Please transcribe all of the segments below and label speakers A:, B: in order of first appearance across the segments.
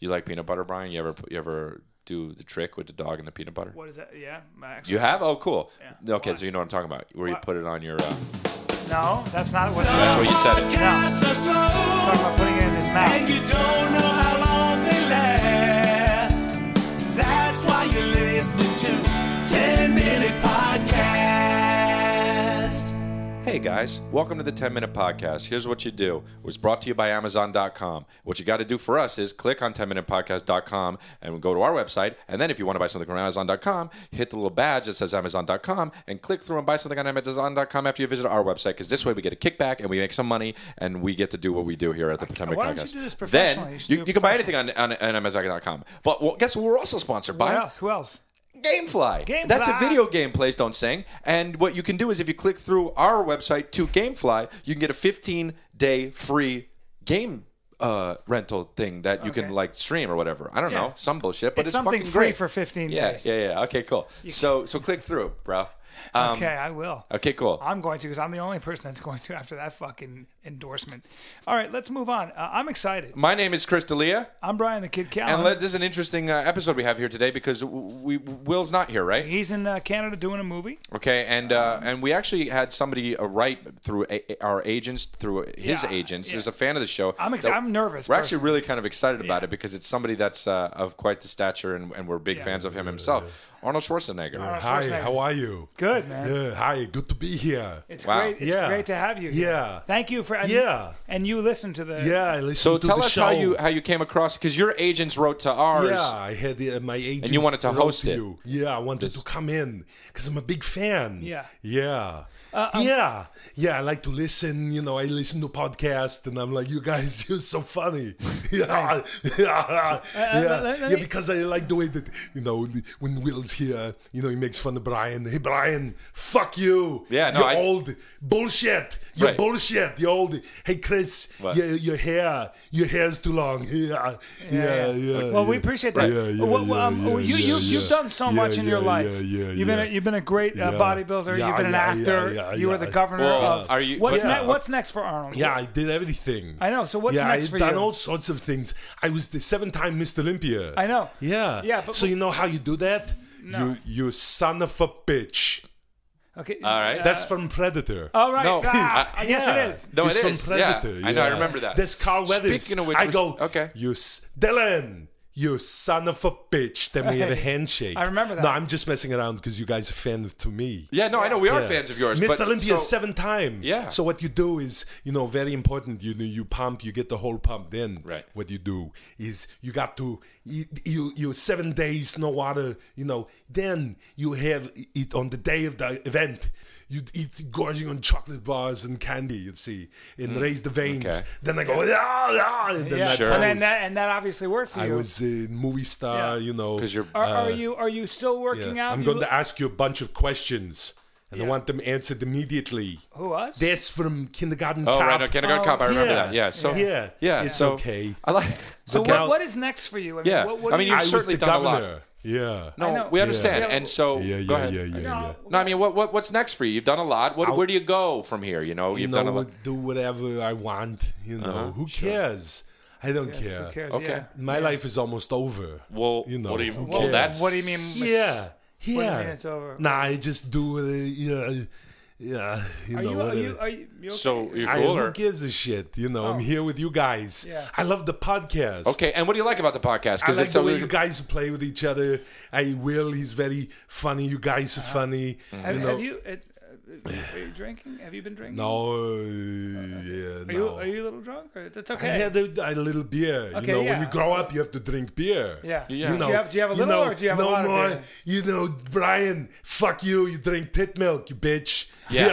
A: You like peanut butter, Brian? You ever you ever do the trick with the dog and the peanut butter?
B: What is that? Yeah. Actually,
A: You have? Oh, cool.
B: Yeah.
A: Okay,
B: Why?
A: so you know what I'm talking about. Where
B: Why?
A: you put it on your. Uh,
B: No, that's not what.
A: that's what you said. It.
C: Podcasts are
B: Talking
C: slow,
B: about putting it in his
C: and
B: mouth.
C: you don't know how long they last. That's why you're listening to 10 Minute Podcast.
A: Hey guys, welcome to the 10 Minute Podcast. Here's what you do. It was brought to you by Amazon.com. What you got to do for us is click on 10minutepodcast.com and go to our website. And then if you want to buy something from Amazon.com, hit the little badge that says Amazon.com and click through and buy something on Amazon.com after you visit our website because this way we get a kickback and we make some money and we get to do what we do here at the 10 Minute
B: why don't you
A: Podcast.
B: do this professionally?
A: then
B: You should
A: you,
B: do it
A: you can buy anything on, on, on Amazon.com. But well, guess what? We're also sponsored
B: Who
A: by
B: else? Who else?
A: Gamefly.
B: Gamefly.
A: That's a video game plays don't sing. And what you can do is if you click through our website to Gamefly, you can get a 15 day free game uh, rental thing that you can
B: Okay.
A: like stream or whatever. I don't know, some bullshit, but
B: It's
A: it's,
B: something
A: fucking
B: free
A: great.
B: for 15
A: yeah,
B: days.
A: yeah, yeah. Okay, cool. So so click through, bro. Um,
B: Okay, I will.
A: Okay, cool.
B: I'm going to because I'm the only person that's going to after that fucking endorsement. All right, let's move on. Uh, I'm excited.
A: My name is Chris D'Elia,
B: I'm Brian the Kid Callan.
A: and let, this is an interesting uh, episode we have here today because we, we Will's not here, right?
B: He's in uh, Canada doing a movie.
A: Okay, and uh, and we actually had somebody uh, write through a- a- our agents, through his
B: Yeah,
A: agents,
B: yeah.
A: who's a fan of the show.
B: I'm ex-
A: that-
B: I'm nervous
A: We're
B: personally.
A: actually really kind of excited about it because it's somebody that's uh, of quite the stature, and, and we're big
B: Yeah.
A: fans of him himself, Arnold Schwarzenegger.
B: Arnold
D: Hi,
B: Schwarzenegger.
D: how are you?
B: Good, man.
D: Good. Hi, good to be here.
B: It's
A: Wow.
B: great. It's
D: Yeah.
B: great to have you. here.
D: Yeah.
B: Thank you for. And,
D: Yeah.
B: And you listen to the.
D: Yeah, I listened
A: So
D: to
A: tell
D: the
A: us
D: show.
A: how you how you came across because your agents wrote to ours.
D: Yeah, I had uh, my agent.
A: you wanted to
D: wrote
A: host it.
D: You. Yeah, I wanted to come in because I'm a big fan.
B: Yeah. Uh, um,
D: yeah, yeah, yeah. I like to listen. You know, I listen to podcasts, and I'm like, you guys, you're so funny. yeah, yeah,
B: Uh, let- let
D: yeah.
B: me-
D: Because I like the way that you know when Will's here, you know, he makes fun of Brian. Hey, Brian, fuck you.
A: Yeah, no,
D: you're
A: I-
D: old bullshit. You're
A: Right.
D: bullshit. You're old. Hey, Chris,
A: What?
D: your, your hair, your hair's too long. Yeah, yeah, yeah.
B: Well, we appreciate that.
D: Yeah, yeah,
B: Well, well, um,
D: yeah,
B: you,
D: yeah,
B: you,
D: yeah,
B: you've done so
D: yeah,
B: much in
D: yeah,
B: your life.
D: yeah, yeah,
B: you've been a,
D: yeah.
B: you've been a great uh,
D: Yeah.
B: bodybuilder.
D: Yeah,
B: you've been an
D: yeah,
B: actor.
D: yeah, yeah,
B: you were
D: yeah. Uh,
B: the governor
A: Well,
B: of.
A: are you-
B: What's,
A: but-
B: ne- what's next for Arnold?
D: Yeah, I did everything.
B: I know. So what's
D: yeah,
B: next
D: I've
B: for
D: done
B: you?
D: all sorts of things. I was the seven-time Mr. Olympia.
B: I know.
D: Yeah.
B: Yeah, but-
D: so you know how you do that?
B: No.
D: You you son of a bitch.
B: Okay.
A: All right.
D: That's from Predator.
B: All right.
A: No,
B: Ah,
A: I-
B: yes,
D: Yeah.
B: it is.
A: No,
D: It's
A: it
D: from
A: is.
D: Predator.
A: Yeah. I know, I remember that.
D: That's Carl Weathers.
A: Speaking of which,
D: I
A: we-
D: go,
A: okay.
D: You, s- Dylan, you son of a bitch. Then we had a handshake.
B: I remember that.
D: No, I'm just messing around because you guys are fans to me.
A: Yeah, no, I know we are
D: Yeah.
A: fans of yours.
D: Mr.
A: but-
D: Olympia
A: so-
D: seven time.
A: Yeah.
D: So what you do is, you know, very important. You know, you pump, you get the whole pump. Then
A: Right.
D: what you do is you got to eat, you you seven days no water. You know, then you have it on the day of the event. You eat gorging on chocolate bars and candy. You see, and raise the veins.
A: Hmm. Okay.
D: Then I go, yeah, yeah, and then
B: Yeah.
D: I
A: Sure.
B: And then
D: pose.
B: that and that obviously worked for
D: I
B: you.
D: was a movie star.
B: Yeah.
D: You know, uh,
A: 'Cause you're-
B: are, are you are you still working
D: yeah.
B: out?
D: I'm
B: You
D: going
B: look-
D: to ask you a bunch of questions, and I
B: Yeah.
D: want them answered immediately.
B: Who us?
D: That's from Kindergarten
A: Oh,
D: Cop.
A: right, no, kindergarten
B: Oh,
A: cop. I remember
D: yeah.
A: that. Yeah. So
D: Yeah.
A: yeah.
D: It's
A: so
D: okay.
A: I like.
B: so
D: Look
B: what,
D: out.
B: what is next for you? I mean,
A: Yeah.
B: what, what
A: I
B: do
A: mean,
B: you,
A: you've
D: I was
A: certainly
D: the
A: done a lot.
D: governor. Yeah.
B: I
A: No,
B: know.
A: we understand.
B: Yeah.
A: And so
D: Yeah,
A: go
D: yeah,
A: ahead.
D: yeah, yeah, yeah.
A: No, I mean, what, what what's next for you? You've done a lot. What,
D: I'll-
A: where do you go from here? You know,
D: You
A: Oh, you've
D: know,
A: done a lot.
D: do whatever I want. You know, who cares? I don't care.
B: Who cares?
A: Okay.
B: Yeah.
D: My life is almost over.
A: Well,
D: you know,
A: what do you,
D: who
A: well,
D: cares?
A: that's
B: What do you mean? it's-
D: yeah, yeah.
B: you mean it's over?
D: Nah, I just do it. uh, Yeah, yeah. You
B: Are
D: know,
B: you, are
D: whatever.
B: you, are you, you okay? Oh.
A: So you're
D: I, who
A: cooler.
D: gives a shit? You know, I'm here with you guys.
B: Yeah.
D: I love the podcast.
A: Okay, and what do you like about the podcast?
D: I
A: it's
D: like the
A: so
D: way you guys play with each other. I will. He's very funny. You guys are funny.
B: Uh-huh. have,
D: You know,
B: have you? It, uh, are you drinking? Have you been drinking?
D: no, uh, yeah,
B: Are you,
D: no.
B: are you a little drunk? Or, that's
D: I
B: okay.
D: had a, a little beer.
B: Okay,
D: you know, when
B: yeah.
D: you grow up, you have to drink beer.
B: Yeah.
A: Yeah.
D: You know,
B: Do you have, do you have a little
D: know,
B: or do you have
D: no
B: a lot
D: more.
B: of beer?
D: You know, Brian, fuck you. You drink tit milk, you bitch.
A: Yeah.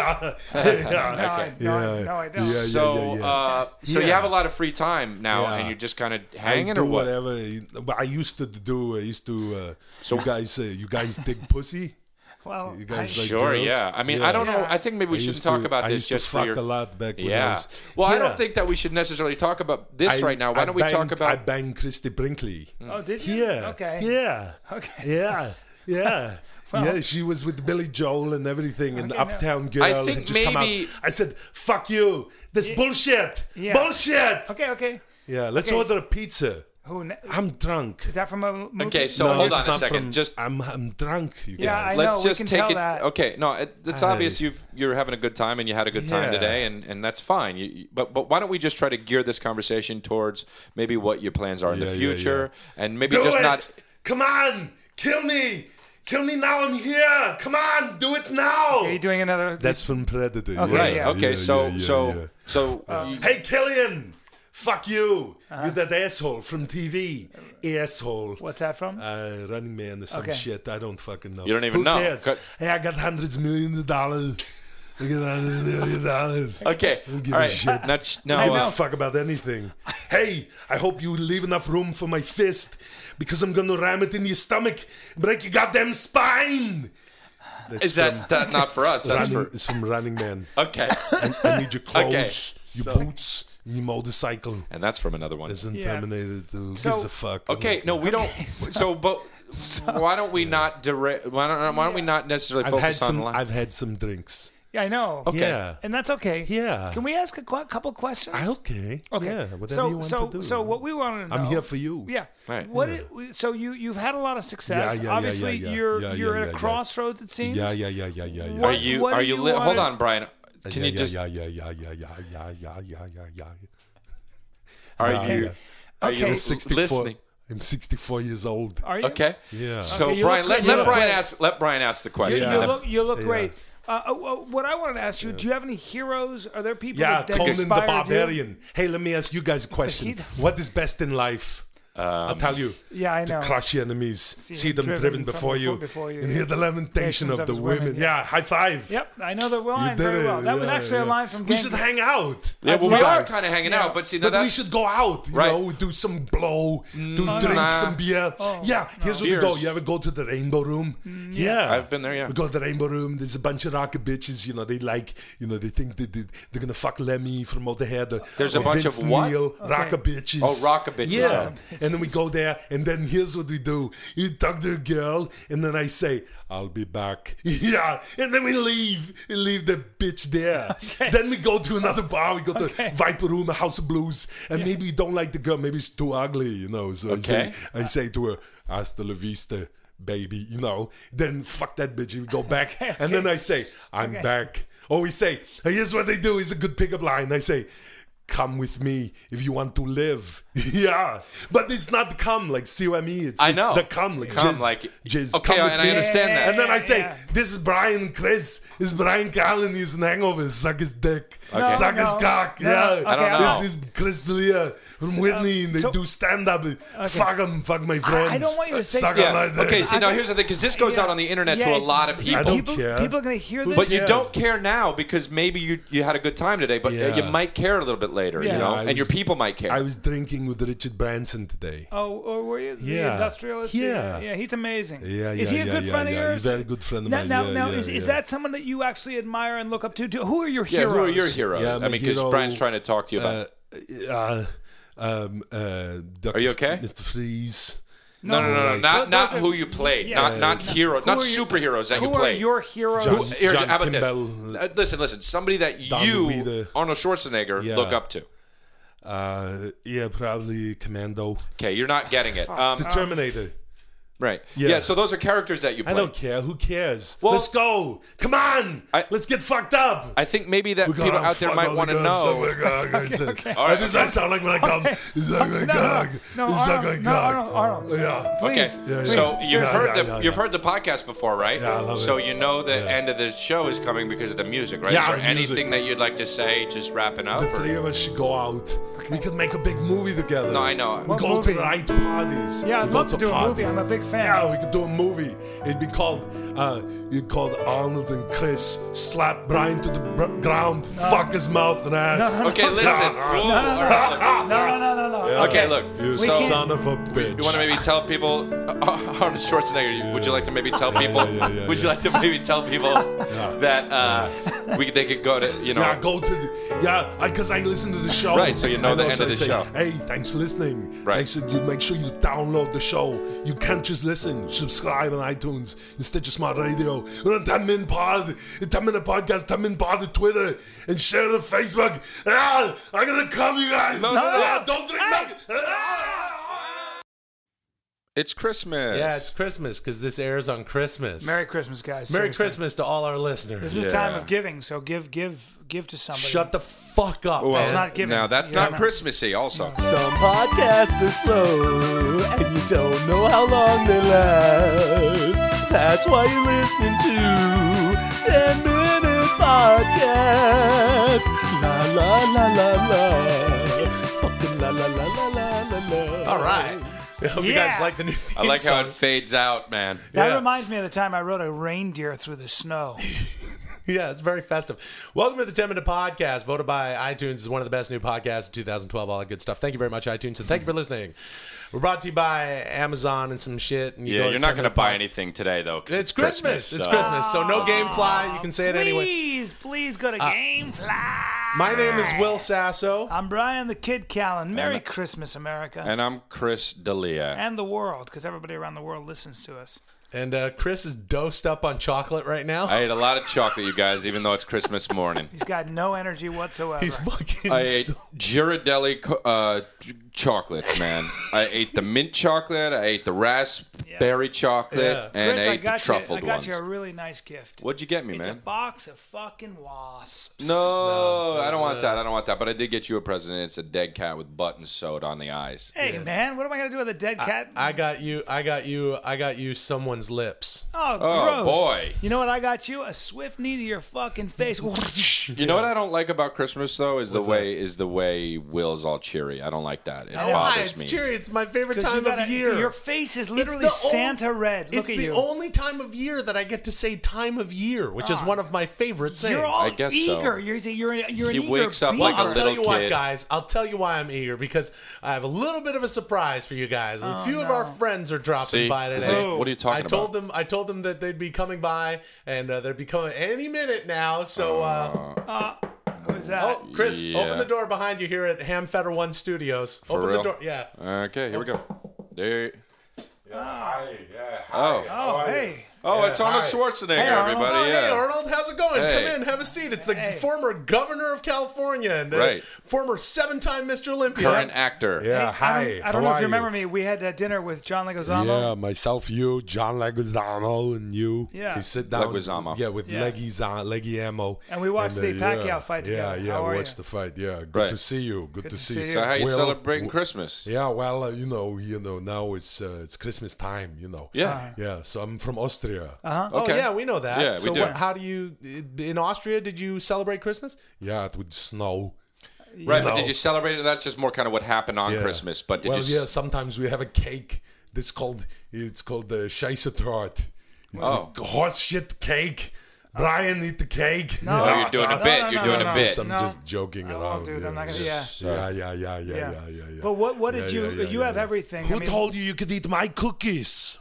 D: Yeah. yeah.
B: No, I, no, I,
D: Yeah.
B: no, I don't.
D: Yeah, yeah.
A: so Uh, so you
D: Yeah.
A: have a lot of free time now,
D: Yeah.
A: and you're just kind of
D: I
A: hanging
D: do
A: or what?
D: whatever. But I used to do. I used to. Uh, you guys, uh, you guys dig pussy.
B: Well,
D: You guys
B: I,
D: like
A: Sure,
D: girls?
A: yeah. I mean, I don't know.
B: Yeah.
A: I think maybe we
D: I
A: shouldn't
D: used
A: talk
D: to-
A: about
D: I
A: this
D: used to
A: just
D: fuck
A: for your.
D: a lot back when I
A: yeah.
D: was-
A: well, I
D: Yeah.
A: don't think that we should necessarily talk about this
D: I-
A: right now. Why
D: I
A: don't we talk
D: banged- I
A: about? Mm.
D: banged Christy Brinkley?
B: oh, did you?
D: Yeah.
B: Okay.
D: Yeah.
B: Okay.
D: Yeah. Yeah. yeah, she was with Billy Joel and everything, and
B: Okay, no.
D: Uptown Girl
A: I think
D: had just come
A: maybe-
D: out. I said, "Fuck you! This bullshit!
B: Yeah.
D: Bullshit!"
B: Okay. Okay.
D: Yeah, let's
B: Okay.
D: order a pizza.
B: Who ne-
D: I'm drunk.
B: is that from a movie?
A: Okay, so
D: No,
A: hold
D: it's
A: on a
D: not
A: second.
D: from-
A: Just
D: I'm I'm drunk. You
B: Yeah, I
D: guys.
B: know.
A: let's
B: we
A: just
B: can
A: take
B: tell
A: it.
B: that.
A: Okay, no, it, it's
D: Aye.
A: obvious you've you're having a good time and you had a good time
D: Yeah.
A: today, and, and that's fine. You, you- but but why don't we just try to gear this conversation towards maybe what your plans are in
D: Yeah,
A: the
D: yeah,
A: future, and maybe
D: do
A: just
D: it.
A: not.
D: Come on, kill me, kill me now. I'm here. Come on, do it now.
B: Are you doing another?
D: That's from Predator.
B: Okay,
A: Right.
B: Yeah,
A: okay.
D: yeah,
A: so
D: yeah,
A: so
D: yeah.
A: so. you-
D: Uh, Hey, Killian, fuck you. You're that asshole from TV. Asshole.
B: Uh-huh. what's that from?
D: Uh, running Man or some
B: Okay.
D: shit. I don't fucking know.
A: You don't even
D: Who
A: know.
D: Cares?
A: Cut-
D: Hey, I got hundreds of millions of dollars. I got hundreds of millions of dollars.
A: okay. All
D: don't give Uh, a
A: right.
D: shit.
A: Not sh- no.
D: I don't
A: uh,
D: give a fuck about anything. Hey, I hope you leave enough room for my fist because I'm gonna ram it in your stomach, break your goddamn spine. That's
A: is that, that not for us?
D: from
A: That's
D: running,
A: for.
D: it's from Running Man.
A: Okay.
D: I need your clothes,
A: Okay,
D: your
A: so-
D: boots, your motorcycle.
A: And that's from another one.
D: Isn't
B: Yeah.
D: terminated. Who
B: So-
D: gives a fuck?
A: Okay, no, we don't. So, but why don't we not direct? Why don't, why don't we not necessarily
D: I've had
A: focus on?
D: some.
A: li-
D: I've had some drinks.
B: yeah, I know.
A: Okay.
D: Yeah.
B: And that's okay.
D: Yeah.
B: Can we ask a qu- couple questions?
D: I- Ah, okay.
B: Okay.
D: Yeah. Whatever
B: so,
D: you want
B: so,
D: to do.
B: so what we want to know?
D: I'm here for you.
B: Yeah.
A: Right.
B: What? i- so you you've had a lot of success.
D: Yeah, yeah, yeah,
B: Obviously,
D: yeah, yeah.
B: you're
D: Yeah,
B: you're
D: yeah,
B: at a
D: yeah, yeah.
B: crossroads. It seems.
D: Yeah. Yeah. Yeah. Yeah. Yeah. Yeah.
A: are
B: What-
A: you?
B: what
A: are
B: do
A: you?
B: you
A: li- hold
B: wanna-
A: on, Brian. Can
D: yeah,
A: you just?
D: yeah, yeah, yeah, yeah, yeah, yeah, yeah, yeah, yeah, yeah,
A: Are you?
D: yeah. Ah, yeah.
A: Are you
B: Okay.
A: l-
D: I'm 64.
A: listening?
D: I'm 64 years old.
B: Are you?
A: Okay.
D: Yeah.
A: So
B: Okay, you
A: Brian,
B: look
A: let, let
B: great. You look
A: Brian
B: great.
A: ask. Let Brian ask the
B: You,
A: question.
D: Yeah.
B: you look you look
D: Yeah.
B: great. Uh, uh, uh, what I wanted to ask you: Do you have any heroes? Are there people?
D: Yeah,
B: that, that
D: Conan the
B: inspired you?
D: Barbarian. Hey, let me ask you guys a question.
B: He's-
D: What is best in life? I'll tell you.
B: Yeah, I know.
D: To crush your enemies, see, them driven,
B: from
D: before, you,
B: before you,
D: and hear the lamentation of, the women. Yeah. high five.
B: Yep, I know the
D: You
B: line
D: did
B: very
D: it.
B: well. That was
D: Yeah,
B: actually a
D: yeah.
B: line from.
D: We should
B: Genghis.
D: hang out.
A: Yeah, well,
D: You
A: we are
D: guys.
A: kind of hanging
B: Yeah.
A: out, but see, no,
D: But we
A: that's
D: should go out, you
A: Right. Mm,
D: know, do some blow, do drink
A: Nah.
D: some beer. yeah, here's where we go.
A: Beers.
D: You ever go to the Rainbow Room? yeah.
A: I've been there, yeah.
D: We go to the Rainbow Room. There's a bunch of rocker bitches. You know, they like, you know, they think that they, they're gonna fuck Lemmy from Motorhead. Or,
A: There's a
D: or
A: bunch of
D: Vince
A: what?
D: Neil, rocker bitches.
A: Oh, rocker bitches.
D: Yeah.
A: Rocker
D: And then we go there, and then here's what we do: you talk to a girl, and then I say, "I'll be back." yeah. And then we leave, we leave the bitch there. Then we go to another bar. We go to Viper Room, House of Blues, and maybe you don't like the girl. Maybe she's too ugly, you know. So
A: Okay.
D: I say, I say to her, "Hasta la vista." Baby, you know, then fuck that bitch. You go back, and then I say, I'm back. Or we say, here's what they do. It's a good pickup line. I say, come with me if you want to live. yeah, but it's not come like see what I mean. It's,
A: I
D: it's
A: know.
D: the come like
A: Come,
D: jizz,
A: like-
D: jizz.
A: Okay,
D: come with
A: and I
D: me.
A: understand that.
D: And then I say,
B: Yeah,
D: this is Brian Chris. This is Brian Callen. He's in hangover. Suck his dick.
B: No,
D: Suck his
B: no.
D: cock.
B: No,
D: yeah.
B: okay, I
A: don't know.
D: This is Chris D'Elia from Whitney. and they
B: so-
D: do stand up. Fuck him. Fuck my friends.
B: I don't want you to say-
D: Suck on my
A: yeah.
D: dick.
A: Okay, see, now
B: I-
A: here's the thing, because this goes
B: Yeah.
A: out on the internet
B: Yeah,
A: to a lot of people.
B: yeah,
D: I don't
B: people,
D: care.
B: People are going to hear this.
A: But you
D: Yes.
A: don't care now because maybe you, you had a good time today, but
D: Yeah.
A: you might care a little bit later,
B: Yeah.
A: you know,
D: Yeah, I
A: and your
D: was-
A: people might care.
D: I was drinking with Richard Branson today.
B: Oh, or were you the
D: Yeah.
B: industrialist?
D: Yeah.
B: yeah, he's amazing.
D: Yeah,
B: is
D: yeah,
B: he a
D: yeah,
B: good
D: yeah,
B: friend
D: yeah.
B: of yours?
D: He's a very good friend of
B: now,
D: mine.
B: Now,
D: Yeah,
B: now,
D: yeah,
B: is, is
D: yeah.
B: that someone that you actually admire and look up to? Do- Who are your
A: yeah,
B: heroes?
A: who are your heroes?
D: Yeah,
A: I
D: my
A: mean, because
D: hero-
A: Brian's trying to talk to you about.
D: Uh, uh, um, uh, Dr.
A: Are you okay?
D: Mr. Freeze.
A: no, no, no, no,
D: like-
A: not
B: Those
A: not
B: are-
A: who you played,
B: yeah.
A: not not heroes, not
B: Who are your-
A: superheroes that
B: who
A: you
B: are
A: played.
B: your heroes?
D: John-
A: Who- here, how about
D: Campbell.
A: this? Uh, listen, listen. Somebody that
D: Don
A: you,
D: DeLuca.
A: Arnold Schwarzenegger,
D: Yeah.
A: look up to.
D: Uh, yeah, probably Commando.
A: Okay, you're not getting it. Um,
D: The Terminator.
A: right. Yeah.
D: Yeah.
A: So those are characters that you
D: I
A: played.
D: don't care. Who cares?
A: Well-
D: Let's go. Come on.
A: I-
D: Let's get fucked up.
A: I think maybe that
D: We
A: people
D: gotta
A: out there
D: fuck
A: might
D: all
A: want to
D: the girls. Oh
A: know.
D: my God, guys.
A: All right,
D: Does that sound like when I come? Is that
B: No,
D: like
B: no,
D: God? Is
B: no,
D: that
B: Arnold,
D: like
B: no,
D: God?
B: Arnold, Arnold.
D: Yeah.
A: Okay,
B: Please,
D: yeah,
A: so
D: please.
A: you've
D: Yeah,
A: heard
D: yeah,
A: the
D: yeah,
A: you've
D: yeah.
A: heard the podcast before, right?
D: Yeah, I love
A: so
D: it.
A: you know the
D: Yeah.
A: end of the show is coming because of the music, right?
D: Yeah,
A: Is there
D: the music.
A: anything that you'd like to say, just wrapping up?
D: The
A: or-
D: three of us should go out. We could make a big movie together.
A: No, I know.
D: We
A: What
D: go
B: movie?
D: to the right parties.
B: Yeah, I'd
D: We go
B: love to do a movie. I'm a big fan.
D: Yeah, we could do a movie. It'd be called uh, you'd called Arnold and Chris slap Brian to the br- ground, fuck his mouth and ass.
A: Okay, listen.
D: Yeah.
A: Ooh, all right, look.
D: Ah,
B: No, no, no, no, no.
A: Okay, look.
D: You
A: so-
D: son of a bitch.
A: You want to maybe tell people uh, Arnold Schwarzenegger? you- Would you like to maybe tell people?
D: yeah, yeah,
A: would you
D: yeah.
A: like to maybe tell people that uh, we they could go to you know?
D: Yeah, go to the, yeah, because I, listen to the show.
A: Right, so you know
D: And
A: the
D: also
A: end of the
D: I say,
A: show.
D: Hey, thanks for listening.
A: Right.
D: Thanks for, you make sure you download the show. You can't just listen. Subscribe on iTunes, and Stitcher Smart Radio. We're on 10 Minute Pod, 10 Minute Podcast, 10 Minute Pod on Twitter, and share it on Facebook. Ah, I'm gonna come, you guys.
A: no, no.
D: Ah, don't drink that. Ah.
A: It's Christmas.
E: Yeah, it's Christmas because this airs on Christmas.
B: Merry Christmas, guys.
E: Merry
B: Seriously.
E: Christmas to all our listeners.
B: This is a time
A: Yeah.
B: of giving, so give, give, give to somebody.
E: Shut the fuck up.
A: Well,
E: man.
B: It's not giving.
A: Now that's
B: You know
A: not
B: what I mean?
A: Christmassy. Also,
C: Some podcasts are slow, and you don't know how long they last. That's why you're listening to 10 Minute Podcast. La la la la la. Fucking la la la la la la la.
E: All right. I hope you guys
B: Yeah.
E: like the new theme
A: I like how
E: song.
A: it fades out, man.
B: That
E: Yeah.
B: reminds me of the time I rode a reindeer through the snow.
E: Yeah, it's very festive. Welcome to the 10 Minute Podcast, voted by iTunes as one of the best new podcasts of 2012. All that good stuff. Thank you very much, iTunes, and thank you for listening. We're brought to you by Amazon and some shit. And you
A: Yeah,
E: go
A: you're not going
E: 10
A: to
E: minute
A: buy
E: pod-
A: anything today though. 'cause
E: It's Christmas. It's
A: so-
E: Christmas. So no GameFly. You can say it anyway.
B: Please, please go to GameFly.
E: My name is Will Sasso.
B: I'm Brian the Kid Callan. Merry
A: And-
B: Christmas, America. And,
A: Ah. And I'm Chris D'Elia.
B: the world, because everybody around the world listens to us.
E: And uh, Chris is dosed up on chocolate right now.
A: I ate a lot of chocolate, you guys, even though it's Christmas morning.
B: He's got no energy whatsoever.
E: He's fucking.
A: I ate
E: so-
A: Ghirardelli co- uh, ch- chocolates, man. I ate the mint chocolate. I ate the raspberry chocolate,
E: Yeah.
A: and
B: Chris,
A: I
B: I
A: ate the
B: got, you,
A: truffled
B: I got
A: ones.
B: you a really nice gift.
A: What'd you get me,
B: It's a
A: man?
B: box of fucking wasps.
A: No, I don't want that. I don't want that. But I did get you a present. and It's a dead cat with buttons sewed on the eyes.
B: Hey, man, what am I going to do with a dead cat?
E: I got you. I got you. I got you. Someone's lips.
B: Oh,
A: Oh,
B: gross.
A: boy.
B: You know what I got you? A swift knee to your fucking face.
A: You know what I don't like about Christmas though is the way is the way Will's all cheery. I don't like that. It
E: Why?
A: bothers
E: Ah, It's
A: me.
E: cheery. It's my favorite
B: 'Cause you
E: time of
B: gotta-
E: year.
B: Your face is
E: It's
B: literally
E: the on-
B: Santa red. Look
E: it's
B: at
E: the
B: you.
E: only time of year that I get to say time of year, which is one of my favorite sayings.
B: Ah. You're all
A: I guess so.
B: eager. You're, you're, you're an
A: He
B: eager
A: wakes up
B: beaver.
A: like a
E: I'll tell
A: little
E: you what,
A: kid.
E: guys. I'll tell you why I'm eager because I have a little bit of a surprise for you guys.
B: Oh,
E: A few of our friends are dropping
A: See?
E: by today.
A: See? What are you talking
E: I told
A: about?
E: them. I told them that they'd be coming by, and uh, they'd be coming any minute now. So, uh,
B: Who is that?
E: oh, Chris,
A: yeah.
E: open the door behind you here at Ham Feder One Studios. open
A: real?
E: the door. Yeah. Oh.
A: Okay, here we go. There.
D: Hi, yeah,
A: Oh.
B: Oh, hey.
A: Oh, it's Arnold
E: hi.
A: Schwarzenegger,
B: Hey, Arnold.
A: everybody.
E: Oh, hey,
A: yeah.
E: Arnold, how's it going?
A: Hey.
E: Come in, have a seat. It's the former governor of California and uh,
A: Right.
E: former seven-time Mr. Olympia.
A: Current actor.
D: Yeah,
B: I
D: hi.
B: don't, I don't know if you remember me. We had uh, dinner with John
D: Yeah,
B: Leguizamo.
D: myself, you, John Leguizamo, and you.
B: Yeah.
D: We sit down.
A: Leguizamo.
D: Yeah, with
B: Yeah.
D: Leguizamo, Leguizamo.
B: And we watched the Pacquiao
D: uh, yeah,
B: fight
D: Yeah,
B: together.
D: yeah,
B: How
D: we
B: are
D: watched
B: you?
D: the fight. Yeah, good
A: Right.
D: to see you. Good, to
B: to
D: see
B: see
D: you.
B: you.
A: So how you
D: Well,
A: celebrating Christmas?
D: Yeah, well, uh, you know, you know, now it's uh, it's Christmas time, you know.
A: Yeah.
D: Yeah, so I'm from Austria.
B: Uh-huh.
E: Oh
A: Okay.
E: yeah, we know that.
A: Yeah, we
E: so
A: do.
E: What, how do you in Austria? Did you celebrate Christmas?
D: Yeah, it would snow.
A: Right, but
D: No.
A: did you celebrate it? That's just more kind of what happened on
D: Yeah.
A: Christmas. But did
D: well,
A: you?
D: yeah, sometimes we have a cake. It's called it's called the Scheißetrot. It's
A: Oh.
D: a horse shit cake. Brian eat the cake.
B: No.
A: Oh, you're doing a
B: No,
A: bit.
B: no,
A: you're
B: no,
A: doing
B: no,
A: a
B: no.
A: bit.
D: I'm
B: No.
D: just joking
B: I won't
D: around.
B: do it. I'm not gonna-
D: yeah, yeah, yeah, yeah, yeah,
B: Yeah.
D: yeah, yeah, yeah.
B: But what, what did
D: Yeah,
B: you?
D: yeah, yeah,
B: you
D: yeah,
B: have
D: yeah.
B: everything.
D: Who
B: I mean,
D: told you you could eat my cookies?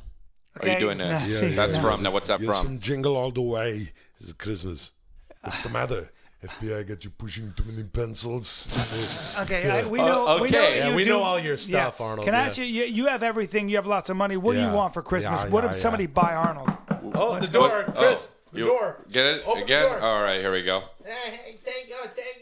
A: Are you
B: okay.
A: doing that?
B: See,
A: That's
D: yeah.
A: from. Now, what's that
D: It's
A: from?
D: from Jingle All the Way. It's Christmas. What's the matter? FBI got you pushing too many pencils.
B: Okay, I, we know.
D: Uh,
B: we
A: okay.
B: know what
A: Yeah,
B: you
E: we
B: do.
E: know all your stuff, Arnold,
B: Can I
E: yeah.
B: ask you, you? You have everything. You have lots of money. What do
D: Yeah.
B: you want for Christmas?
D: Yeah,
B: what
D: yeah,
B: if
D: yeah.
B: somebody buy Arnold?
E: Oh, the door,
A: What?
E: Chris.
A: Oh,
E: the
A: you-
E: door.
A: Get it
E: Open the
A: again?
E: door.
A: All right, here we go.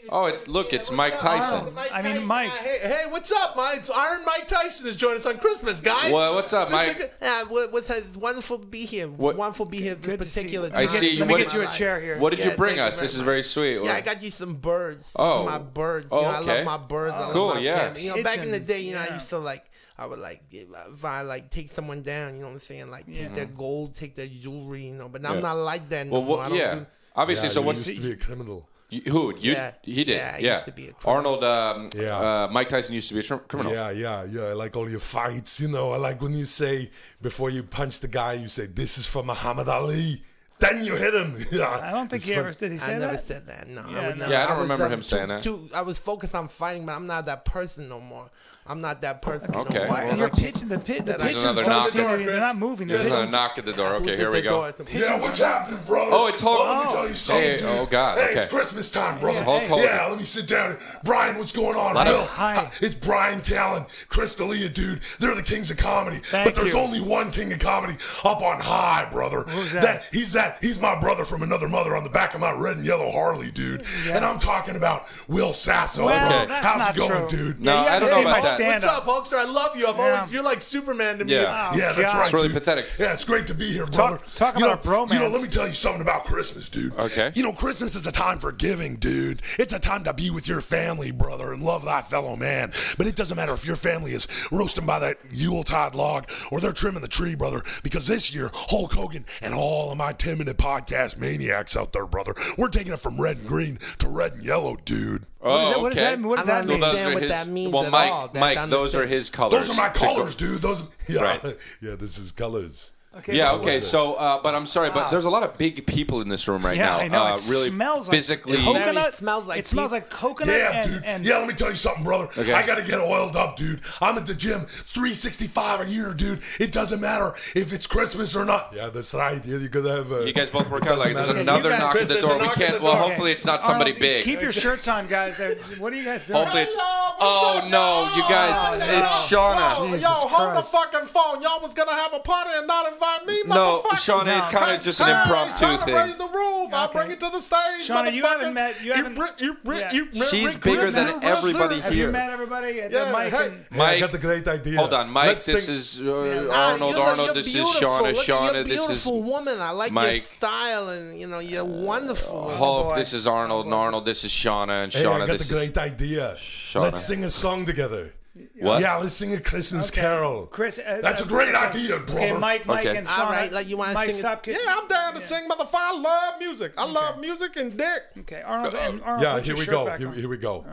A: Oh, it, look, it's Mike
B: Arnold.
A: Tyson.
B: I mean, Mike.
E: Hey, hey, what's up, Mike? It's Iron Mike Tyson is joining us on Christmas, guys.
A: Well, what's up,
E: This
A: Mike?
E: is a- Uh, what- what- it's wonderful to be here.
A: What-
E: Wonderful to be here at this
B: Good to see
E: particular
B: you.
E: time.
A: I see
E: in
A: you-
B: Let me
A: what-
E: my
B: get you a
E: life.
B: chair here.
A: What did
E: Yeah,
A: you bring
E: thank you
A: us?
E: very
A: This is
E: much.
A: very sweet.
E: Yeah, I got you some birds.
A: Oh.
E: my birds. You
A: Oh,
E: know, I
A: okay.
E: love my birds. I love
A: Cool,
E: my
A: yeah.
E: family. You know, back in the
B: Pigeons,
E: day, you know, I
B: yeah.
E: used to like, I would like, if I like take someone down. You know what I'm saying? Like take their gold, take their jewelry. You know, but I'm
A: Yeah.
E: not like that. No
A: Well,
E: more. I
A: what,
E: don't
A: yeah.
E: do-
A: Obviously,
D: yeah,
A: so
D: you
A: what's
D: used to be a criminal.
A: You- Who? You,
E: Yeah.
A: He did.
E: Yeah,
A: Yeah.
E: I used to be a criminal.
A: Arnold. Um,
D: Yeah.
A: Uh, Mike Tyson used to be a tr- criminal.
D: Yeah, yeah, yeah. I like all your fights. You know, I like when you say before you punch the guy, you say this is for Muhammad Ali. Then you hit him. yeah,
B: I don't think
D: it's
B: he
D: fun.
B: ever did. He
E: I
B: say
E: never
B: that.
E: said that. No,
B: Yeah,
E: I would
B: no.
E: never.
A: Yeah, I don't
E: was,
A: remember
E: uh,
A: him saying
E: too-
A: that.
E: too- I was focused on fighting, but I'm not that person no more. I'm not that person.
A: Okay.
E: No more.
A: Why
B: And you're
E: That's-
B: pitching the pit. The
E: There's
B: pitchers
A: another
B: don't
A: knock.
B: seem to be- They're not moving. The
A: There's a
B: pitchers.
A: knock at the door.
E: Who
A: Okay,
E: did
A: here we
E: the door
A: go.
E: at the-
D: Yeah, what's happening, bro?
A: Oh, it's Hulk-
D: Let me tell you something.
A: Hey, oh, God,
D: Hey,
A: okay.
D: it's Christmas time, bro.
A: Hulk Hogan.
D: yeah, let me sit down. Brian, what's going on?
A: Lot of-
D: Bill,
B: Hi.
D: it's Brian Callen, Chris D'Elia, dude. They're the kings of comedy,
B: Thank
D: but there's
B: you.
D: only one king of comedy up on high, brother.
B: Who's that?
D: he's
F: Matt, he's my brother from another mother on the back of my red and yellow Harley, dude. And I'm talking about Will Sasso.
B: Well,
F: bro.
A: Okay.
B: that's
F: How's
B: not
F: it going,
B: true.
F: dude?
A: No,
B: Yeah, you
A: I
B: haven't
A: don't know
B: seen
A: about
B: my
A: that.
E: What's up, Hulkster? I love you. I've always
B: Yeah.
E: you're like Superman to me. Oh,
A: Yeah.
F: Yeah, that's
B: God.
F: right.
A: It's really
F: dude.
A: pathetic.
F: Yeah, it's great to be here,
B: Talk-
F: brother.
B: talk
F: you
B: about
F: know, You know,
B: bromance.
F: let me tell you something about Christmas, dude.
A: Okay.
F: You know, Christmas is a time for giving, dude. It's a time to be with your family, brother, and love thy fellow man. But it doesn't matter if your family is roasting by that Yuletide log or they're trimming the tree, brother, because this year, Hulk Hogan and all of my 10 minute podcast maniacs out there, brother, we're taking it from red and green to red and yellow, dude.
B: What
A: Oh,
B: is that- what does
A: okay.
B: that mean? What does
E: I
B: that
E: don't
A: Well,
B: mean?
A: those
E: Understand
A: are
E: what
A: his,
E: that means
A: well,
E: at
A: Mike,
E: all. That-
A: Mike,
E: that
A: those are
E: understand-
A: his colors.
F: Those are my
A: to go-
F: colors, dude. Those, yeah,
A: Right.
F: yeah, this is colors.
B: Okay,
A: Yeah.
B: so-
A: Okay. So, uh, but I'm sorry, but there's a lot of big people in this room right now.
B: Yeah, I know.
A: Uh,
B: it
A: really
B: smells
A: physically.
B: like coconut.
E: It smells like
B: it smells like coconut
F: Yeah,
B: Oh, and,
F: dude.
B: and
F: yeah, let me tell you something, brother.
A: Okay.
F: I gotta get oiled up, dude. I'm at the gym 365 a year, dude. It doesn't matter if it's Christmas or not. Yeah, that's right. Yeah, you gotta have. A,
A: you guys both work
F: It
A: out like
F: doesn't
A: there's
F: matter.
A: another
B: Yeah, you guys-
A: knock at
E: Chris,
A: the
E: there's
A: door.
E: a
A: We
E: knock at
A: can't.
E: the
A: Well,
E: door.
A: hopefully it's not somebody
B: Arnold,
A: big.
B: Uh, Keep your shirts on, guys. They're- What are you guys doing?
A: Hopefully it's.
E: Hello,
A: Oh
E: what's up,
A: no,
E: y'all?
A: you guys!
E: Hello.
A: It's Shauna.
E: Yo,
B: Jesus
E: yo, hold
B: Christ.
E: the fucking phone. Y'all was gonna have a party and not invite me,
A: No,
E: motherfucker.
A: Shauna, it's
B: No.
A: kind of just an
E: Hey,
A: impromptu
E: tryna raise
A: thing.
E: the roof. I'll bring it to the stage.
B: Shauna, you haven't
E: motherfuckers.
B: met- you haven't-
E: ri- you ri-
B: Yeah.
E: you ri-
A: She's
E: ri-
A: bigger
E: ri-
A: than
E: ri- ri-
A: everybody
E: ri-
B: Have
A: here.
B: you met everybody at
E: Yeah,
B: the mic?
E: hey.
B: and-
F: Hey, I got the great idea.
A: Hold on, Mike.
F: Let's
A: this
F: sing-
A: is uh,
E: Ah,
A: Arnold.
E: you look-
A: Arnold,
E: you're
A: this is
E: beautiful.
A: Shauna.
E: Look at your
A: Shauna, this is
E: beautiful woman. I like your
A: Mike.
E: style, and you know you're wonderful.
A: Hulk.
B: boy.
A: This is Arnold. And Arnold, this is Shauna. And
F: Hey, I
A: Shauna,
F: got
A: this
F: the
A: is
F: great idea. Let's sing a song together.
A: what?
F: Yeah, let's sing a Christmas
B: Okay.
F: carol.
B: Chris, uh,
F: that's
B: uh,
F: a great
B: okay.
F: idea, brother.
B: Okay, Mike, Mike,
A: Okay.
B: and Shauna.
E: All right, like you want to
B: Mike,
E: sing? it?
B: stop kissing.
E: Yeah, I'm down to sing, motherfucker. I love music. I love music and dick.
B: Okay, Arnold, and
A: Uh,
B: Arnold,
F: Yeah,
B: put
F: here
B: your
F: we
B: shirt
F: go.
B: back
F: Here,
B: on.
F: here we go.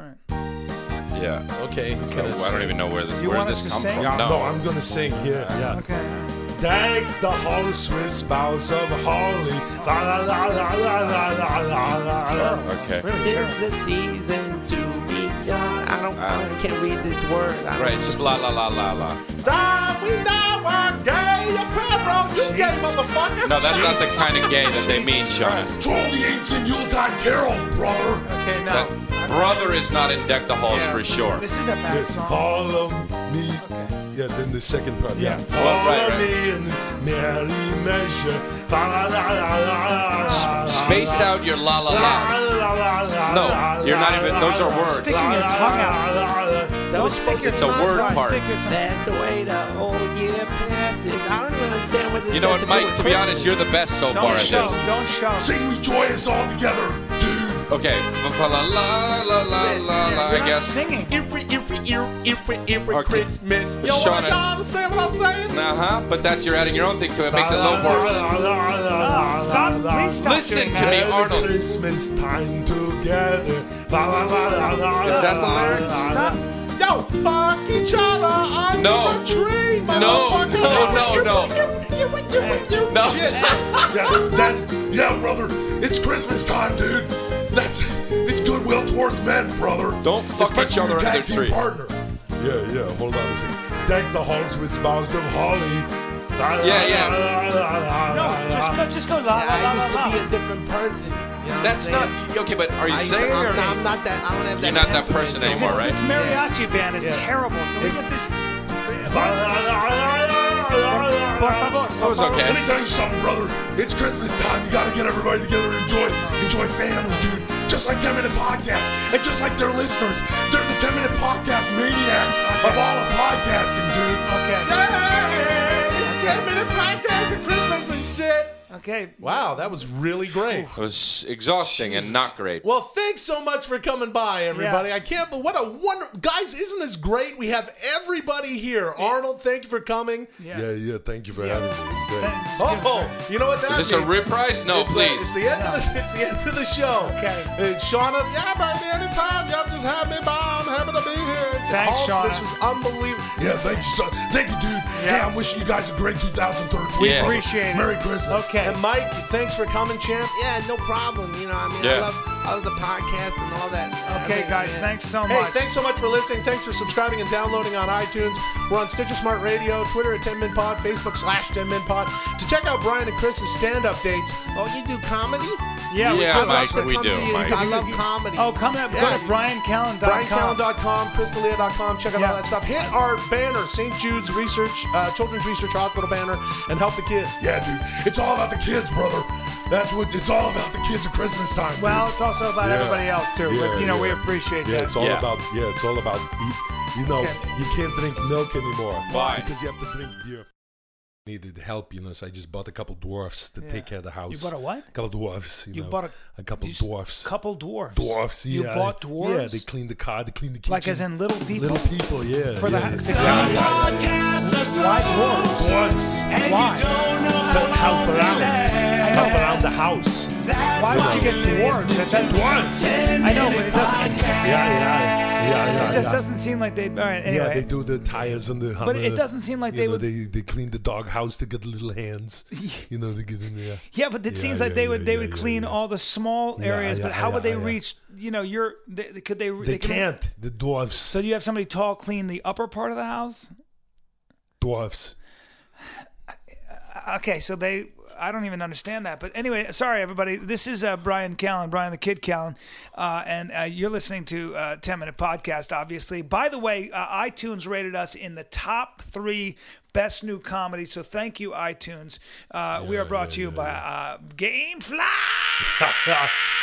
A: Yeah.
E: Okay.
A: Oh, I don't even know where, the,
B: You
A: where
B: want us
A: this
B: to
A: comes
B: sing?
A: from.
F: Yeah,
A: no.
F: no, I'm gonna sing here. Yeah.
B: Okay.
F: Take the whole Swiss boughs of holly. La la la la la la la la la.
A: okay.
B: Really terrible.
E: the season to be young. I don't.
A: I don't-
E: can't read this word. I
A: Ah. Right, it's just la la la la la.
E: Die, we die, we're gay. You're Pedro. You gay, motherfucker.
A: No, that's not the kind of gay that they mean, Shauna.
F: To all the ancient Yuletide Carol, brother.
B: Okay, now.
A: That brother is not in deck the halls
B: Yeah.
A: for sure.
B: This is a bad
F: Yes,
B: song.
F: follow me. Yeah, then the second part.
B: Yeah.
F: Yeah. Follow
A: Well, right, right.
F: me in merry measure. La la la la la la.
A: Space
D: Oh,
A: out your la la la. No, you're not even- those are words.
B: Sticking your tongue out.
F: out.
B: Don't
E: was
B: stick
E: supposed
B: your
E: to
A: It's a
B: tongue
A: word
B: out.
A: part.
B: Stick your tongue-
E: That's the way the whole year passes. I don't even understand what this
A: You know
E: has
A: what,
E: to
A: Mike?
E: do with
A: To be
E: Christmas.
A: honest, you're the best so far
B: Don't
A: at
B: show.
A: this.
B: Don't show.
F: Sing we joyous all together, dude.
A: Okay, la la la la la la.
B: You're
A: I
B: not
A: guess.
B: singing.
E: Every, every, every, every, every
A: Okay.
E: Christmas. Yo,
A: Shauna.
E: want y'all to say what I'm saying?
A: Uh huh. But that's you're adding your own thing to it. Makes it a little worse.
F: worse.
B: Stop. Please stop
A: Listen
B: doing
A: to
B: that.
A: me. Arnold.
F: Christmas time together. La, la, la, la, la,
A: Is that the
F: la,
A: lyrics?
F: la, la.
B: Stop.
E: Yo, fuck each other under
A: No.
E: the tree,
A: No,
E: motherfucker.
A: no, no, no,
E: You, you, you, you,
A: no.
F: Yeah, that, yeah, brother. It's Christmas time, dude. That's it's goodwill towards men, brother.
A: Don't fuck
F: Especially
A: each other
F: your
A: under
F: tag
A: their
F: team
A: tree.
F: partner. Yeah, yeah. Hold on a second. Deck the halls with boughs of holly. La, la,
A: Yeah, yeah.
F: la, la, la, la,
B: No,
F: la,
B: just
F: la.
B: go, just go la la la la.
E: I used to be
B: la.
E: a different person. You know what I'm
A: That's
E: saying?
A: not okay. But are you
E: I used to-
A: singing
E: I'm,
A: or?
E: not, I'm not that. I don't have that.
A: You're not that
E: temperament.
A: person anymore,
B: This,
A: right?
B: this mariachi band is
E: Yeah.
B: terrible. Can we
E: It-
B: get this?
F: La, la, la, la, la, la, la.
B: Por favor.
A: That was
F: Let
A: okay.
F: me tell you something, brother. It's Christmas time. You gotta get everybody together and enjoy, enjoy family, dude. Just like 10 Minute Podcast, and just like their listeners, they're the 10 Minute Podcast maniacs of all of podcasting, dude.
B: Okay.
E: Yeah, it's 10 minute podcast and Christmas and shit.
B: Okay.
E: Wow, that was really great.
A: It was exhausting and not great.
E: Well, thanks so much for coming by, everybody.
B: Yeah.
E: I can't but what a wonder guys, isn't this great? We have everybody here. Arnold, thank you for coming.
B: Yeah. Yeah,
F: thank you for
B: Yeah.
F: having me. It's
B: Thanks.
E: Oh, you know what that
A: Is this a
E: means?
A: reprise? No,
E: it's, uh, it's
A: please.
E: the end of the it's the end of the show.
B: Okay.
E: Uh, Shauna, yeah, baby, anytime. Y'all just have me by. I'm happy to be here.
B: Thanks,
E: Hulk,
B: Shauna.
E: This was unbelievable.
F: Yeah, thank you, son. Thank you, dude.
B: Yeah.
F: Hey, I'm wishing you guys a great 2013.
A: We
F: brother.
B: appreciate it.
F: Merry Christmas.
B: Okay.
E: And Mike, thanks for coming, champ. Yeah, no problem. You know, I mean,
A: Yeah.
E: I love, I love the podcast and all that.
B: Okay,
E: I mean,
B: guys, thanks so
E: Hey,
B: much.
E: thanks so much for listening. Thanks for subscribing and downloading on iTunes. We're on Stitcher Smart Radio, Twitter at 10 Min Pod, Facebook slash 10 Min Pod. To check out Brian and Chris's stand up dates. Oh, you do comedy?
B: Yeah. We
A: Yeah,
B: could-
E: love
A: Mike,
E: the
A: we do,
E: comedy.
A: Mike.
E: I love comedy.
B: Oh, come up. Go
E: Yeah.
B: to briancallen.com.
E: BrianCallen.com, Christalia.com, check out
B: Yeah.
E: all that stuff. Hit our banner, St. Jude's Research, uh, Children's Research Hospital banner, and help the kids.
F: Yeah, dude. It's all about the kids, brother.
D: That's what it's all about. The kids at Christmas time. dude.
B: Well, it's also about
D: Yeah.
B: everybody else too.
D: Yeah,
B: but, you know, we
D: yeah.
B: appreciate
D: yeah,
B: that.
D: it's all
A: Yeah.
D: about yeah, it's all about eat. You know,
B: Okay.
D: you can't drink milk anymore.
A: Why?
D: Because you have to drink beer. Needed help, you know, so I just bought a couple dwarfs to
B: Yeah.
D: take care of the house.
B: bought a what?
D: couple dwarfs. You,
B: You
D: know,
B: bought a-
D: couple
B: you s-
D: dwarfs.
B: Couple dwarfs.
D: dwarfs.
B: You
D: yeah.
B: bought
D: Yeah,
B: dwarfs.
D: they cleaned the car. They cleaned the kitchen.
B: like as in little people.
D: little people. Yeah.
B: For the
D: yeah.
B: house.
C: Why dwarves?
D: dwarfs
B: Why?
D: don't help around. Help around the house.
B: Why would you get dwarves? That doesn't-
D: Dwarfs. Yeah,
B: I know, but it doesn't.
D: yeah, yeah, yeah.
B: It just
D: yeah.
B: doesn't seem like they. All right. Anyway.
D: Yeah, they do the tires and the.
B: But it
D: hammer,
B: doesn't seem like
D: you
B: they
D: know,
B: would-
D: They they clean the dog house to get little hands. You know to get in there.
B: Yeah, but it
D: Yeah,
B: seems
D: yeah,
B: like they would
D: yeah,
B: they
D: yeah,
B: would
D: yeah,
B: clean
D: yeah.
B: all the small
D: Yeah,
B: areas,
D: yeah,
B: but how would
D: yeah,
B: they
D: yeah.
B: reach? You know, your they, they- could they? re-
D: They
B: could-
D: can't. The dwarfs.
B: So do you have somebody tall clean the upper part of the house?
D: Dwarfs.
B: Okay, so they. I don't even understand that. But anyway, sorry, everybody. This is uh, Brian Callen, Brian the Kid Callen. Uh, and uh, you're listening to uh, 10 Minute Podcast, obviously. By the way, uh, iTunes rated us in the top three best new comedy. So thank you, iTunes. Uh, we are brought to you by uh, Gamefly.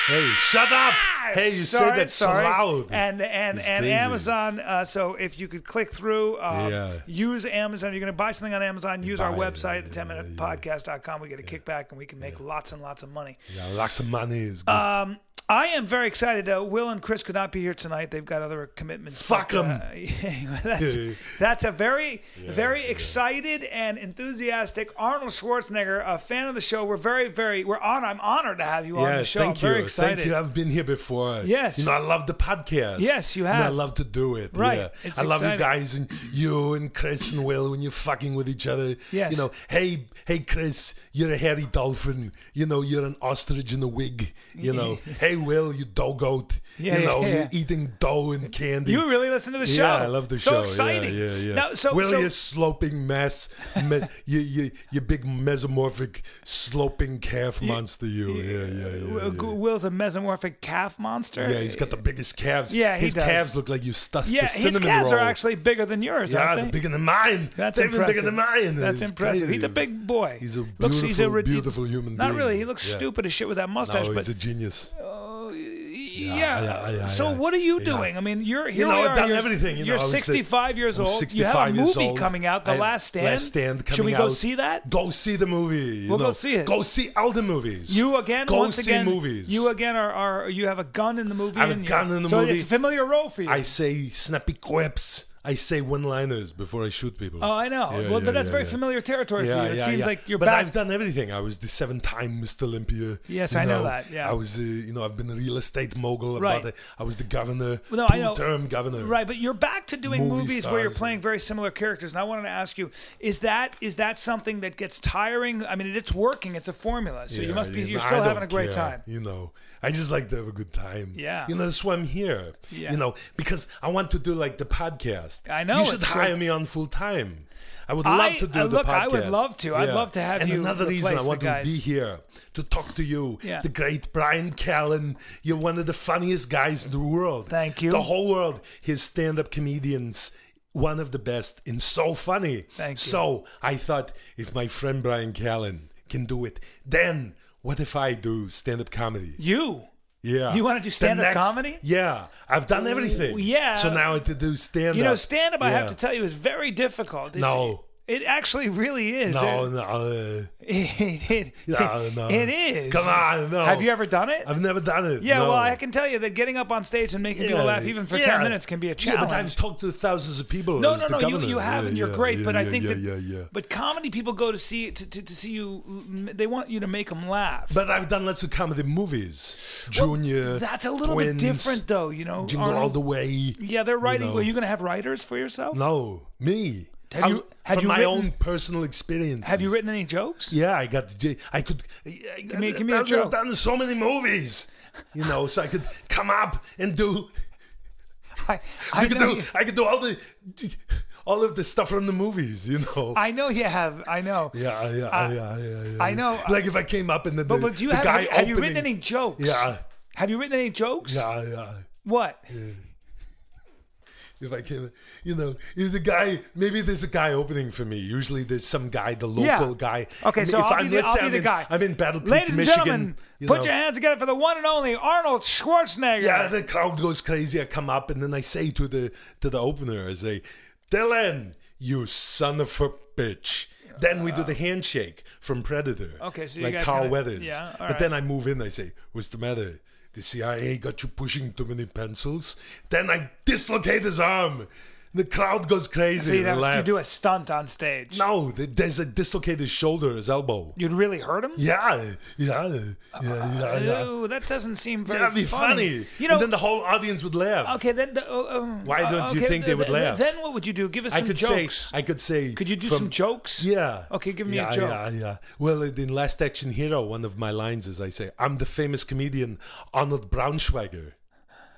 D: Hey, shut up! Hey, you
B: Sorry,
D: say that so
B: sorry.
D: loud.
B: And and
D: It's
B: and
D: crazy.
B: Amazon. Uh, so if you could click through, uh,
D: Yeah.
B: use Amazon. You're going to buy something on Amazon. Use our
D: buy it,
B: website,
D: yeah,
B: the 10 minute podcast.com. We get a kickback and we can make lots and lots of money. Um,
D: yeah, lots of money is good.
B: I am very excited. Uh, Will and Chris could not be here tonight. They've got other commitments.
D: Fuck
B: But,
D: 'em.
B: uh, yeah, that's, that's a very, very excited and enthusiastic Arnold Schwarzenegger, a fan of the show. We're very, very, we're on. I'm honored to have you on
D: yeah,
B: the show.
D: thank
B: I'm
D: you.
B: very excited.
D: Thank you. I've been here before.
B: Yes.
D: You know, I love the podcast.
B: Yes, you
D: And I
B: have.
D: love to do it.
B: Right.
D: Yeah.
B: It's
D: I love you
B: exciting.
D: guys and you and Chris and Will when you're fucking with each other.
B: Yes.
D: You know, hey, hey, Chris, you're a hairy dolphin. You know, you're an ostrich in a wig. You know, hey, Will, you dough goat.
B: Yeah,
D: you know,
B: yeah,
D: you're
B: yeah.
D: eating dough and candy.
B: You really listen to the show.
D: Yeah, I love the
B: so
D: show.
B: So exciting.
D: Yeah, yeah, yeah.
B: Now, so,
D: Willie
B: so-
D: is sloping mess. Me, you, you, you big mesomorphic sloping calf monster. You. Yeah, yeah, yeah.
B: Will- Will's a mesomorphic calf monster.
D: Yeah, he's got the biggest calves.
B: Yeah, he
D: his
B: does.
D: calves look like you stuffed
B: Yeah,
D: the
B: his
D: cinnamon
B: calves are
D: roll.
B: actually bigger than yours,
D: yeah,
B: aren't
D: they're
B: they?
D: bigger than mine.
B: That's
D: They're even
B: impressive.
D: bigger than mine.
B: That's
D: It's
B: impressive. He's
D: crazy.
B: a big boy.
D: He's a beautiful,
B: Looks- he's a ridi-
D: beautiful human
B: Not
D: being.
B: really. He looks
D: Yeah.
B: stupid as shit with that
D: No,
B: mustache. but
D: he's a genius.
B: yeah.
D: yeah, yeah,
B: So
D: yeah.
B: what are you
D: Yeah.
B: doing? I mean, you're here
D: know,
B: we
D: I've
B: are,
D: done
B: you're-
D: everything, you
B: You're
D: know, I was the-
B: 65 years
D: I'm
B: old.
D: 65
B: you have
D: years
B: a movie
D: old.
B: coming out, The
D: I-
B: Last Stand.
D: Last Stand coming
B: Should we go
D: out.
B: see that?
D: Go see the movie. you
B: We'll go
D: know.
B: see it.
D: Go see all the movies.
B: You again,
D: Go
B: once
D: see
B: again,
D: movies.
B: you again are, are you have a gun in the movie.
D: I have a
B: and you-
D: gun in the
B: so
D: movie.
B: it's a familiar role for you.
D: I say snappy quips. I say one-liners before I shoot people.
B: Oh, I know.
D: Yeah,
B: well,
D: yeah,
B: but that's
D: yeah,
B: very
D: yeah.
B: familiar territory for you. It seems like you're
D: but
B: back.
D: I've done everything. I was the seven-time Mr. Olympia.
B: Yes,
D: you
B: I know that, yeah.
D: I was, uh, you know, I've been a real estate mogul.
B: Right.
D: About it. I was the governor,
B: Well, no, I know.
D: two-term governor.
B: Right, but you're back to doing
D: Movie
B: movies where you're
D: stars.
B: playing very similar characters, and I wanted to ask you: is that is that something that gets tiring? I mean, it's working; it's a formula, so you
D: Yeah,
B: must be
D: you
B: you're
D: know,
B: still
D: I
B: having
D: don't
B: a great
D: care,
B: time.
D: You know, I just like to have a good time.
B: Yeah.
D: You know, that's why I'm here.
B: Yeah.
D: You know, because I want to do like the podcast.
B: I know,
D: You should
B: it's
D: hire
B: great.
D: me on full time. I would
B: I-
D: love to do
B: uh,
D: the
B: look,
D: podcast.
B: I would love to. I'd love to have
D: and
B: you
D: another
B: replace
D: reason I
B: the
D: want to
B: guys.
D: be here to talk to you,
B: Yeah.
D: the great Brian Callen. You're one of the funniest guys in the world.
B: Thank you.
D: The whole world. His stand-up comedians. One of the best and so funny.
B: Thank you.
D: So so I thought, if my friend Brian Callen can do it, then what if I do stand up comedy?
B: You,
D: Yeah.
B: You wanna do
D: The
B: stand-up
D: next-
B: comedy?
D: Yeah. I've done everything.
B: yeah.
D: So now I to do stand up.
B: you know, stand up. I have to tell you, is very difficult. It's,
D: No.
B: it actually really is.
D: No,
B: There-
D: no. uh,
B: it, it-
D: no, no.
B: it is.
D: Come on, no.
B: Have you ever done it?
D: I've never done it.
B: yeah,
D: no.
B: well, I can tell you that getting up on stage and making
D: Yeah.
B: people laugh, even for
D: Yeah.
B: ten minutes, can be a challenge.
D: Yeah, but I've talked to thousands of people.
B: No,
D: as
B: no,
D: the
B: no. You,
D: governor.
B: you have,
D: Yeah,
B: and you're
D: yeah,
B: great.
D: yeah,
B: but I
D: yeah,
B: think
D: yeah,
B: that,
D: yeah, yeah.
B: but comedy people go to see to, to, to see you. They want you to make them laugh.
D: But I've done lots of comedy movies.
B: Well,
D: Junior.
B: that's a little
D: twins,
B: bit different, though. You know,
D: Jingle
B: Arnold.
D: all the way.
B: yeah, they're writing.
D: know.
B: Are you going to have writers for yourself?
D: No, me.
B: Have
D: I'm-
B: you- have
D: from
B: you
D: my
B: written-
D: own personal experience?
B: Have you written any jokes?
D: Yeah, I got. to- I could. I,
B: me-
D: I-
B: give me a
D: I've
B: joke.
D: done so many movies, you know, so I could come up and do.
B: I,
D: I,
B: I,
D: could
B: know
D: do.
B: you,
D: I could do all the, all of the stuff from the movies, you know.
B: I know you have. I know.
D: yeah, yeah,
B: I-
D: yeah, yeah, yeah.
B: I know,
D: Like if I came up and then
B: But,
D: the,
B: but do you
D: the
B: have?
D: guy
B: Have, have you written any
D: opening-
B: jokes?
D: Yeah.
B: Have you written any jokes?
D: Yeah, yeah.
B: What?
D: if I can. You know, if the guy maybe there's a guy opening for me. Usually there's some guy, the local
B: Yeah.
D: guy.
B: Okay,
D: I mean,
B: so I'll be the,
D: let's
B: I'll
D: say
B: be
D: I'm
B: the
D: in-
B: guy.
D: I'm in Battle Creek,
B: Ladies and
D: Michigan.
B: gentlemen,
D: you
B: put
D: know.
B: your hands together for the one and only Arnold Schwarzenegger.
D: Yeah, the crowd goes crazy. I come up and then I say to the to the opener, I say, Dylan, you son of a bitch. Then we do the handshake from Predator.
B: Okay, so you
D: like
B: guys
D: Carl
B: kinda-
D: Weathers.
B: yeah, all
D: but
B: right.
D: then I move in. I say, "What's the matter? The CIA got you pushing too many pencils." Then I dislocate his arm. The crowd goes crazy.
B: So you'd
D: They
B: have- you'd
D: laugh.
B: do a stunt on stage.
D: No, th- there's a dislocated shoulder, his elbow.
B: You'd really hurt him?
D: Yeah, yeah, yeah, yeah. yeah.
B: Ooh, that doesn't seem Uh, very
D: That'd be funny.
B: You know,
D: and then the whole audience would laugh.
B: okay, then the, oh, oh,
D: Why
B: uh,
D: don't you
B: okay,
D: think they
B: th-
D: would
B: th-
D: laugh?
B: Then what would you do? Give us
D: I
B: some
D: could
B: jokes.
D: say, I could say.
B: could you do
D: from-
B: some jokes?
D: Yeah.
B: Okay, give me
D: yeah,
B: a joke.
D: Yeah, yeah. Well, in Last Action Hero, one of my lines is I say, "I'm the famous comedian Arnold Braunschweiger."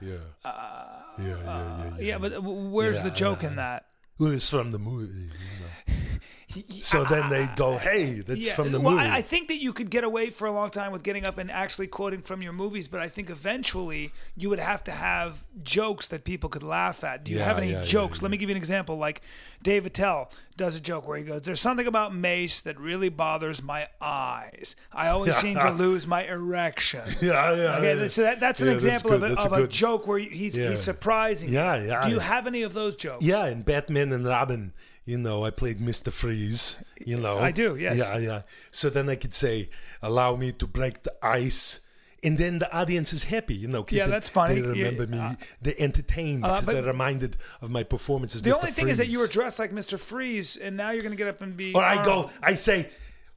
D: Yeah. yeah, yeah, yeah, yeah.
B: Uh, Yeah, but uh, w- where's the
D: Yeah,
B: joke in that?
D: Well, it's from the movie. You know. so then they go, "Hey, that's
B: Yeah,
D: from the
B: well,
D: movie."
B: I, I think that you could get away for a long time with getting up and actually quoting from your movies, but I think eventually you would have to have jokes that people could laugh at. Do you
D: Yeah,
B: have any
D: yeah, yeah,
B: jokes? Let me give you an example. Like Dave Attell does a joke where he goes, "There's something about Mace that really bothers my eyes. I always seem to lose my erection."
D: yeah, yeah.
B: Okay,
D: yeah.
B: so that, that's an
D: Yeah,
B: example of,
D: good,
B: a,
D: that's
B: of a,
D: good-
B: joke where he's,
D: Yeah.
B: he's surprising. you.
D: Yeah, yeah.
B: Do you have any of those jokes?
D: Yeah, in Batman and Robin, you know, I played Mr. Freeze, you know.
B: I do, yes.
D: Yeah, yeah. So then I could say, allow me to break the ice. And then the audience is happy, you know. 'cause
B: Yeah,
D: they-
B: that's funny.
D: They remember
B: Yeah,
D: me. They entertained
B: uh,
D: because
B: but-
D: they're reminded of my performances.
B: The only thing is that you were dressed like Mr. Freeze, and now you're going to get up and be.
D: Or I
B: Arnold.
D: go, I say,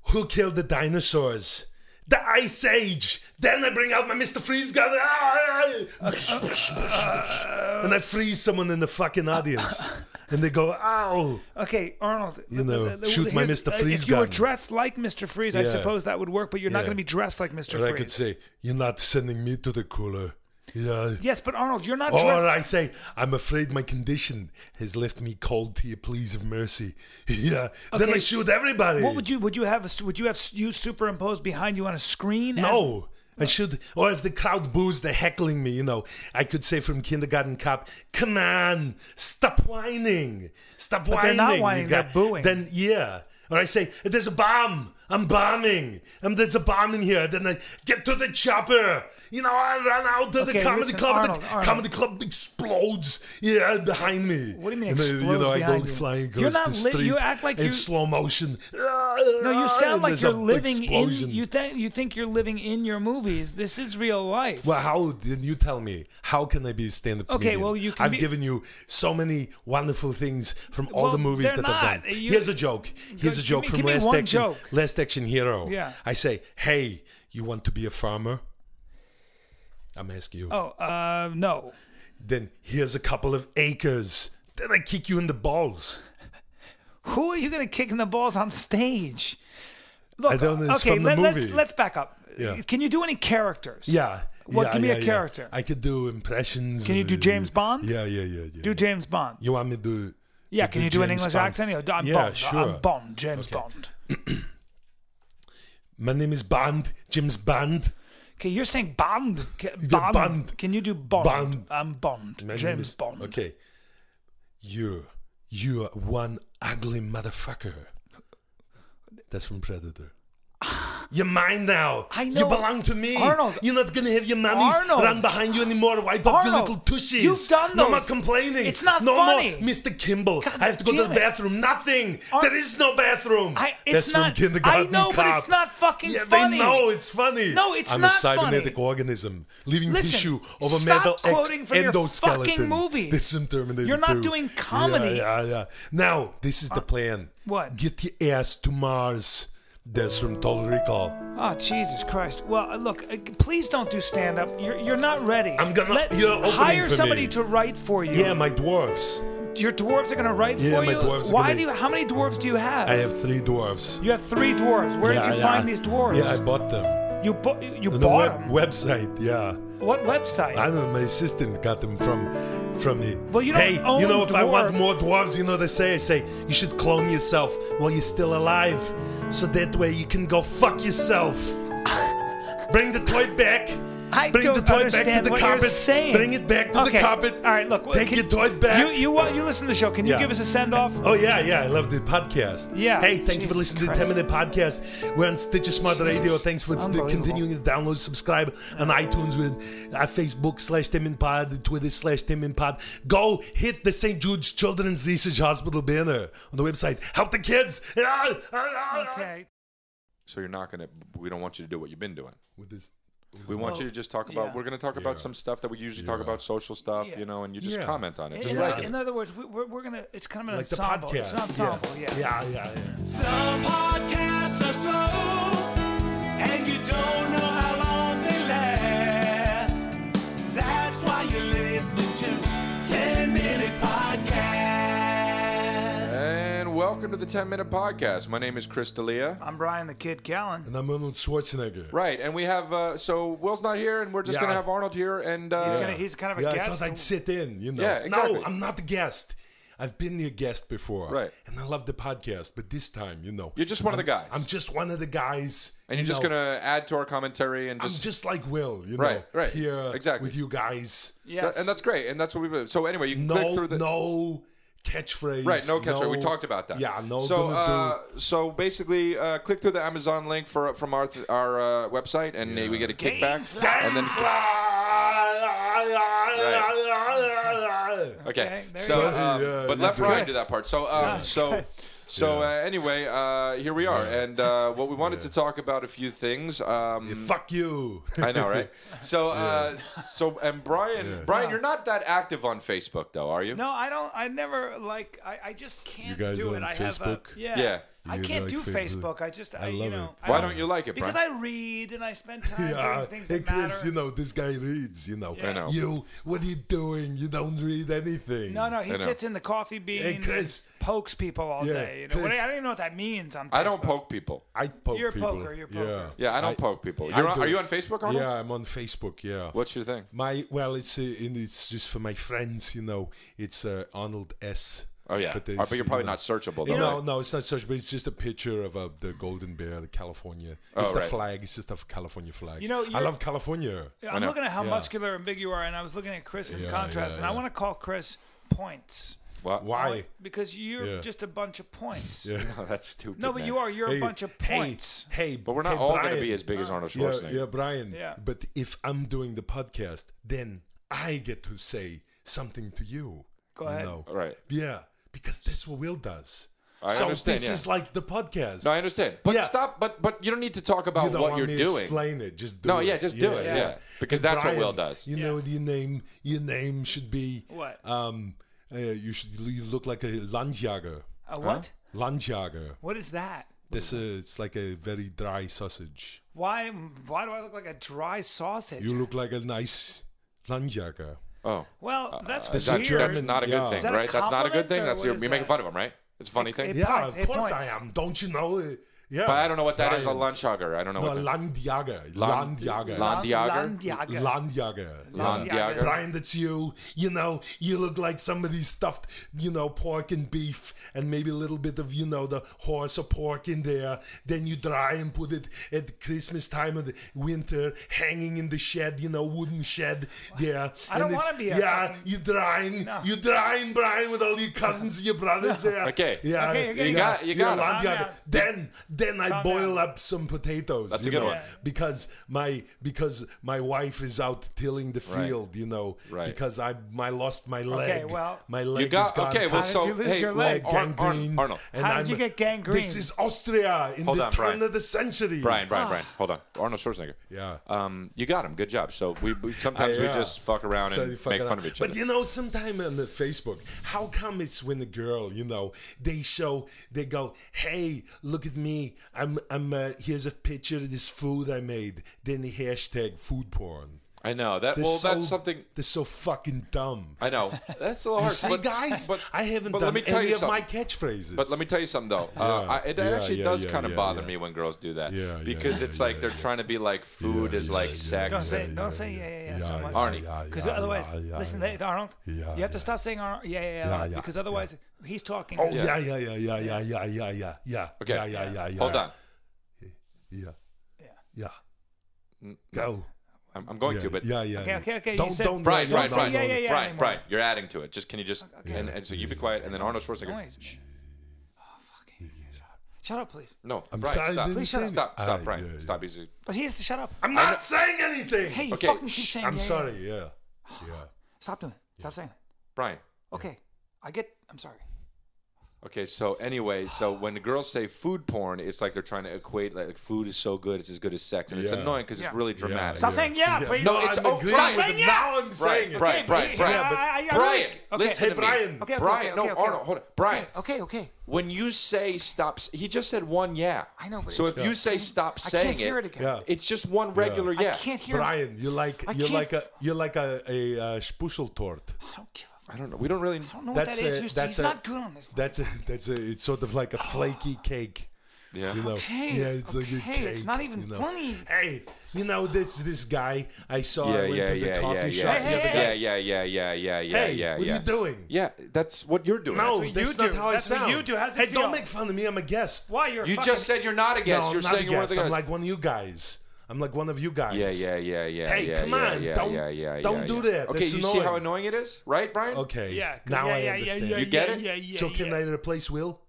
D: who killed the dinosaurs? The Ice Age. Then I bring out my Mr. Freeze gun, ah, ah, ah, and I freeze someone in the fucking audience, and they go, "Ow!"
B: Okay, Arnold. You
D: know, shoot my Mr. Freeze
B: uh, If you were
D: gun.
B: dressed like Mr. Freeze, I
D: Yeah.
B: suppose that would work, but you're not
D: Yeah.
B: going to be dressed like Mr.
D: Or I
B: Freeze.
D: could say, "You're not sending me to the cooler." Yeah.
B: yes, but Arnold, you're not
D: Or
B: dressed.
D: I say, "I'm afraid my condition has left me cold to your pleas of mercy." yeah. Then I
B: Okay.
D: shoot everybody.
B: What would you would you have a- would you have you superimposed behind you on a screen? as-
D: No. I should, or if the crowd boos, they're heckling me, you know. I could say from Kindergarten Cop, come on, stop whining. Stop
B: But they're
D: whining.
B: not
D: you
B: whining,
D: guy."
B: they're booing.
D: Then, yeah. Or I say, there's a bomb, I'm bombing, and there's a bomb in here. Then I get to the chopper. You know, I run out to
B: Okay,
D: the comedy
B: listen,
D: club.
B: Arnold,
D: the
B: Arnold.
D: comedy club explodes, yeah, behind me.
B: What do you mean
D: And, uh, You
B: explodes
D: know, I
B: behind
D: go
B: you?
D: flying across
B: You're not
D: the
B: li-
D: street
B: you act like
D: in
B: you-
D: slow motion.
B: No,
D: Uh,
B: you sound like you're living
D: explosion.
B: in. You think you think you're living in your movies. This is real life.
D: Well, how then you tell me? How can I be a stand-up?
B: Okay,
D: comedian?
B: well, you can
D: I've
B: be-
D: given you so many wonderful things from all
B: Well,
D: the movies
B: they're
D: that I've
B: not.
D: done.
B: You-
D: Here's a joke. Here's a
B: Give
D: joke
B: me-
D: from
B: give me
D: Last
B: one
D: Action.
B: joke.
D: Last Action Hero.
B: Yeah.
D: I say, hey, you want to be a farmer? I'm asking you.
B: oh, uh, no.
D: Then here's a couple of acres. Then I kick you in the balls.
B: Who are you going to kick in the balls on stage? Look,
D: I don't know, it's
B: okay,
D: from the
B: let, us
D: movie.
B: let's back up.
D: Yeah.
B: Can you do any characters?
D: Yeah.
B: What,
D: yeah,
B: give me
D: yeah,
B: a
D: yeah.
B: character.
D: I could do impressions.
B: Can you do James Bond?
D: Yeah, yeah, yeah, yeah.
B: Do James Bond.
D: You want me to do?
B: Yeah,
D: to
B: can you do an
D: James
B: English
D: Bond?
B: accent? You know, I'm
D: yeah,
B: Bond.
D: sure.
B: I'm Bond, James Bond.
D: My name is Bond, James Bond.
B: Okay, you're saying Bond. K- Bond.
D: Bond.
B: Can you do Bond?
D: Bond.
B: I'm Bond.
D: My name
B: James
D: is-
B: Bond.
D: Okay. You, you are one ugly motherfucker. That's from Predator. You're mine now.
B: I
D: You
B: know.
D: belong to me.
B: Arnold.
D: You're not gonna have your mummies
B: Arnold.
D: run behind you anymore. Wipe up your
B: Arnold,
D: little tushies.
B: you've done
D: No more
B: those.
D: complaining.
B: It's not
D: no
B: funny.
D: more, Mr. Kimball. I have to go to
B: damn
D: the
B: it.
D: bathroom. Nothing.
B: Ar-
D: there is no bathroom.
B: I- it's
D: That's
B: not-
D: From kindergarten
B: I know, but
D: Cop.
B: it's not fucking
D: yeah,
B: funny.
D: They know it's funny.
B: No, it's
D: I'm
B: not
D: a cybernetic
B: funny.
D: organism, living
B: Listen,
D: tissue of a
B: stop
D: metal ex-
B: quoting from your
D: endoskeleton.
B: fucking movies.
D: This is Terminator
B: You're not
D: 2.
B: doing comedy. Uh,
D: Yeah, yeah, yeah. Now this is the plan.
B: what?
D: Get your ass to Mars. That's from Total Recall.
B: Oh, Jesus Christ. Well, uh, look, uh, please don't do stand up. You're, you're not ready.
D: I'm gonna-
B: Let,
D: you're opening
B: hire
D: for me.
B: somebody to write for you.
D: Yeah, my dwarves.
B: Your dwarves are going to write
D: Yeah,
B: for
D: my
B: you.
D: dwarves are
B: Why
D: gonna-
B: do you how many dwarves do you have?
D: I have three dwarves.
B: you have 3 dwarves. Where
D: Yeah,
B: did you
D: yeah.
B: find these dwarves?
D: Yeah, I bought them.
B: you bo- you
D: On
B: bought
D: the
B: them.
D: web- website. Yeah.
B: what website?
D: I don't know. My assistant got them from from me.
B: Well, you don't
D: hey,
B: own
D: you know if I want
B: dwarf-
D: more dwarves, you know they say I say you should clone yourself while you're still alive, so that way you can go fuck yourself. Bring the toy back.
B: I
D: Bring
B: don't
D: the toy back
B: understand
D: to the
B: what
D: carpet.
B: you're saying.
D: Bring it back to
B: Okay.
D: the carpet.
B: All right, look.
D: Take
B: can-
D: your toy back.
B: You, you, wa- you listen to the show. Can you
D: Yeah.
B: give us a send off?
D: Oh yeah, yeah, I love the podcast.
B: Yeah.
D: Hey, thank you for
B: Jesus
D: listening
B: Christ.
D: to the 10 Minute Podcast. We're on Stitcher Smart Radio. Thanks for st-
B: Unbelievable.
D: continuing to download, subscribe on iTunes with uh, Facebook slash 10 Minute Pod, Twitter slash 10 Minute Pod. Go hit the St. Jude's Children's Research Hospital banner on the website. Help the kids. Ah, ah, ah, ah.
B: Okay.
A: So you're not gonna. We don't want you to do what you've been doing.
D: With this.
A: We want you to just talk about.
B: yeah.
A: We're gonna talk about some stuff that we usually talk about, social stuff,
B: Yeah.
A: you know, and you just
D: Yeah.
A: comment on it. Just
B: in,
A: write it.
B: in other words, we, we're, we're gonna. It's kind of an
D: Like the
B: ensemble.
D: podcast.
B: It's an ensemble. Oh, Yeah.
D: Yeah, yeah, yeah.
C: Some podcasts are slow, and you don't know how long they last. That's why you're listening to 10 Minute Podcast.
A: And welcome to the 10 Minute Podcast. My name is Chris D'Elia.
B: I'm Brian the Kid Callen.
D: And I'm Arnold Schwarzenegger.
A: Right, and we have uh, so Will's not here, and we're just
D: Yeah.
A: gonna have Arnold here, and uh,
B: He's gonna. He's kind of a
D: Yeah, I
B: guest.
D: thought I'd sit in, you know.
A: Yeah, exactly.
D: No, I'm not the guest. I've been your guest before.
A: Right.
D: And I love the podcast, but this time, you know.
A: You're just one of
D: I'm-
A: the guys.
D: I'm just one of the guys.
A: and you're
D: you
A: just
D: know.
A: gonna add to our commentary and
D: I'm
A: just,
D: just like Will, you
A: Right,
D: know.
A: right.
D: Here
A: Exactly.
D: with you guys.
B: yes.
A: and that's great, and that's what we've been. So anyway, you can click
D: No
A: through the
D: no catchphrase.
A: Right, no catch. we talked about that.
D: Yeah, no
A: So,
D: gonna
A: uh,
D: do
A: so basically, uh, click through the Amazon link for from our our uh, website, and uh we get a kickback, and then okay.
B: Okay, there
A: so,
B: you
D: go.
A: um,
D: Yeah,
A: but
D: you
A: let
D: do.
A: Brian do that part. So, um, so. So uh, anyway, uh, here we are, and uh, what we wanted to talk about a few things. Um,
D: fuck you.
A: I know, right? So, uh, so and Brian, Brian, you're not that active on Facebook, though, are you?
B: No, I don't. I never like. I, I just can't
D: guys
B: do it.
D: on
B: I have a
D: Facebook?
B: yeah.
A: Yeah.
B: I
D: You
B: can't
D: like
B: do
D: Facebook?
B: Facebook. I just I, you
D: love
B: know.
D: it.
B: I
A: Why don't you like it,
B: Because
A: Brian?
B: I read and I spend time
D: Yeah,
B: doing things
D: hey
B: that
D: Chris,
B: matter.
D: you know this guy reads. You know,
A: I know.
D: you. What are you doing? You don't read anything.
B: no, no, he
A: I know.
B: sits in the coffee bean
D: Hey, Chris.
B: and pokes people all
D: Yeah,
B: day. You know, what,
D: Chris.
B: I don't even know what that means on Facebook.
A: I don't poke people.
D: I oh, poke
B: You're a
D: people.
B: poker, you're a poker.
D: Yeah,
A: Yeah, I don't
D: I-
A: poke people.
D: I
A: You're on,
D: do.
A: are you on Facebook, Arnold?
D: yeah, I'm on Facebook. Yeah.
A: What's your thing?
D: My well, it's uh, in, it's just for my friends, you know. It's uh, Arnold S.
A: Oh yeah, but,
D: it's,
A: you're
D: you
A: probably
D: know-
A: not searchable.
D: You
A: Though,
D: know,
A: right?
D: no, it's not such, but it's just a picture of uh, the golden bear, the California.
A: Oh,
D: It's the
A: right.
D: flag. It's just a California flag.
B: You know,
D: I
B: you're-
D: love California.
B: I'm
A: know.
B: looking at how
D: Yeah.
B: muscular and big you are, and I was looking at Chris in
D: Yeah,
B: contrast,
D: yeah,
B: and I
D: yeah.
B: want to call Chris points
A: What?
D: Why?
B: because you're
D: Yeah.
B: just a bunch of points.
A: Oh, that's stupid.
B: No, but
A: man.
B: you are. You're
D: Hey,
B: a bunch of
D: hey,
B: points.
D: Hey,
A: But we're not
D: hey,
A: all going
D: Brian.
A: to be as big as Arnold
D: Yeah,
A: Schwarzenegger.
D: yeah, Brian.
B: Yeah.
D: But if I'm doing the podcast, then I get to say something to you.
B: Go
D: you
B: ahead.
D: know?
A: Right.
D: Yeah, because that's what Will does.
A: I
D: so
A: understand,
D: this
A: yeah.
D: is like the podcast.
A: No, I understand. But
D: Yeah.
A: stop. But but you don't need to talk about
D: you don't
A: what
D: want
A: you're
D: me to
A: doing.
D: Explain it. Just do
A: No,
D: it.
A: yeah, just do it, yeah. Because
D: And
A: that's what Will does.
D: You know, your name. Your name should be
B: What?
D: Um, uh, you should. You look like a landjager.
B: A what?
D: Landjager.
B: What is that?
D: This is it's like a very dry sausage.
B: Why? Why do I look like a dry sausage?
D: You look like a nice landjager.
A: Oh,
B: well, that's
D: is that
B: weird.
A: that's
D: German?
A: not a good
D: Yeah.
A: thing,
D: Is that
B: a
A: right? That's not a good
B: compliment,
A: thing.
B: or
A: That's
B: what
A: you're,
B: is
A: you're making
B: that?
A: fun of him, right? It's a funny
B: It-
A: thing.
B: it-
D: Yeah,
B: points,
D: of course
B: points.
D: I am. Don't you know? it? Yeah.
A: but I don't know what that is.
D: Brian.
A: A lunchhager. I don't know
D: No,
A: what. that-
D: landjager.
A: Land-
D: Landjager.
A: Land- Landjager?
B: Landjager.
D: Landjager.
A: Landjager.
D: Yeah. Brian, that's you. You know, you look like somebody stuffed, you know, pork and beef and maybe a little bit of, you know, the horse or pork in there. Then you dry and put it at Christmas time of the winter, hanging in the shed, you know, wooden shed there.
B: I don't
D: And it's-
B: wanna be a
D: Yeah,
B: fucking-
D: you're drying. You're drying, Brian, with all your cousins and your brothers there.
A: Okay.
D: Yeah.
B: Okay, you
D: yeah,
A: got- you got
D: yeah,
A: it.
D: Landjager.
B: Calm down.
D: Then, then I
B: Calm
D: boil
B: down.
D: up some potatoes.
A: That's a
D: you
A: good
D: know,
A: one.
D: because my because my wife is out tilling the
A: Right.
D: field, you know.
A: Right.
D: Because I my lost my leg.
B: well-
D: my
A: You
D: leg is
A: got
D: gone.
A: okay. Well,
B: did
A: so
B: you lose
A: hey,
B: your
A: well,
B: leg?
A: Ar- Ar-
D: gangrene.
A: Arnold,
D: and
B: How did you get gangrene?
D: This is Austria in
A: Hold
D: the
A: on,
D: turn
A: Brian.
D: of the century.
A: Brian,
B: Ah.
A: Brian, Brian. Hold on, Arnold Schwarzenegger.
D: Yeah.
A: Um, you got him. Good job. So we, we sometimes we
D: Yeah.
A: just fuck around
D: So you
A: and
D: fuck
A: make
D: it
A: fun
D: up.
A: of each
D: but
A: other.
D: you know, sometime on the Facebook, how come it's when the girl, you know, they show, they go, "Hey, look at me! I'm, I'm. Uh, here's a picture of this food I made." Then the hashtag food porn.
A: I know that.
D: They're
A: Well,
D: so-
A: that's something.
D: They're so fucking dumb.
A: I know that's a little hard.
D: See,
A: but-
D: guys,
A: but-
D: I haven't
A: but
D: done
A: let me tell
D: any
A: you
D: of my
A: something.
D: catchphrases.
A: But let me tell you something though. Uh,
D: Yeah,
A: I, it
D: yeah,
A: actually
D: yeah,
A: does
D: yeah,
A: kind of
D: yeah,
A: bother
D: yeah.
A: me when girls do that
D: Yeah, yeah,
A: because
D: yeah,
A: it's like
D: yeah,
A: they're
D: yeah.
A: trying to be like food is like sex.
B: Don't say,
A: and-
B: don't say, yeah, yeah, yeah, so
D: yeah,
B: much.
D: yeah,
A: Arnie.
D: yeah,
B: Because
D: yeah,
B: otherwise,
D: yeah, yeah,
B: listen,
D: yeah.
B: hey, Arnold, you
D: Yeah,
B: have to
D: yeah.
B: stop saying Arnold. Yeah, yeah, yeah,
D: Yeah, yeah,
B: because
D: yeah.
B: otherwise he's talking.
D: Oh
A: Yeah.
D: yeah, yeah, yeah, yeah, yeah, yeah, yeah, yeah, yeah.
A: Okay.
D: Yeah, yeah, yeah, yeah.
A: Hold on.
D: Yeah.
B: Yeah.
D: Yeah. Go.
A: Mm, I'm, I'm going
D: Yeah,
A: to, but
D: yeah, yeah.
B: Okay,
D: yeah.
B: okay, okay, you
D: Don't,
B: said-
D: don't,
A: Right,
D: yeah,
A: right,
D: don't,
A: right,
B: Yeah, yeah, yeah,
A: right,
B: anymore.
A: right. You're adding to it. Just can you just and, and so you be quiet, and then Arnold Schwarzenegger.
B: Noise.
A: Shh.
B: Fucking shut up. Shut up, please.
A: No,
D: I'm
A: Brian,
D: sorry, I
A: stop.
D: didn't
A: Please
D: say
A: stop. Stop,
D: that.
A: stop,
D: Ah,
A: Brian.
D: yeah, yeah.
A: Stop. He's
B: But he has to shut up.
D: I'm not saying anything.
B: Hey, you
A: Okay,
B: fucking keep
A: shh,
B: saying
D: I'm
B: yeah, yeah.
D: sorry. Yeah. Yeah.
B: Stop doing it. Stop saying it.
A: Brian.
B: Okay. I get I'm sorry.
A: Okay, so anyway, so when the girls say food porn, it's like they're trying to equate like food is so good, it's as good as sex, and it's
D: Yeah.
A: annoying because
B: Yeah.
A: it's really
D: Yeah,
A: dramatic.
B: Stop
D: yeah.
B: saying yeah, please.
A: No, it's-
D: I'm
A: oh,
D: agreeing
A: Brian,
D: with
B: saying
D: it.
B: yeah.
D: Now I'm
A: Brian,
D: saying it.
A: Brian, Brian,
B: he-
A: Brian,
B: yeah, I- I- I'm
A: Brian,
B: like- okay.
A: listen
D: Hey,
A: to
D: Brian.
A: me.
B: Okay, okay,
A: Brian,
B: okay,
A: no,
B: okay, okay.
A: Arnold, hold on. Brian,
B: Okay, okay.
A: when you say stop, s- he just said one yeah.
B: I know, but
A: So
B: it's-
A: if you say stop
B: I
A: saying
B: can't hear it again.
D: Yeah.
A: it's just one regular yeah.
B: I can't hear it.
D: Brian, you're like
B: I
D: you're
B: can't-
D: like a you're like a a uh, Spuscheltort.
B: I don't give a
A: I don't know. We don't really.
B: I don't know
D: That's
B: what that is.
D: a-
B: Houston.
D: that's
B: He's
D: a-
B: not good on this.
D: That's a that's a it's sort of like a flaky cake.
A: Yeah.
D: You know.
B: Okay,
D: Yeah, it's like a
B: okay,
D: cake.
B: it's not even
D: you know.
B: funny.
D: Hey, you know this this guy I saw I
A: Yeah,
D: went
A: yeah,
D: to the
A: yeah,
D: coffee
A: yeah,
D: shop
A: yeah,
D: the other
A: yeah,
D: day.
A: yeah, yeah, yeah, yeah, yeah,
D: Hey,
A: yeah.
D: what are
A: yeah.
D: you doing?
A: Yeah, that's what you're doing.
D: No,
A: That's what
B: you
D: that's not
B: do.
D: how
B: That's
D: I
B: what
D: sound.
B: you do. How's it
D: hey,
B: feel?
D: don't make fun of me. I'm a guest.
B: Why you're
A: you you
B: fucking,
A: just said you're not a
D: No,
A: guest.
D: I'm
A: you're
D: not
A: saying
D: a
A: one of
D: guest.
A: the guys.
D: I'm like one of you guys. I'm like one of you guys.
A: yeah, yeah, yeah, yeah.
D: Hey,
A: yeah,
D: come
A: yeah,
D: on,
A: Yeah,
D: don't-
A: yeah, yeah,
D: don't
A: yeah,
D: do
A: yeah.
D: that,
A: Okay,
D: that's
A: you see how
D: annoying.
A: annoying it is, right, Brian?
D: Okay.
B: Yeah.
D: Now
B: yeah,
D: I
B: yeah,
D: understand.
B: Yeah, yeah,
A: You get
B: yeah,
A: it?
B: Yeah, yeah,
D: so
B: yeah.
D: can I replace Will?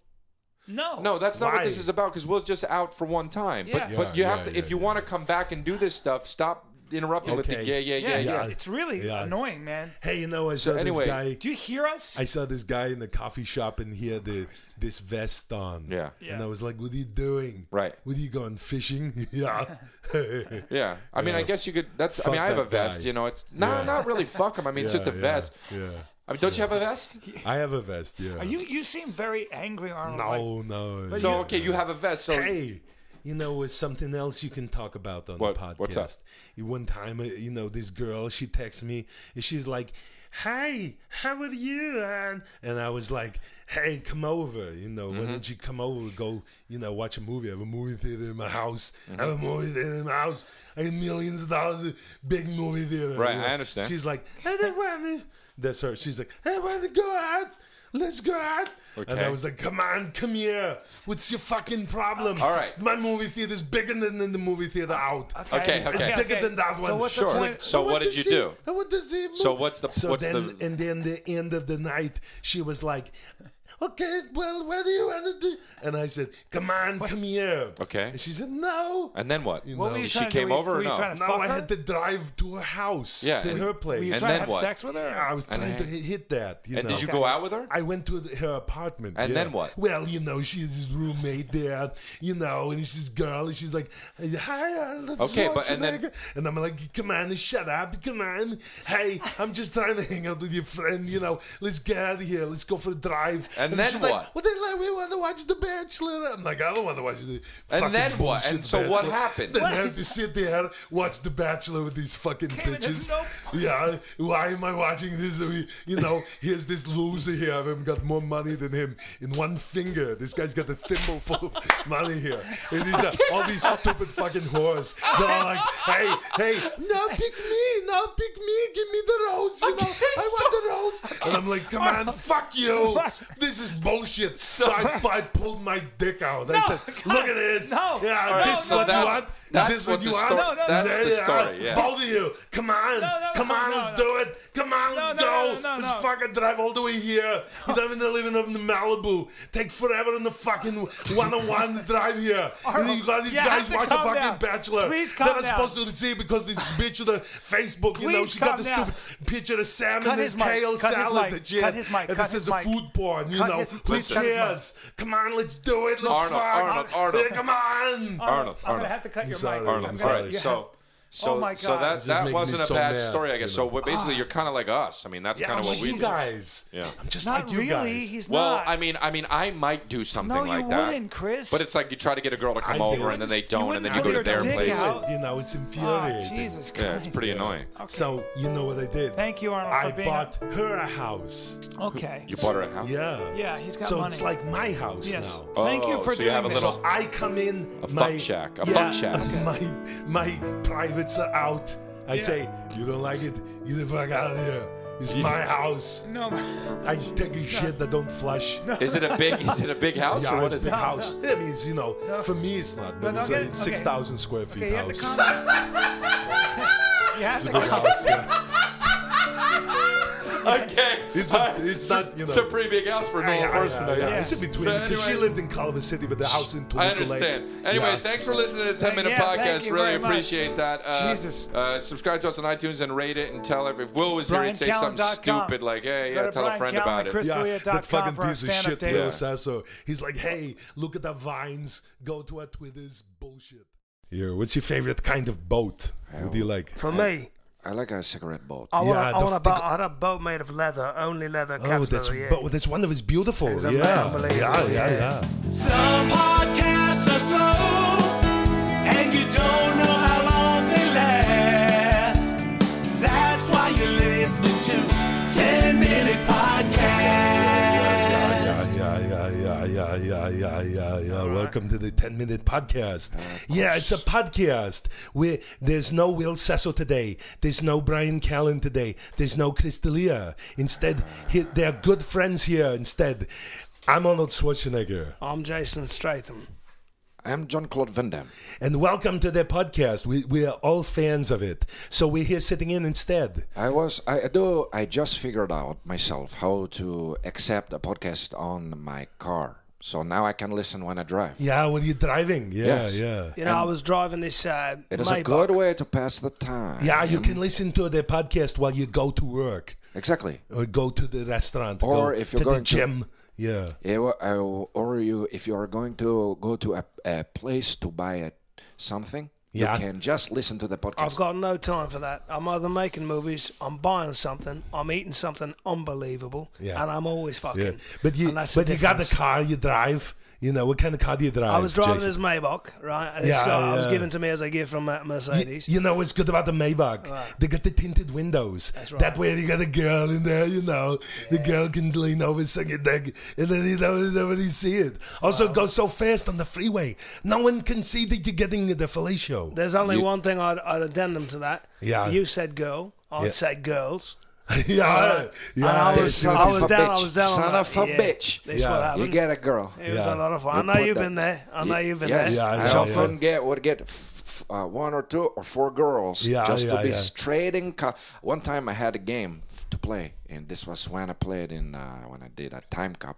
B: No.
A: No, that's not what this
D: Why?
A: is about because we're just out for one time.
B: Yeah.
A: But,
B: Yeah,
A: but you
D: yeah,
A: have to,
D: yeah,
A: if you
D: yeah.
A: want to come back and do this stuff, stop interrupting with the
D: Okay.
A: yeah, yeah, yeah,
B: Yeah,
A: yeah.
D: yeah.
B: It's really
D: Yeah.
B: annoying, man.
D: Hey, you know I saw
A: anyway-
D: this guy.
B: Do you hear us?
D: I saw this guy in the coffee shop and he had the, this vest on.
A: Yeah.
B: Yeah.
D: And I was like, what are you doing?
A: Right.
D: What are you going fishing? yeah.
A: Yeah. I mean, I guess you could. That's. I
D: Fuck
A: mean, I have a
D: that
A: vest.
D: guy.
A: You know, it's no, not really. Fuck him. I mean, it's just a
D: Yeah,
A: vest.
D: Yeah.
A: I mean, don't you have a vest?
D: I have a vest, yeah.
B: Are you you seem very angry, Arnold. Like,
D: No, no.
A: So okay, you have a vest. So
D: Hey, you know, it's something else you can talk about on
A: What-
D: the podcast.
A: what's up?
D: One time, uh, you know, this girl, she texts me and she's like, Hey, how are you? And, and I was like, Hey, come over. You know, why
A: Mm-hmm.
D: don't you come over? Go, you know, watch a movie. I have a movie theater in my house. I
A: Mm-hmm.
D: have a movie theater in my house. I have millions of dollars, in big movie theater.
A: Right,
D: you
A: I
D: know.
A: understand.
D: She's like, I don't want to. That's her. She's like, I want to go out. Let's go out. And
A: Okay.
D: I was like, come on, come here. What's your fucking problem?
A: All right.
D: My movie theater's bigger than, than the movie theater out.
A: Okay, okay.
D: It's bigger than that one.
B: So what's
A: Sure.
B: the
A: Like,
B: point?
A: So
D: I
A: what
D: want
A: did
D: to
A: you
D: see-
A: do?
D: I want to see a
A: So
D: movie.
A: what's the-
D: so
A: what's
D: then,
A: the-
D: And then the end of the night, she was like, okay, well, what do you want to do? And I said, come on, come here.
A: Okay.
D: And she said, no.
A: and then what?
D: You
B: What
D: know,
B: were you
A: She
B: trying to do?
A: came
B: Were you-
A: over or
B: were you
A: no?
B: trying to
D: now
B: fuck
D: I
B: her?
D: had to drive to her house,
A: Yeah,
D: to
A: and-
D: her
B: Were you
D: place.
A: And
B: trying to
A: then
B: have
A: what?
B: sex with her?
D: I was
A: And
D: trying to
A: then-
D: hit that. You
A: and
D: know?
A: did you go out with her?
D: I went to the- her apartment.
A: And
D: yeah.
A: then what?
D: Well, you know, she has this roommate there, you know, and it's this girl, and she's like, "Hi, uh, let's
A: Okay, but- and then-
D: and I'm like, "Come on, shut up, come on, hey, I'm just trying to hang out with your friend, you know, let's get out of here, let's go for a drive."
A: And then
D: she's
A: what?
D: Like, well, then like, we want to watch The Bachelor. I'm like, I don't want to watch the. fucking
A: then what?
D: bullshit
A: And so what
D: Bachelor."
A: happened?
D: Then I have to sit there watch The Bachelor with these fucking
B: Kevin, there's
D: bitches.
B: no
D: Yeah, why am I watching this? We- You know, here's this loser here. I've even got more money than him in one finger. This guy's got a thimble full of money here. And these are all these stupid fucking whores. They're all like, hey, hey, now pick me, now pick me, give me the rose, you know, I want the rose. And I'm like, come on, fuck you. This is bullshit. So I, I pulled my dick out. I said, look at this.
B: no,
D: yeah,
B: no,
D: Uh, this is
B: no,
D: what
A: that's-
D: you want?
A: that's
D: is
A: what
D: this what,
A: the
D: you
A: story-
D: want?
B: No, no,
A: that's the
D: Yeah, yeah,
A: story, yeah.
D: Both of you, come on,
B: No, no,
D: come
B: no,
D: on,
B: no,
D: let's
B: no.
D: do it. Come on, let's
B: no,
D: go.
B: no, no,
D: let's
B: no.
D: fucking drive all the way here. You don't even live in in Malibu. Take forever on the fucking 101 drive here. and then you got these
B: you have
D: guys
B: to
D: watch the
B: calm
D: fucking
B: down.
D: Bachelor.
B: Please
D: They're
B: calm
D: not
B: down.
D: supposed to see because this bitch of the Facebook, you know,
B: Please
D: she got
B: calm
D: the
B: down.
D: stupid picture of salmon
B: Cut
D: and
B: his mic,
D: kale
B: cut his
D: salad
B: mic,
D: and shit.
B: cut his mic, cut
D: And this
B: his
D: is a
B: mic.
D: food porn, you
B: Cut
D: know.
B: his-
D: Who
B: please cut his mic.
D: cares? Come on, let's do it. Let's
A: Arnold,
D: fuck.
A: Arnold, Arnold.
D: Yeah, come on.
A: Arnold,
B: I'm gonna
A: Arnold.
B: have to cut your
D: sorry.
B: mic.
A: Arnold,
B: I'm
D: I'm
A: all
B: gonna-
A: right.
B: you
A: So, so,
B: Oh my
A: so
B: God.
A: that
B: This is
A: that
D: making
A: wasn't
D: me
A: a
D: so
A: bad
D: mad,
A: story, I
D: you
A: guess.
D: know.
A: So what- basically, you're kind of like us. I mean, that's
D: Yeah,
A: kind
D: I'm
A: of what
D: like
A: we
D: you
A: do.
D: guys.
A: Yeah.
D: I'm just
B: Not
D: like you
B: really.
D: guys.
B: He's
A: Well,
B: not.
A: I mean, I mean, I might do something
B: No,
A: like
B: you
A: that.
B: wouldn't, Chris.
A: But it's like you try to get a girl to come
D: I
A: over, and then
D: didn't.
A: they
D: You
A: don't, and then you
B: wouldn't
A: go to
B: pull
A: their
B: your dick
A: place.
B: out.
D: You know, it's
B: Ah,
D: infuriating.
B: Jesus Christ.
A: Yeah, it's pretty annoying.
D: So you know what I did?
B: Thank you, Arnold,
D: I
B: for being
D: bought her a house.
B: Okay.
A: You bought her a house.
D: Yeah.
B: Yeah, he's got
D: so
B: money.
D: it's like my house
B: Yes.
D: now.
A: Oh,
B: Thank you for
A: so you
B: doing
A: have a
B: this.
A: little-
D: So I come in
A: A fuck
D: my
A: shack, a
D: yeah,
A: fuck shack.
D: My my privates are out. I
B: Yeah.
D: say you don't like it. You the fuck out of here. It's my house.
B: No, but-
D: I take a shit that don't flush. No.
A: Is it a big? Is it a big house
D: Yeah,
A: or what
D: it's
A: is
D: big
A: it?
D: house. That means you know, for me it's not, but
B: No,
D: it's
B: don't
D: a
B: get- okay.
D: six thousand square feet
B: okay, you have to calm
D: house.
B: down.
A: You have to
G: big house. yeah.
H: okay.
D: It's a- it's not, you
H: It's a
D: know.
H: pretty big house for a normal person. I
D: yeah,
H: guess.
D: It's a between
H: So
D: because she
H: anyway-
D: lived in Culver City, but the house in Toluca
H: I understand.
D: Lake.
H: Anyway,
D: Yeah.
H: thanks for listening to the 10
A: Thank-
H: Minute
A: yeah, thank
H: Podcast.
A: you
H: Really
A: very much.
H: appreciate that. Uh,
A: Jesus.
H: Uh, subscribe to us on iTunes and rate it and tell every. If Will was here, he'd say something
A: BrianCallen.com.
H: stupid like, hey,
A: Go
H: yeah,
A: to
H: tell a
A: Brian
H: friend
A: Callen
H: about
A: and
H: it.
A: Chris- Christolia.com
D: that fucking
A: for our
D: piece of
A: stand-up
D: shit,
A: dates.
D: Will
A: Yeah.
D: Sasso. He's like, hey, look at the vines. Go to our Twitter's bullshit. Yeah, what's your favorite kind of boat? What do you like? Uh,
I: For me,
H: I like a cigarette boat.
I: I want,
D: Yeah,
I: a, I
D: the
I: want a
D: f-
I: boat. I want a boat made of leather, only leather.
D: Oh,
I: caps
D: that's
I: leather, yeah.
D: but that's one of his beautiful.
I: It's
D: Yeah. yeah,
I: unbelievable,
D: yeah,
I: yeah.
D: yeah.
C: Some podcasts are slow, and you don't know how long they last. That's why you're listening to 10 Minute Podcast.
D: Yeah, yeah, yeah, yeah, yeah, yeah, yeah, yeah. Welcome to the 10 minute podcast. yeah, it's a podcast where there's no Will Sasso today. There's no Brian Callen today. There's no Chris D'Elia. Instead, he, they're good friends here. Instead, I'm Arnold Schwarzenegger.
I: I'm Jason Statham.
H: I'm John Claude Van Damme.
D: And welcome to their podcast. We, we are all fans of it. So we're here sitting in instead.
H: I was, I do, I just figured out myself how to accept a podcast on my car. So now I can listen when I drive.
D: Yeah, when you're driving. Yeah,
H: Yes.
D: yeah.
I: You know, I was driving this. Uh,
H: It is
I: Maybach.
H: a good way to pass the time.
D: Yeah, you can listen to their podcast while you go to work.
H: Exactly.
D: or go to the restaurant
H: Or
D: go
H: if you're
D: to
H: going
D: the
H: to-
D: gym yeah
H: Yeah, well, I- or you, if you are going to go to a, a place to buy a, something,
D: Yeah.
H: you can just listen to the podcast.
I: I've got no time for that. I'm either making movies, I'm buying something, I'm eating something unbelievable,
D: Yeah.
I: and I'm always fucking.
D: yeah but you
I: and that's
D: but you got the
I: difference.
D: car you drive you know what kind of car do you drive
I: I was driving
D: Jason?
I: this Maybach, right? And it's
D: Yeah,
I: got, I was
D: yeah.
I: given to me as a gift from uh,
D: you,
I: Mercedes.
D: you know what's good about the Maybach? They got the tinted windows. That way you got a girl in there, you know. The girl can lean over, suck your dick, and then you don't nobody see it. Also, go so fast on the freeway. No one can see that you're getting the fellatio.
I: There's only one thing I'd, I'd addendum to that.
D: Yeah.
I: You said girl. I
D: Yeah.
I: said girls.
D: yeah, yeah.
I: and I was,
H: Son
I: I
H: of
I: was
H: a
I: down. I
H: bitch.
I: was down.
H: Son
I: on that.
H: of a
I: yeah.
H: bitch.
I: That's
D: Yeah.
I: what
D: You
H: You
I: happened.
H: get a girl.
I: it was
D: Yeah.
I: a lot of fun.
H: You
I: I know
H: put
I: you've
H: that-
I: been there. I know you've been
H: yes,
I: there.
D: Yeah,
H: I
D: yeah,
H: often
D: yeah.
H: get would get f- f- uh, one or two or four girls
D: Yeah,
H: just
D: yeah,
H: to be
D: yeah.
H: trading. Co- One time I had a game f- to play, and this was when I played in uh, when I did a time cup.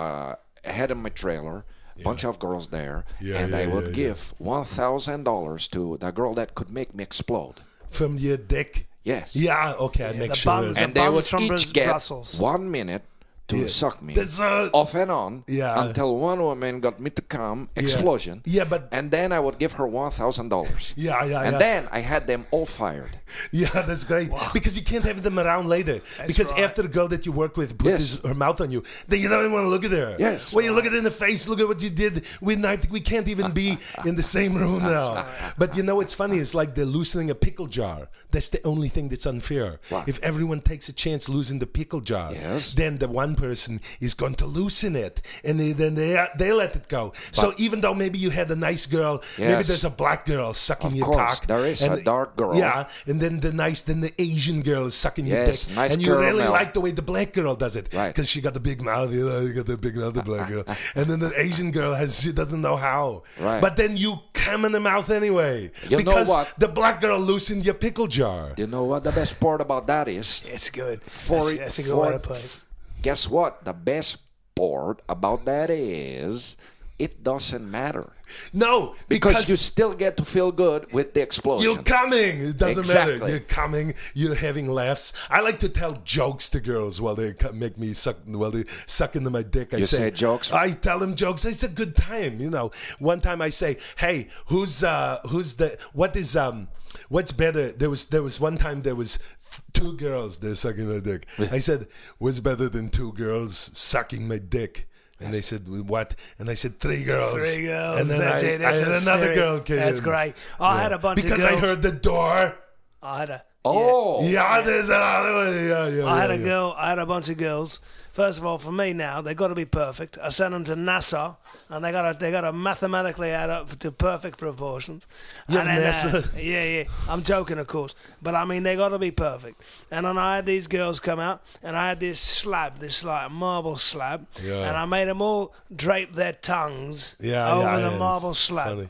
H: Uh, I had in my trailer. a Bunch of girls there,
D: Yeah,
H: and
D: yeah,
H: I would
D: yeah, yeah.
H: give one thousand dollars to the girl that could make me explode.
D: From your dick.
H: Yes,
D: Yeah, okay, I make
I: the
D: sure.
I: buns-
H: and
I: The
H: they
I: bums
H: would
I: from
H: each
I: Brus-
H: get
I: Brussels.
H: one minute to suck me
D: That's, uh,
H: off and on
D: Yeah.
H: until one woman got me to come explosion
D: Yeah, but-
H: and then i would give her one thousand dollars
D: Yeah, yeah,
H: and
D: yeah.
H: then i had them all fired
D: Yeah, that's great. Because you can't have them around later. because
I: right.
D: after the girl that you work with puts
H: Yes.
D: his- her mouth on you, then you don't even want to look at her.
H: Yes.
D: When you look at her in the face, look at what you did. We not, we can't even be in the same room now. But you know what's funny? It's like they're loosening a pickle jar. That's the only thing that's unfair.
H: What?
D: If everyone takes a chance losing the pickle jar,
H: Yes.
D: then the one person is going to loosen it, and they, then they they let it go. so even though maybe you had a nice girl, maybe
H: Yes.
D: there's a black girl sucking
H: Of
D: your
H: course,
D: cock.
H: there is a dark girl.
D: Yeah, and then the nice, then the Asian girl is sucking your
H: Yes,
D: dick,
H: nice
D: and you
H: girl,
D: really
H: Mel.
D: like the way the black girl does it,
H: Right.
D: Because she got the big mouth, you know, you got the big mouth, the black girl, and then the Asian girl has she doesn't know how,
H: Right.
D: But then you come in the mouth anyway
H: You know
D: because
H: what?
D: the black girl loosened your pickle jar.
H: you know what the best part about that is
I: It's good.
H: For-
I: that's, that's a good
H: for-
I: way to put it.
H: guess what the best part about that is it doesn't matter
D: No,
H: because,
D: because,
H: you still get to feel good with the explosion
D: You're coming. It doesn't matter.
H: Exactly.
D: You're coming. You're having laughs. I like to tell jokes to girls while they co- make me suck. While they suck into my dick, I
H: You
D: say,
H: say jokes?
D: I tell them jokes. It's a good time, you know. One time I say, "Hey, who's uh, who's the what is um." What's better? There was there was one time there was two girls there sucking my dick. I said, "What's better than two girls sucking my dick?" And they said, "What?" And I said, "Three girls."
I: Three girls.
D: And then
I: that's
D: I,
I: it. That's
D: I had
I: the
D: another
I: spirit.
D: girl came
I: That's
D: in.
I: great. I had a bunch
D: because
I: of girls.
D: I heard the door.
I: I had a.
H: oh
D: Yeah, there's another one. Yeah, yeah.
I: I had
D: yeah,
I: a
D: yeah.
I: girl. I had a bunch of girls First of all, for me now, they got to be perfect. I sent them to NASA, and they got to they got to mathematically add up to perfect proportions.
D: Yeah,
I: And then, uh,
D: NASA.
I: yeah, yeah. I'm joking, of course, but I mean they got to be perfect. And then I had these girls come out, and I had this slab, this like marble slab,
D: Yeah.
I: and I made them all drape their tongues
D: Yeah,
I: over
D: yeah,
I: the
D: yeah, it's
I: marble slab.
D: funny.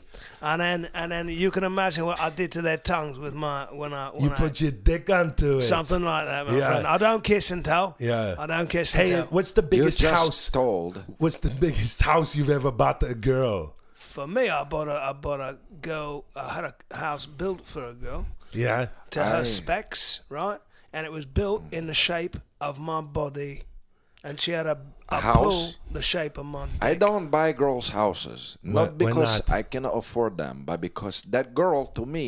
I: And then, and then you can imagine what I did to their tongues with my when I when
D: You
I: I,
D: put your dick onto it.
I: Something like that, my
D: Yeah.
I: friend. I don't kiss and tell.
D: Yeah.
I: I don't kiss and
D: Hey,
I: tell.
D: what's the
H: You're
D: biggest
H: just
D: house?
H: told.
D: What's the biggest house you've ever bought a girl?
I: For me, I bought a I bought a girl. I had a house built for a girl
D: Yeah.
I: to
H: Aye.
I: her specs, right? And it was built in the shape of my body, and she had a, a pool
H: house?
I: the shape of my.
H: I don't buy girls' houses.
D: Why-
H: Not
D: why
H: because
D: not?
H: I cannot afford them, but because that girl to me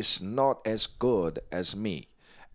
H: is not as good as me.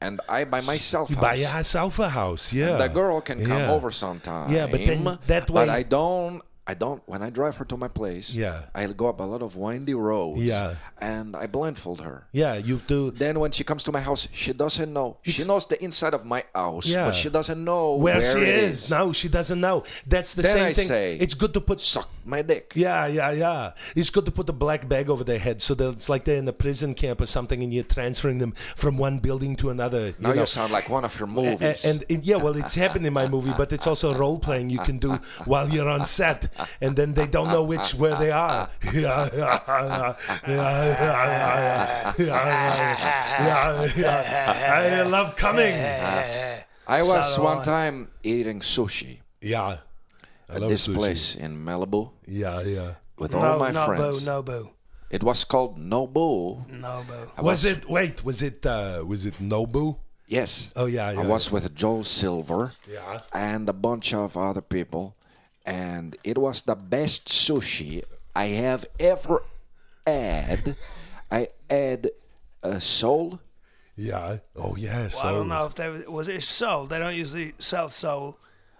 H: And I buy myself
D: You
H: house.
D: buy yourself a house, yeah.
H: the girl can come
D: Yeah.
H: over sometime.
D: Yeah, but then that way-
H: But I don't. I don't. When I drive her to my place,
D: Yeah.
H: I go up a lot of windy roads.
D: Yeah.
H: and I blindfold her.
D: Yeah, you do.
H: Then when she comes to my house, she doesn't know. she
D: It's-
H: knows the inside of my house,
D: Yeah.
H: but she doesn't know
D: Where, she
H: it
D: is. No, she doesn't know. That's the
H: Then
D: same
H: I
D: thing.
H: say-
D: it's good to put.
H: Suck my dick.
D: Yeah, yeah, yeah. It's good to put a black bag over their head so that it's like they're in a prison camp or something and you're transferring them from one building to another. You
H: now
D: know?
H: you sound like one of your movies.
D: A- and, it- yeah, well, it's happened in my movie, but it's also role playing you can do while you're on set, and then they don't know which where they are. Yeah, yeah, yeah, yeah, yeah, yeah, yeah, yeah, yeah, yeah. I love coming.
H: I was
I: Saddle
H: one
I: on.
H: time eating sushi
D: Yeah, I
H: at
D: love
H: this
D: sushi.
H: place in Malibu
D: Yeah, yeah.
H: with
I: no,
H: all my
I: no
H: friends.
I: boo, no boo,
H: It was called Nobu.
I: no boo.
H: I
D: Was it? Wait, was it? uh Was it Nobu?
H: Yes.
D: Oh, yeah, yeah,
H: I was with Joel Silver.
D: Yeah.
H: And a bunch of other people, and it was the best sushi I have ever had. I had a soul.
D: Yeah. Oh yeah.
I: I don't know if they was- was it soul. They don't usually sell soul.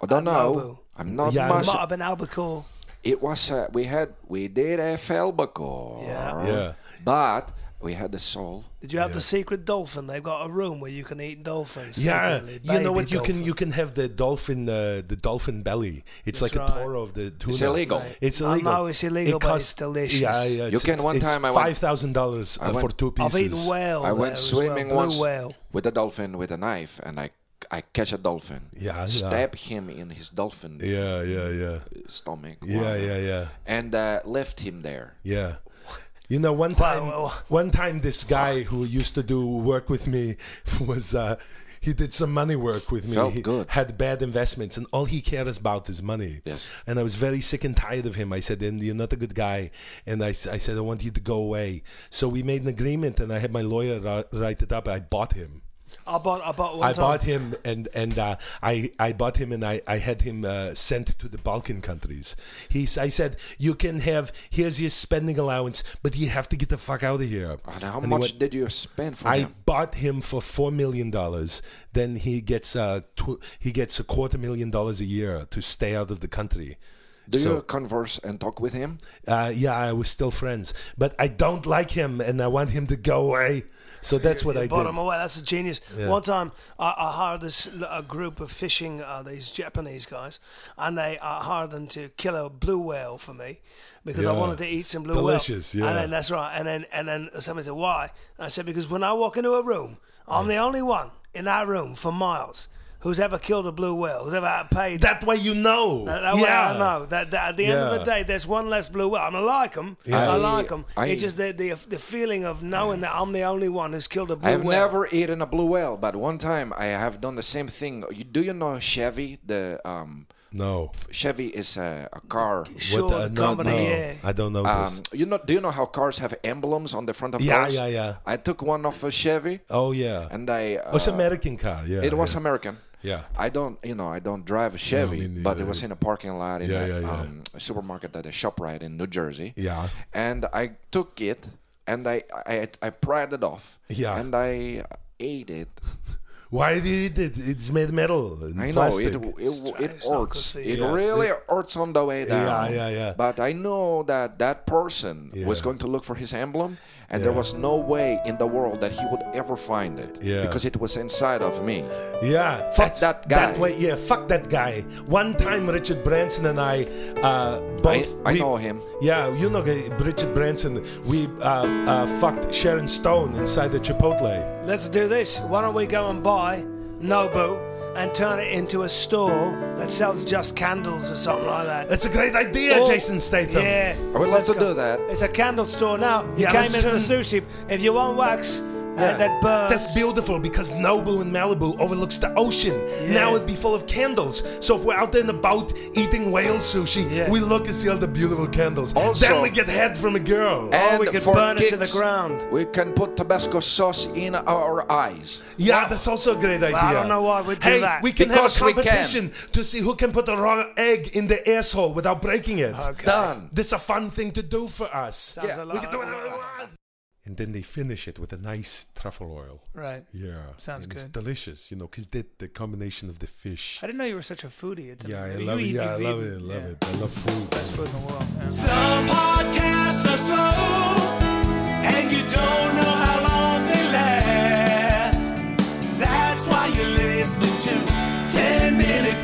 H: I don't
I: At
H: know.
I: Nobu.
H: I'm not
D: Yeah,
I: It
H: much.
I: might have been albacore.
H: It was uh, we had we did FL before.
I: Yeah.
D: Yeah.
H: But we had a soul.
I: Did you have the secret dolphin? They've got a room where you can eat dolphins.
D: Yeah,
I: secretly,
D: you know
I: baby
D: what? You can
I: dolphins.
D: you can have the dolphin uh, the dolphin belly. It's like a
I: right.
D: toro of the tuna.
H: illegal.
D: It's
I: I
D: illegal.
I: know it's illegal, but it's delicious.
D: Yeah, yeah. it's-
H: can- one
D: it's
H: time I went-
D: five thousand dollars
H: I
D: for
H: went-
D: two
I: I've
D: pieces.
I: eaten whale.
H: I
I: there
H: went
I: as well,
H: swimming
I: blue
H: once
I: Whale.
H: with a dolphin with a knife, and I I catch a dolphin.
D: Yeah, yeah.
H: Stab him in his dolphin
D: Yeah, yeah, yeah,
H: stomach.
D: yeah,
H: whatever,
D: yeah, yeah,
H: And uh, left him there.
D: yeah. You know, one time,
I: wow.
D: one time, this guy who used to do work with me was. Uh, he did some money work with me.
H: Felt
D: he
H: good.
D: had bad investments, and all he cares about is money.
H: Yes.
D: And I was very sick and tired of him. I said, "And you're not a good guy." And I, s- I said, "I want you to go away." So we made an agreement, and I had my lawyer ri- write it up. I bought him.
I: I bought. I bought one
D: I
I: time.
D: bought him, and and uh, I I bought him, and I I had him uh, sent to the Balkan countries. He's I said you can have here's your spending allowance, but you have to get the fuck out of here.
H: And how
D: And he
H: much
D: went-
H: did you spend for
D: I
H: him?
D: bought him for four million dollars. Then he gets uh tw- he gets a quarter million dollars a year to stay out of the country.
H: Do
D: so-
H: you converse and talk with him?
D: Uh, yeah, I was still friends, but I don't like him, and I want him to go away. So that's what I
I: bought
D: did.
I: them away. That's a genius. One time, I, I hired this l- a group of fishing uh, these Japanese guys, and they I hired them to kill a blue whale for me because I
D: Yeah.
I: wanted to eat some blue
D: Delicious,
I: whale.
D: yeah.
I: And then that's right. And then and then somebody said why? And I said because when I walk into a room, I'm the only one in that room for miles who's ever killed a blue whale, who's ever paid
D: That way you know.
I: That, that way I know that, that at the end of the
D: Yeah.
I: day, there's one less blue whale. I, mean, I like them. I, like them.
H: I-
I: it's just the, the the feeling of knowing that I'm the only one who's killed a blue
H: I've
I: whale.
H: never eaten a blue whale, but one time I have done the same thing. You- Do you know Chevy? The um,
D: No.
H: Chevy is a, a car.
I: Sure,
D: uh,
I: the
D: no,
I: company,
D: no,
I: yeah.
D: I don't know
H: Um,
D: this.
H: you know? Do you know how cars have emblems on the front of
D: Yeah,
H: cars?
D: yeah, yeah.
H: I took one off a Chevy,
D: Oh yeah.
H: and I.
D: oh, it's
H: uh,
D: American car. Yeah.
H: It was
D: yeah.
H: American.
D: Yeah.
H: I don't, you know, I don't drive a Chevy,
D: me
H: but
D: neither.
H: it was in a parking lot in
D: Yeah,
H: a,
D: yeah, yeah.
H: Um, a supermarket at a shop right in New Jersey.
D: Yeah.
H: And I took it and I I, I pried it off.
D: Yeah.
H: And I ate it
D: Why did you eat it? It's made metal and
H: I know it
D: plastic.
H: it, it
I: not good
H: hurts.
I: for
H: It
I: you.
H: really hurts on the way down.
D: yeah, yeah.
H: But I know that that person was
D: Yeah.
H: going to look for his emblem, and there was no way in the world that he would ever find it
D: Yeah.
H: because it was inside of me.
D: Yeah, that's-
H: that guy.
D: That way, yeah, fuck that guy. One time, Richard Branson and I uh, both.
H: I
D: we-
H: know him.
D: Yeah, you know uh, Richard Branson. We uh, uh, fucked Sharon Stone inside the Chipotle.
I: Let's do this. Why don't we go and buy Nobu and turn it into a store that sells just candles or something like that?
D: That's a great idea,
I: Or-
D: Jason Statham.
I: Yeah.
H: I would love to do that.
I: It's a candle store now. You
D: Yeah,
I: came
D: let's
I: in for
D: turn-
I: sushi. If you want wax,
D: Yeah.
I: uh, that burns.
D: That's beautiful because Nobu in Malibu overlooks the ocean. Now it'd be full of candles. So if we're out there in a boat eating whale sushi,
I: Yeah.
D: we look and see all the beautiful candles.
H: Also-
D: then we get head from a girl.
H: And
I: Oh, we could
H: for
I: burn it to the
H: kicks,
I: ground.
H: We can put Tabasco sauce in our eyes.
D: Yeah, that's also a great idea.
I: I don't know why we'd do
D: hey,
I: that.
D: we can
H: Because
D: have
H: we
D: a
H: can.
D: competition to see who can put a raw egg in the asshole without breaking it.
H: Done.
D: This is a fun thing to do for us.
I: Sounds
H: Yeah,
I: a
D: We
I: lot-
D: can do whatever we want. And then they finish it with a nice truffle oil.
B: Right.
D: Yeah,
B: Sounds
D: and It's
B: good.
D: delicious, you know, because the, the combination of the fish.
B: I didn't know you were such a foodie. It's
D: Yeah, I
B: you
D: love it.
B: eat-
D: Yeah, I
B: you've
D: love it.
B: eaten-
D: I love
B: yeah.
D: it. I love food.
B: Best food in the world. yeah.
C: Some podcasts are slow, and you don't know how long they last. That's why you're listening to 10 Minute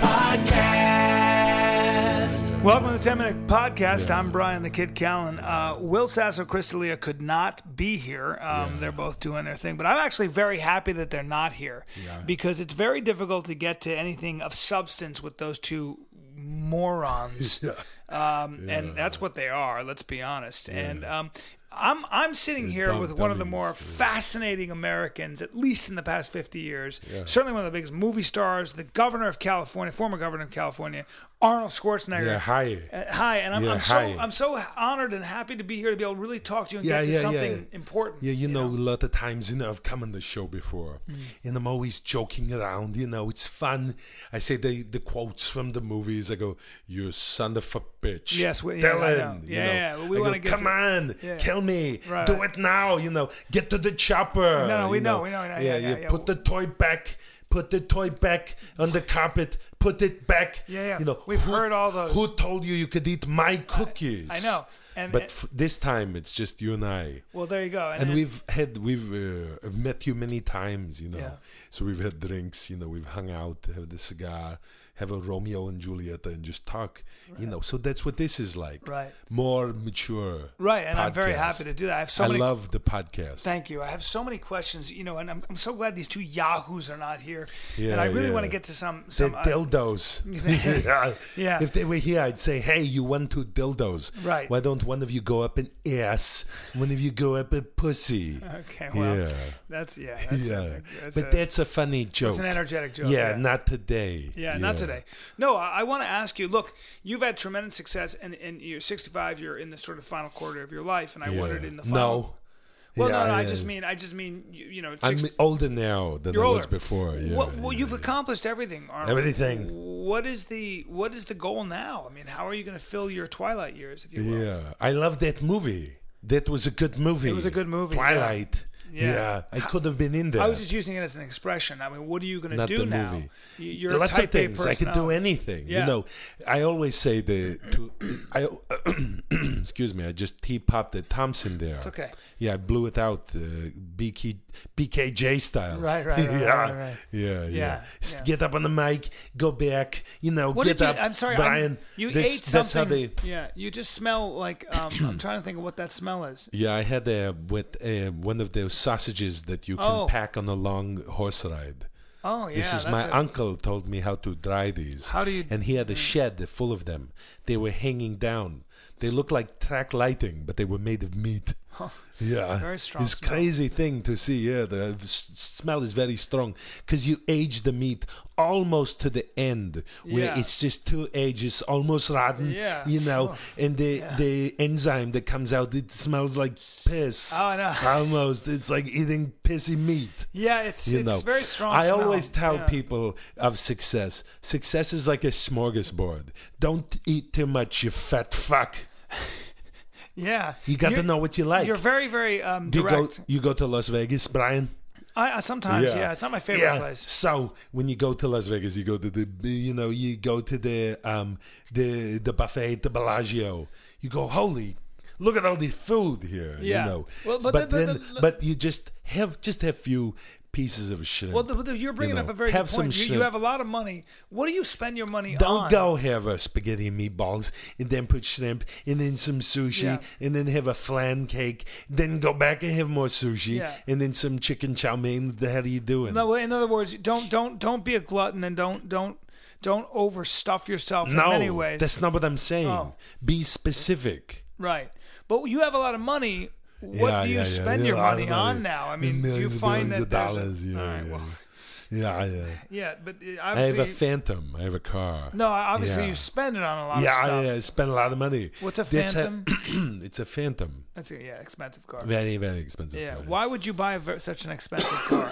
C: Podcast.
B: Welcome to the 10 Minute Podcast. I'm Brian the Kid Callen. Uh, Will Sasso, Crystalia could not be here. Um, They're both doing their thing, but I'm actually very happy that they're not here because it's very difficult to get to anything of substance with those two morons. Um, And that's what they are, let's be honest. And um, I'm, I'm sitting here
D: dumb
B: with one of the
D: dummies,
B: more fascinating Americans, at least in the past 50 years. Certainly one of the biggest movie stars, the governor of California, former governor of California, Arnold Schwarzenegger.
D: Yeah, hi.
B: Uh, hi, and I'm,
D: Yeah,
B: I'm so
D: hi.
B: I'm so honored and happy to be here to be able to really talk to you and
D: Yeah,
B: get to
D: yeah,
B: something
D: yeah.
B: important. Mm.
D: Yeah, you, know, a lot of times, you know, I've come on the show before, and I'm always joking around. You know, it's fun. I say the the quotes from the movies. I go, "You son of a bitch."
B: Yes, we- yeah, I
D: Dylan.
B: know.
D: you
B: Yeah,
D: know.
B: yeah, we
D: I
B: wanna
D: go,
B: get
D: Come
B: to-
D: on,
B: Yeah.
D: kill me.
B: Right.
D: Do it now. You know, get to the chopper.
B: No, no, we
D: you
B: know, we know, we know, yeah,
D: yeah,
B: yeah, yeah.
D: Put the toy back. Put the toy back on the carpet. Put it back.
B: Yeah, yeah.
D: You know,
B: We've heard all those.
D: Who told you you could eat my cookies?
B: I know. And-
D: but f- this time it's just you and I
B: Well, there you go.
D: and
B: then-
D: we've had we've uh, I've met you many times you know
B: Yeah.
D: so we've had drinks you know we've hung out have the cigar have a romeo and juliet and just talk you know so that's what this is like
B: Right.
D: more mature
B: Right, and I'm very happy to do that. I have so
D: i
B: many-
D: love the podcast
B: Thank you. I have so many questions, you know, and I'm, I'm so glad these two yahoos are not here. and
D: Yeah,
B: I really
D: yeah.
B: want to get to some
D: They're
B: some uh,
D: dildos. yeah.
B: Yeah.
D: If they were here, I'd say, hey, you want two dildos.
B: Right.
D: Why don't one of you go up an ass, one of you go up a pussy?
B: Okay, well,
D: Yeah.
B: that's yeah, that's
D: yeah.
B: a- that's
D: but
B: a-
D: that's a funny joke.
B: an energetic joke,
D: Yeah,
B: yeah.
D: not today.
B: Yeah, not today. No, I, I want to ask you. Look, you've had tremendous success, and, and you're 65. You're in the sort of final quarter of your life, and I
D: Yeah.
B: wondered in the final.
D: no.
B: well,
D: Yeah,
B: no, no. I
D: yeah.
B: just mean, I just mean, you, you know,
D: I'm
B: 60
D: older now than
B: you're
D: I
B: older.
D: was before. Yeah,
B: What- well,
D: yeah.
B: you've accomplished everything, Arnold.
D: Everything.
B: What is the What is the goal now? I mean, how are you going to fill your twilight years, if you will?
D: Yeah, I love that movie. That was a good movie. It
B: was a good movie, yeah.
D: Twilight.
B: Yeah.
D: I could have been in there.
B: I was just using it as an expression. I mean, what are you going to
D: not
B: do
D: the
B: now?
D: movie.
B: Y- You're
D: Lots
B: a type
D: of things.
B: A
D: I could do
B: personality.
D: anything.
B: Yeah.
D: You know, I always say the. To, I excuse me. I just T popped the Thompson there. It's
B: okay.
D: Yeah, I blew it out, uh, BK, BKJ style.
B: Right, right, right,
D: yeah.
B: right, right.
D: yeah, yeah,
B: Yeah,
D: S-
B: yeah.
D: Get up on the mic, go back. You know,
B: What
D: get
B: did you,
D: up.
B: I'm sorry, I'm-
D: Brian.
B: you
D: that's,
B: ate
D: that's
B: something.
D: how they.
B: yeah, you just smell like. Um, I'm trying to think of what that smell is.
D: Yeah, I had uh, with uh, one of those sausages that you can
B: Oh.
D: pack on a long horse ride.
B: Oh yeah,
D: This is my
B: that's a-
D: uncle told me how to dry these.
B: How do you- Mm.
D: And he had a shed full of them. They were hanging down. They looked like track lighting, but they were made of meat. yeah,
B: Very strong
D: It's
B: smell.
D: crazy thing to see. Yeah, the s- smell is very strong because you age the meat almost to the end, where
B: Yeah.
D: it's just two ages, almost rotten.
B: Yeah.
D: you know, and the the enzyme that comes out, it smells like piss.
B: Oh, I know.
D: Almost, it's like eating pissy meat
B: Yeah, it's
D: you
B: it's
D: know.
B: very strong.
D: I
B: smell.
D: always tell
B: Yeah.
D: people of success. Success is like a smorgasbord. Don't eat too much, you fat fuck.
B: Yeah,
D: You got to
B: You're-
D: know what you like.
B: You're very very um,
D: Do you go,
B: direct.
D: you go to Las Vegas, Brian?
B: I, I sometimes,
E: Yeah.
B: yeah. it's not my favorite place.
D: So when you go to Las Vegas, you go to the you know you go to the um the the buffet at the Bellagio. You go, holy, look at all the food here.
B: Yeah.
D: You know.
B: Well, but the- the-
D: then,
B: the-
D: but you just have just have few pieces of shit.
B: Well, the, the, you're bringing
D: know,
B: up a very
D: have
B: good
D: some
B: point. You, you
D: shrimp.
B: have a lot of money. What do you spend your money
D: Don't
B: on?
D: go have a spaghetti and meatballs and then put shrimp and then some sushi
B: Yeah.
D: and then have a flan cake. Then go back and have more sushi
B: Yeah.
D: and then some chicken chow mein. The hell are you doing?
B: No, in other words, don't don't don't be a glutton and don't don't don't overstuff yourself
D: no,
B: in many ways.
D: that's not what I'm saying.
B: Oh.
D: Be specific.
B: Right. But you have a lot of money. What
D: Yeah,
B: do you
D: yeah, yeah.
B: spend
D: Yeah,
B: your
D: a lot of
B: money on now? I mean, do you
D: Millions and
B: find
D: millions
B: that
D: of
B: there's a-
D: dollars. yeah,
B: All right,
D: yeah.
B: well,
D: yeah, yeah.
B: yeah, but uh,
D: I have
B: obviously,
D: a Phantom. I have a car.
B: no, obviously
D: Yeah.
B: you spend it on a lot
D: yeah,
B: of stuff.
D: I uh, spend a lot of money.
B: What's a
D: That's
B: Phantom?
D: it's a Phantom.
B: That's a yeah, expensive car.
D: Very, very expensive.
B: Yeah,
D: car.
B: why would you buy a, ver- such an expensive car?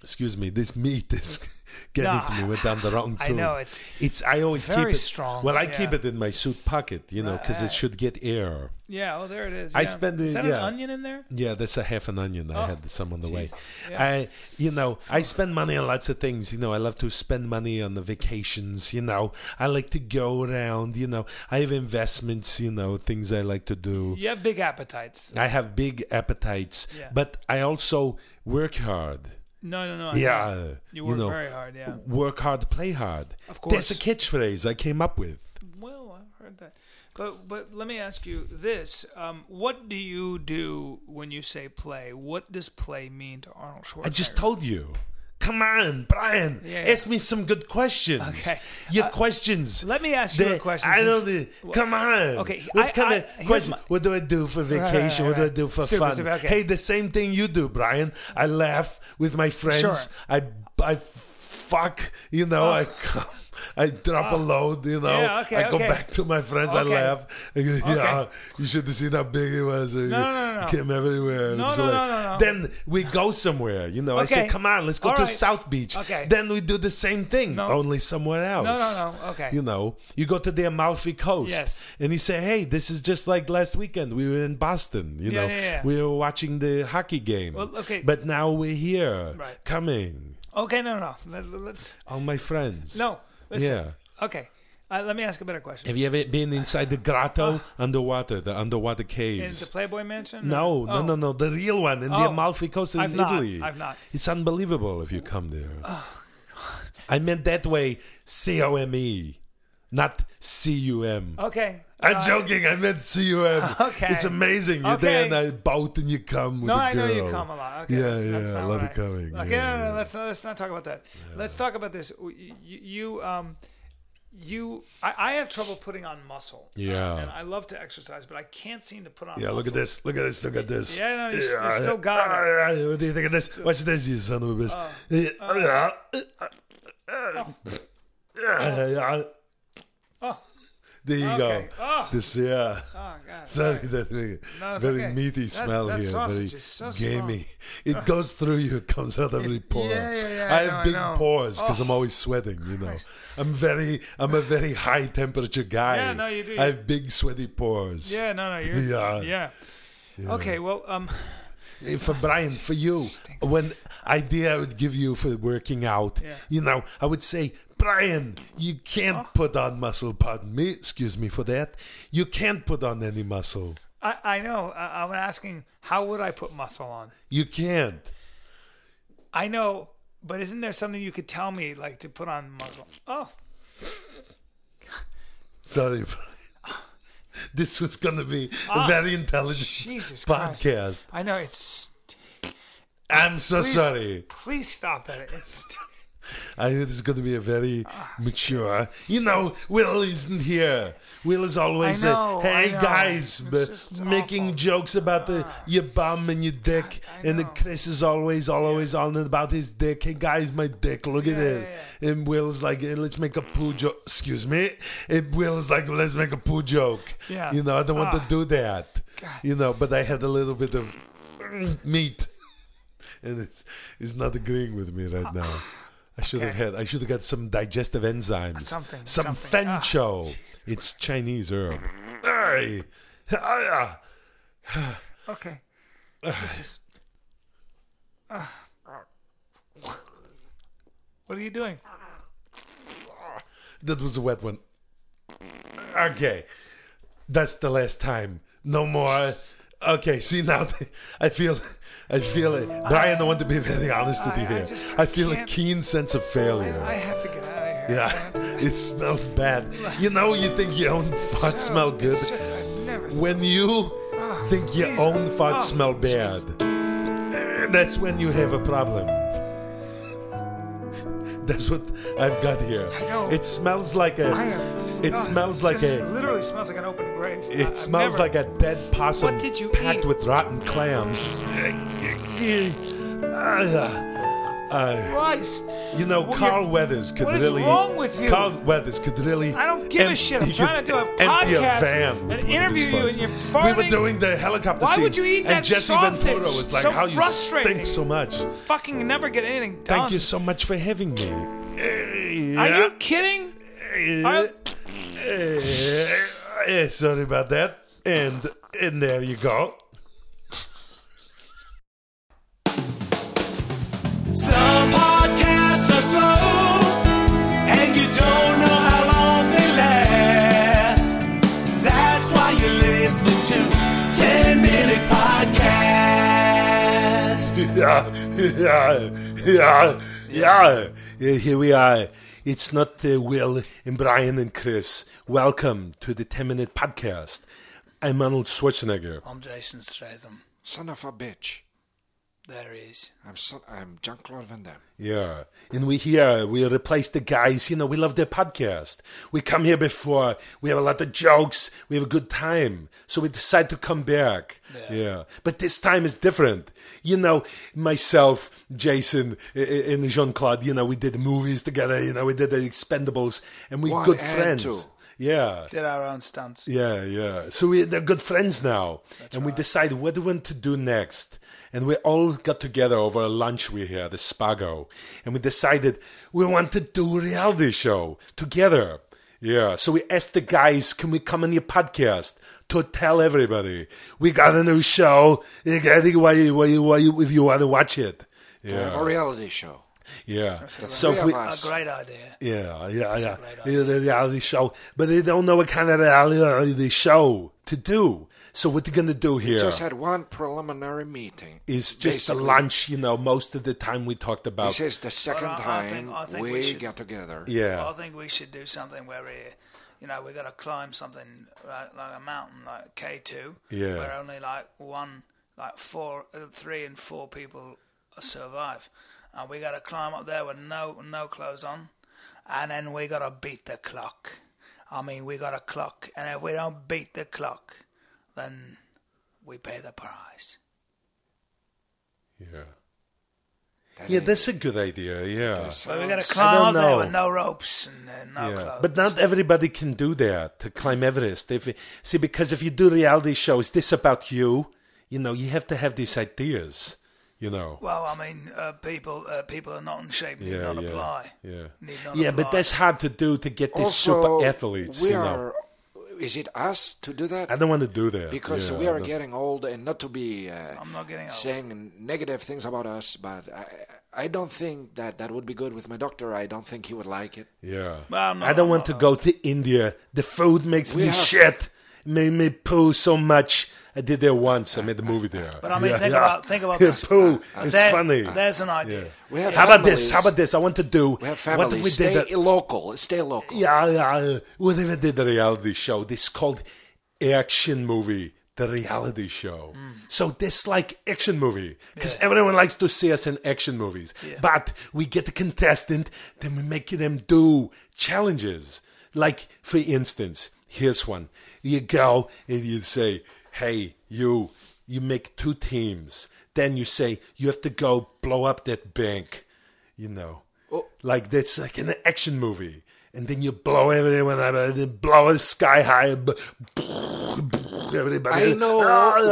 D: Excuse me. This meat is getting
B: No,
D: to me. We're down the wrong.
B: I
D: tube.
B: know, it's
D: It's. I always keep
B: very
D: it
B: strong,
D: Well, I keep
B: yeah.
D: it in my suit pocket, you know, because it should get air.
B: yeah, oh, there it is.
D: I
B: yeah.
D: spend the-
B: Is that an
D: yeah.
B: onion in there? Oh,
D: Yeah, that's a half an onion. I had some on the way.
B: Yeah.
D: I, you know, I spend money on lots of things. You know, I love to spend money on the vacations. You know, I like to go around. You know, I have investments. You know, things I like to do.
B: You have big appetites.
D: I have big appetites,
B: Yeah.
D: but I also work hard.
B: No, no, no. I know.
D: Yeah,
B: you work
D: know,
B: very hard. Yeah.
D: Work hard, play hard.
B: Of
D: That's a
B: course.
D: catchphrase I came up with.
B: Well, I've heard that. But but let me ask you this: um, What do you do when you say play? What does play mean to Arnold Schwarzenegger?
D: I just told you. Come on, Brian.
B: Yeah, yeah.
D: Ask me some good questions.
B: Okay.
D: Your
B: Uh,
D: questions.
B: let me ask you
D: They-
B: a question
D: I
B: since-
D: don't. need- Come on.
B: Okay,
D: What
B: I-
D: kind
B: I-
D: of
B: here's
D: question?
B: my-
D: what do I do for
B: right,
D: vacation?
B: right,
D: What
B: right.
D: do I do for
B: Stupid,
D: fun?
B: stupid, okay.
D: Hey, the same thing you do, Brian. I laugh with my friends.
B: Sure. Oh.
D: I I fuck. You know. I come. I drop a load, you know.
B: Yeah, okay,
D: I go
B: okay.
D: back to my friends.
B: Okay.
D: I laugh. I go, Yeah, you should have seen how big it was.
B: no, no, no.
D: Came everywhere.
B: No,
D: It's
B: no, no, no, no.
D: Then then we go somewhere. You know, I say,
B: Okay.
D: come on, let's go
B: All
D: to
B: right.
D: South Beach.
B: Okay.
D: Then we do the same thing,
B: No.
D: only somewhere else.
B: no, no, okay.
D: You know, you go to the Amalfi Coast.
B: Yes.
D: And you say, hey, this is just like last weekend. We were in Boston. You
B: Yeah,
D: know,
B: yeah, yeah.
D: we were watching the hockey game.
B: Well, okay.
D: But now we're here,
B: Right.
D: coming.
B: Okay, no, no, no. Let, let's
D: All my friends.
B: no. Listen.
D: Yeah.
B: Okay. Uh, let me ask a better question.
D: Have you ever been inside the grotto underwater, the underwater
B: Uh. In
D: caves?
B: the Playboy Mansion? or-
D: no, no,
B: Oh.
D: no, no. The real one in
B: Oh.
D: the Amalfi Coast in
B: I've not.
D: Italy.
B: I've not.
D: It's unbelievable if you come there. I meant that way, C O M E, not C U M.
B: Okay.
D: I'm joking. I meant C U M.
B: Okay.
D: It's amazing. You're there
B: Okay.
D: in a boat and you come with
B: No,
D: a
B: I know
D: girl.
B: you come a lot. Okay,
D: yeah,
B: that's,
D: yeah.
B: that's
D: I
B: not
D: love
B: what
D: it coming.
B: Oh, Okay,
D: yeah,
B: no, no,
D: yeah.
B: no, let's not, let's not talk about that. Let's talk about this. You, you um, you, I, I have trouble putting on muscle. uh,
D: Yeah.
B: and I love to exercise, but I can't seem to put on.
D: Yeah, look at
B: muscle.
D: this. Look at this. Look at this.
B: Yeah, no, you s- you still got it.
D: Ah, ah, What do you think of this? Watch this, you son of a bitch.
B: Uh,
D: Yeah, ah, ah, ah,
B: Oh.
D: ah, ah. There you
B: Okay.
D: go.
B: Oh.
D: This, yeah.
B: Oh, God.
D: Sorry, that very,
B: No, it's
D: very
B: okay.
D: meaty
B: That-
D: smell
B: that
D: here.
B: sausage
D: Very
B: is so
D: gamey. It goes through you. It comes out every pore.
B: yeah, yeah,
D: I
B: I
D: have
B: know, I
D: big
B: know. Oh,
D: pores because I'm always sweating. You know, I'm very, I'm a very high temperature guy.
B: Yeah, no, you do.
D: I have big sweaty pores.
B: Yeah, no, no, you're, yeah.
D: Yeah.
B: yeah, Okay, well, um,
D: Eh, for Brian, for you, when idea I would give you for working out,
B: Yeah. Oh.
D: you know, I would say, Brian, you can't put on muscle. Pardon me, excuse me for that. You can't put on any muscle.
B: I, I know. I, I'm asking, how would I put muscle on?
D: You can't.
B: I know, but isn't there something you could tell me, like to put on muscle? Oh,
D: Sorry, Brian. This was gonna be a
I: Ah,
D: very intelligent
B: ah, Jesus Christ.
D: podcast.
B: I know it's.
D: I'm so
B: Please,
D: sorry.
B: Please stop that. It's.
D: I hear this is going to be a very mature. You know, Will isn't here. Will is always,
B: I
D: uh,
B: know,
D: hey
B: I know. It's
D: guys, b-
B: just
D: making
B: awful. Ah.
D: jokes about the, your bum and your dick.
B: I
D: and then
B: know.
D: Chris is always, always on about his dick. Hey guys, my dick, look at it. And Will's like, "Hey, let's make a poo joke. Excuse me. And Will's like, let's make a poo joke.
B: Yeah.
D: You know, I don't want
B: Ah.
D: to do that. You know, but I had a little bit of meat. And it's, it's not agreeing with me right now. I should have had. I should have got some digestive enzymes.
B: Something,
D: Some
B: something. Ah.
D: fencho. It's Chinese herb. Hey. Ah, yeah.
B: Okay. This is. Ah. What are you doing?
E: That was a wet one. Okay. That's the last time. No more. Okay, see now I feel I feel it. Brian, I want to be very honest with you
B: I- I
E: here. I,
B: just-
E: feel a
B: can't-
E: keen sense of failure.
B: I have to get out of here. I
E: yeah.
B: have to-
E: It smells bad. You know you think your own farts
B: So,
E: smell good.
B: It's just, I've never Ah,
E: When you think your
B: please.
E: own
B: Oh,
E: farts smell bad, that's when you have a problem. That's what I've got here.
B: I know.
E: It smells like a.
B: I have,
E: It
B: Ah,
E: smells like
B: just
E: a-
B: Literally smells like an open grave. I-
E: It
B: I've
E: smells
B: never-
E: like a dead possum
B: What did you
E: packed
B: eat?
E: with rotten clams. Uh,
B: Christ.
E: you know,
B: Well,
E: Carl
B: you're-
E: Weathers could
B: what is
E: really.
B: wrong with you?
E: Carl Weathers could really.
B: I don't give a
E: em-
B: shit. I'm
E: he
B: trying to
E: could
B: do a
E: empty
B: podcast
E: van
B: and
E: with- with
B: interview
E: his
B: you
E: farts.
B: and you're
E: We
B: farting.
E: were doing the helicopter
B: Why
E: scene.
B: would you eat
E: and
B: that
E: Jesse
B: sausage?
E: Ventura was like,
B: So
E: "How you
B: frustrating."
E: stink so much."
B: Fucking never get anything done.
E: Thank you so much for having me.
B: Are you kidding? Are-
E: Eh, sorry about that. And and there you go.
C: Some podcasts are slow, and you don't know how long they last. That's why you're listening to 10 Minute Podcast.
D: yeah, yeah, yeah, yeah. Yeah, Here we are. It's not uh, Will and Brian and Chris. Welcome to the 10 Minute Podcast. I'm Arnold Schwarzenegger.
B: I'm Jason Statham.
H: Son of a bitch.
B: There he is.
H: I'm son, I'm Jean Claude Van Damme.
D: Yeah. And we here, we replace the guys. You know, we love their podcast. We come here before, we have a lot of jokes, we have a good time. So we decide to come back. Yeah. But this time is different. You know, myself, Jason, i- i- and Jean Claude, you know, we did movies together, you know, we did the Expendables, and we
H: One
D: good
H: and
D: friends.
H: two.
D: Yeah.
B: Did our own stunts.
D: Yeah, yeah. So we, they're good friends now, and we decide what we want to do next. And we all got together over a lunch we had, the Spago, and we decided we want to do a reality show together. Yeah. So we asked the guys, "Can we come on your podcast to tell everybody we got a new show? I think why, why, why, if you want to watch it."
H: Have
D: Yeah,
H: a reality show.
D: yeah. So
H: Three
D: we,
H: of us.
I: Great idea.
D: yeah, yeah, yeah. Yeah, the reality show, but they don't know what kind of reality show to do. So what they're gonna do here is
H: Just
D: just,
H: had one preliminary meeting.
D: a
H: basically.
D: lunch. You know, most of the time we talked about.
H: This is the second
I: I- I
H: time
I: think- I think
H: we,
I: we should-
H: get together.
D: yeah,
I: I think we should do something where we, you know, we got to climb something like, like a mountain, like K two,
D: Yeah.
I: where only like one, like four, uh, three and four people survive, and we got to climb up there with no no clothes on, and then we got to beat the clock. I mean, we got a clock, and if we don't beat the clock, then we pay the price.
D: yeah,
H: That
D: yeah.
H: is-
D: That's a good idea. Yeah,
I: But we got to
D: don't
I: climb up there
D: know.
I: with no ropes and uh, no
D: yeah.
I: clothes.
D: But not everybody can do that to climb Everest. If see, because if you do reality shows, this about you. You know, you have to have these ideas. You know.
I: Well, I mean, uh, people uh, people are not in shape. Need
D: Yeah,
I: not
D: yeah,
I: apply.
D: yeah.
I: Need not
D: Yeah,
I: apply.
D: but that's hard to do to get these
H: also,
D: super athletes.
H: We
D: you know.
H: are. Is it us to do that?
D: I don't want to do that
H: because
D: Yeah,
H: we
D: I
H: are
D: don't-
H: getting old, and not to be uh,
I: I'm not getting old.
H: saying negative things about us, but I, I don't think that that would be good with my doctor. I don't think he would like it.
D: Yeah.
I: I'm not-
D: I don't
I: I'm
D: want to go to India. The food makes
H: We
D: me
H: have-
D: shit. Made me poo so much. I did there once. I made a movie there.
I: But I mean, think about think about
D: Yeah,
I: this.
D: poo. it's
I: There-
D: funny.
I: There's an idea.
H: We have
D: How about this?
H: families-
D: How about this? I want to do.
H: We have
D: What
H: families.
D: if we
H: stay
D: did a,
H: local. Stay local.
D: yeah, yeah, what if we did a reality show? This is called action movie, the reality show.
I: Hmm.
D: So this like action movie because everyone likes to see us in action movies. But we get the contestant, then we make them do challenges. Like for instance, here's one: you go and you say, "Hey, you." You make two teams. Then you say you have to go blow up that bank you know.
H: Oh.
D: Like that's like an action movie. And then you blow everyone up, and then blow it sky high. and b- Everybody, Ah,
H: I know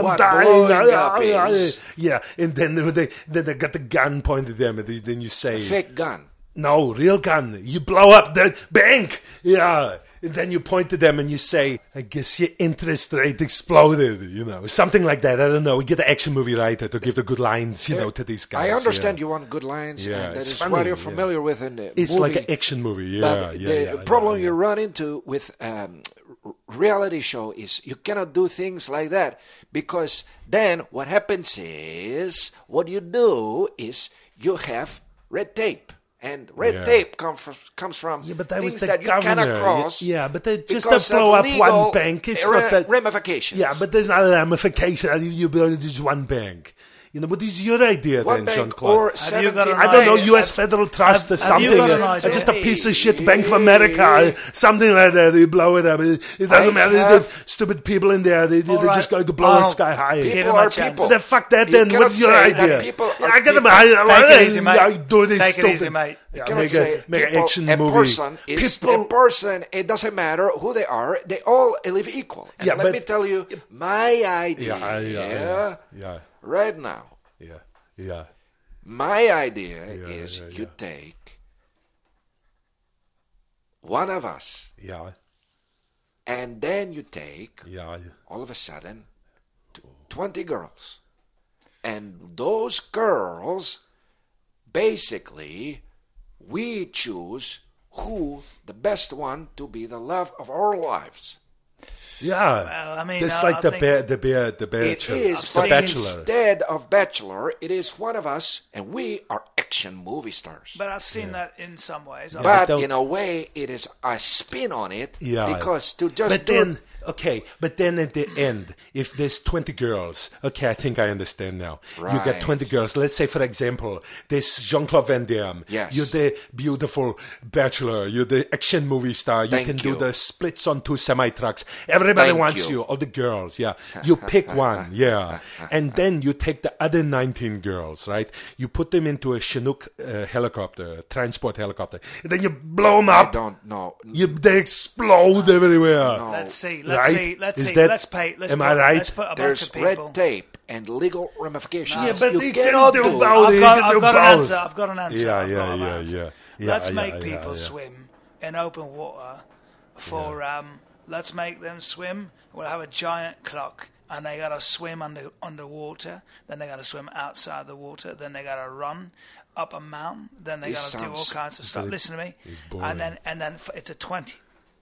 H: what blowing up is.
D: Yeah, and then they then they got the gun pointed at them, and they- then you say,
H: Fake gun.
D: "No, real gun. You blow up the bank." Yeah, And then you point to them and you say, I guess your interest rate exploded, you know, something like that. I don't know. We get the action movie writer to give the good lines, you know, to these guys.
H: Eh, I understand
D: yeah.
H: you want good lines,
D: Yeah,
H: and that
D: it's
H: is what
D: funny,
H: you're
D: yeah.
H: familiar with in uh, the
D: It's
H: movie.
D: like an action movie. Yeah,
H: but
D: yeah,
H: the
D: yeah, I know,
H: problem
D: yeah.
H: you run into with um, r- reality show is you cannot do things like that because then what happens is what you do is you have red tape. And red
D: Yeah.
H: tape come from, comes from
D: Yeah, but that
H: things
D: was the
H: that you
D: governor.
H: cannot cross.
D: Yeah, but they just
H: because
D: to blow
H: of
D: up
H: legal
D: one bank. It's
H: ra-
D: not that
H: ramifications.
D: Yeah, but there's not a ramification. How do You build just one bank. You know, what is your idea
H: one
D: then, Jean
H: bank
D: Claude?
H: or
I: Have you got
H: 17
I: an
D: I don't know,
I: Nice.
D: U.S. Federal Trust or
I: have you
D: something,
I: got an
D: uh,
I: idea?
D: just a piece of shit, Bank of America, uh, something like that. You blow it up. It, it doesn't
H: I
D: matter. They
H: have-
D: have stupid people in there. They, they,
I: All
D: they're
I: right. Oh,
D: just going to blow it
I: Arnold,
D: sky high.
I: give
H: People
I: him a
H: are
I: chance.
H: people.
D: The fuck that
H: You
D: then.
H: cannot
D: What's your
H: say that
D: idea?
H: people are
D: I got
H: people.
D: I, I,
I: Take it easy, mate.
D: I do this
I: Take it
D: stupid.
I: easy, mate.
D: Yeah,
H: cannot
D: make
H: say
D: a, make an
H: people-
D: action
H: a
D: movie.
H: person is a
D: people
H: person. It doesn't matter who they are. They all live equal. And
D: Yeah,
H: let
D: but-
H: me tell you my idea.
D: yeah, yeah, yeah.
H: Right now,
D: Yeah, yeah.
H: my idea is you take one of us,
D: Yeah,
H: and then you take
D: yeah,
H: all of a sudden t- twenty girls, and those girls, basically, we choose who the best one to be the love of our lives.
D: yeah.
I: Well, I mean,
D: it's
I: I-
D: like
I: I
D: the
I: think-
D: bear, the bear, the bear.
H: It is,
D: the
H: but
D: bachelor.
H: instead of bachelor, it is one of us, and we are action movie stars.
I: But I've seen that in some ways. I-
H: But,
D: don't-
H: in a way, it is a spin on it.
D: Yeah.
H: Because to just
D: But
H: do
D: then, okay, but then at the end, if there's 20 girls, okay, I think I understand now. You
H: Right.
D: got 20 girls. Let's say, for example, there's Jean Claude Van Damme.
H: Yes.
D: You're the beautiful bachelor. You're the action movie star. You
H: Thank
D: can
H: you.
D: do the splits on two semi trucks. Everybody
H: Thank
D: wants
H: you.
D: you. all the girls, yeah. You pick one, yeah. And then you take the other 19 girls, right? You put them into a Chinook uh, helicopter, transport helicopter. And then you blow them
H: I
D: up.
H: don't know.
D: You, they explode everywhere.
I: Let's see. Let's
D: Right?
I: see. Let's
D: Is
I: see.
D: that-
I: let's pay. Let's
D: am
I: put,
D: I right?
I: Let's put a
H: There's
I: bunch of people.
H: red tape and legal ramifications.
D: Yeah, but
H: you
D: they
H: cannot
D: cannot do
H: do it.
D: both.
I: I've
D: They
I: got,
D: can
I: I've
D: do
I: got an
D: both.
I: answer. I've got an answer.
D: Yeah,
I: I've got
D: yeah,
I: an
D: yeah,
I: answer.
D: yeah. Yeah,
I: let's
D: yeah,
I: make
D: yeah,
I: people
D: yeah.
I: swim in open water for. Um, let's make them swim. We'll have a giant clock, and they gotta swim under underwater. Then they gotta swim outside the water. Then they gotta run up a mountain. Then they
H: This
I: gotta do all
H: sounds
I: kinds of stuff. Listen to me.
D: boring.
I: And then and then f- it's a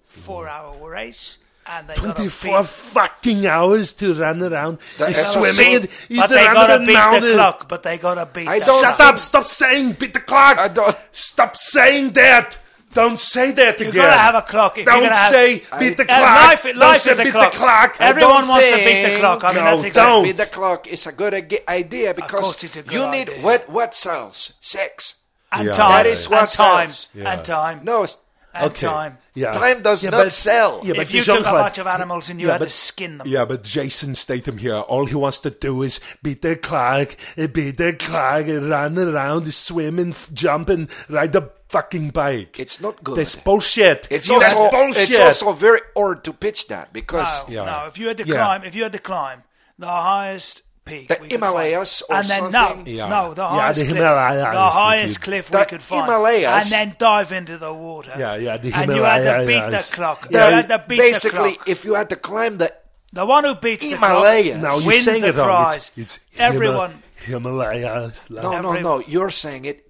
I: twenty-four-hour race, and they gotta
D: 24
I: beat-
D: fucking hours to run around and
H: episode-
D: swimming and eat
I: But they
D: around
I: gotta
D: the
I: beat
D: mountain.
I: the clock. But they gotta beat.
H: I
I: the
H: don't-
I: clock.
D: Shut up! Stop saying beat the clock!
H: I don't-
D: Stop saying that! Don't say that again.
I: You gotta have a clock. If you're
D: don't
I: gonna have-
D: say beat the
I: Uh,
D: clock.
I: Life,
D: Don't
I: life
D: say
I: is a
D: beat
I: clock.
D: the clock. I
I: Everyone
D: don't
I: wants to
D: think-
I: beat the clock. I mean,
D: No,
I: that's exactly.
D: don't.
H: Beat the clock is a good ag- idea because
I: course it's a good
H: you need
I: idea.
H: what what sells sex.
I: And
D: Yeah.
I: time.
D: That
H: is what
I: and time.
H: sells.
D: Yeah.
I: And time.
H: No, it's-
I: And
D: Okay.
I: time.
D: Yeah.
H: Time does
D: Yeah,
H: not
D: but-
H: sell.
D: Yeah,
I: If
D: but
I: you took a
D: Jean-Claude-
I: bunch of animals and you had to skin them.
D: Yeah, but Jason Statham here, all he wants to do is beat the clock, eh, beat the clock, eh, run around, swim and f- jump and ride a fucking bike.
H: It's not good.
D: That's bullshit.
H: It's
D: That's
H: also,
D: bullshit.
H: it's also very hard to pitch that because
I: No,
D: Yeah.
I: no. If you had to
D: Yeah.
I: climb, if you had to climb the highest peak,
H: The
I: we could
H: Himalayas
I: find.
H: or
I: and then
H: something?
I: no,
D: Yeah.
I: no, the
D: Yeah,
I: highest
D: the
I: cliff,
D: Himalayas,
I: the
D: if you
I: highest
D: could.
I: cliff
H: The
I: we could find,
H: Himalayas-
I: and then dive into the water.
D: Yeah, yeah, the
I: and you had to beat the
D: Himalayas.
I: clock.
D: Yeah,
I: you had to beat
H: basically,
I: the clock.
H: if you had to climb the
I: The one who beats
H: Himalayas.
I: the
D: now
I: clock
D: you're
I: wins
D: saying
I: the
D: it wrong. It's,
I: prize.
D: it's
I: everyone.
D: Himalayas.
H: no
D: No,
H: no
I: Every-
H: no, you're saying it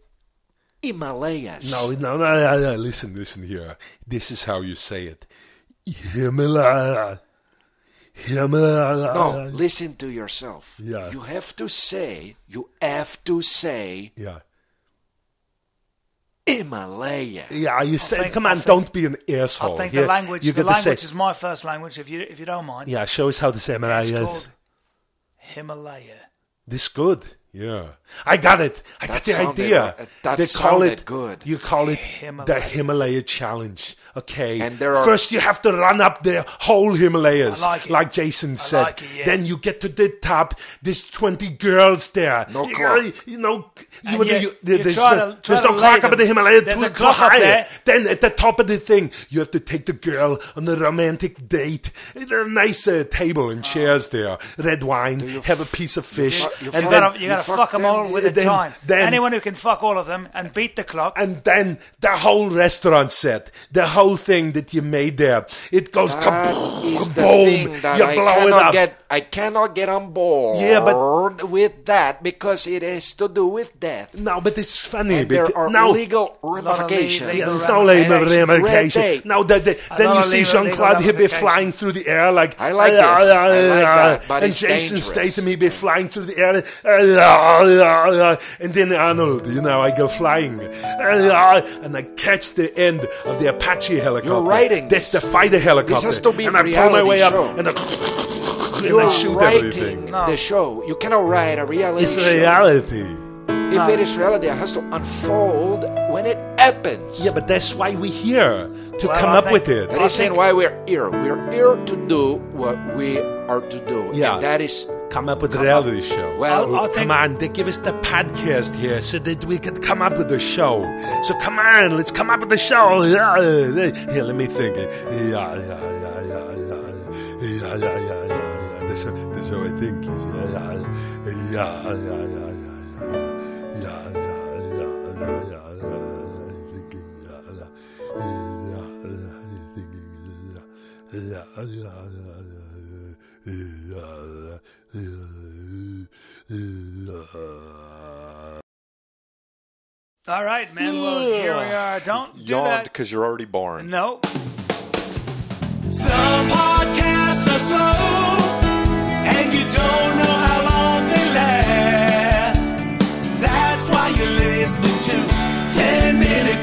H: Himalayas.
D: no, no, no, no, no. Listen, listen here. This is how you say it. Himalaya. Himalaya.
H: no, listen to yourself.
D: Yeah.
H: You have to say, you have to say
D: Yeah.
H: Himalaya.
D: Yeah, you said,
I: think-
D: come
I: I
D: on,
I: think-
D: don't be an asshole.
I: I think
D: Oh, Yeah,
I: the language,
D: you
I: the
D: got to say-
I: language is my first language. If you if you don't mind,
D: Yeah, show us how to say
I: it's
D: Himalayas.
I: called Himalaya.
D: This good. Yeah. I got it. I got
H: That
D: the
H: sounded-
D: idea.
H: uh, that
D: they call
H: sounded
D: it
H: good.
D: You call it
I: Himalaya.
D: the Himalaya challenge. Okay.
H: And there are-
D: First you have to run up the whole Himalayas.
I: I like it.
D: Jason
I: I
D: said.
I: like it, yeah.
D: Then you get to the top, there's twenty girls there.
H: No
D: you,
H: clock.
D: you know you,
I: And
D: you,
I: you- you
D: there's,
I: try
D: no,
I: to- try
D: there's
I: to
D: no clock
I: lay
D: up in the
I: them.
D: Himalaya
I: There's
D: too,
I: a clock up
D: higher.
I: there.
D: Then at the top of the thing, you have to take the girl on a romantic date. There are nice uh, table and chairs there, red wine, have a piece of fish,
H: you
D: and
H: find-
D: then
I: gotta- you gotta
D: fuck
I: fuck them
D: them,
I: all with a
D: then-
I: time.
D: then-
I: Anyone who can fuck all of them and beat the clock.
D: and then the whole restaurant set, the whole thing that you made there, it goes
H: That
D: kaboom,
H: is the
D: kaboom.
H: thing that
D: You
H: I
D: blow it
H: cannot
D: up.
H: get. I cannot get on board.
D: Yeah,
H: with that because it has to do with death.
D: no, but it's funny.
H: And there
D: bec-
H: are
D: now,
H: legal ramifications.
I: legal
D: Yes,
I: Yes,
D: no labor
H: Red
D: ramification.
H: tape.
D: Now that the, then you
I: lot of
D: see
I: legal-
D: Jean Claude,
I: legal
D: he'll be
I: ramifications.
D: flying through the air like. uh,
H: I like this. I like that, but
D: and
H: it's
D: Jason
H: dangerous.
D: Statham, he'll be flying through the air. And then Arnold, you know, I go flying. uh, And I catch the end of the Apache helicopter.
H: writing
D: That's the
H: this.
D: fighter helicopter.
H: has to be
D: And I pull my
H: reality
D: way
H: show.
D: up and I, and I
H: You're
D: shoot
H: writing
D: everything.
H: the show. You cannot write a reality
D: It's
H: show.
D: reality.
H: If it is reality, it has to unfold when it happens.
D: Yeah, but that's why we're here to
I: Well,
D: come
I: I
D: up
I: think-
D: with it.
H: That is saying why we're here. We're here to do what we are to do.
D: Yeah.
H: And that is
D: come up with a reality show.
H: Well,
D: Oh, come on, they give us the podcast here so that we can come up with a show. So come on, let's come up with a show. Oh, Yeah, Here, let me think. Yeah, yeah, yeah, yeah, yeah. Yeah, yeah, yeah, yeah, yeah. That's how, that's how I think. is, Yeah, yeah, yeah, yeah, yeah, yeah, yeah. Yeah, yeah, yeah, yeah, yeah, yeah. Thinking, yeah, yeah. Yeah, yeah, thinking, yeah, yeah, yeah, yeah, yeah, yeah, yeah.
I: All right, man. Well, here we are. Don't do
A: Yawned
I: that.
A: because you're already born.
I: No.
C: Some podcasts are slow, and you don't know how long they last. That's why you're listening to 10 Minute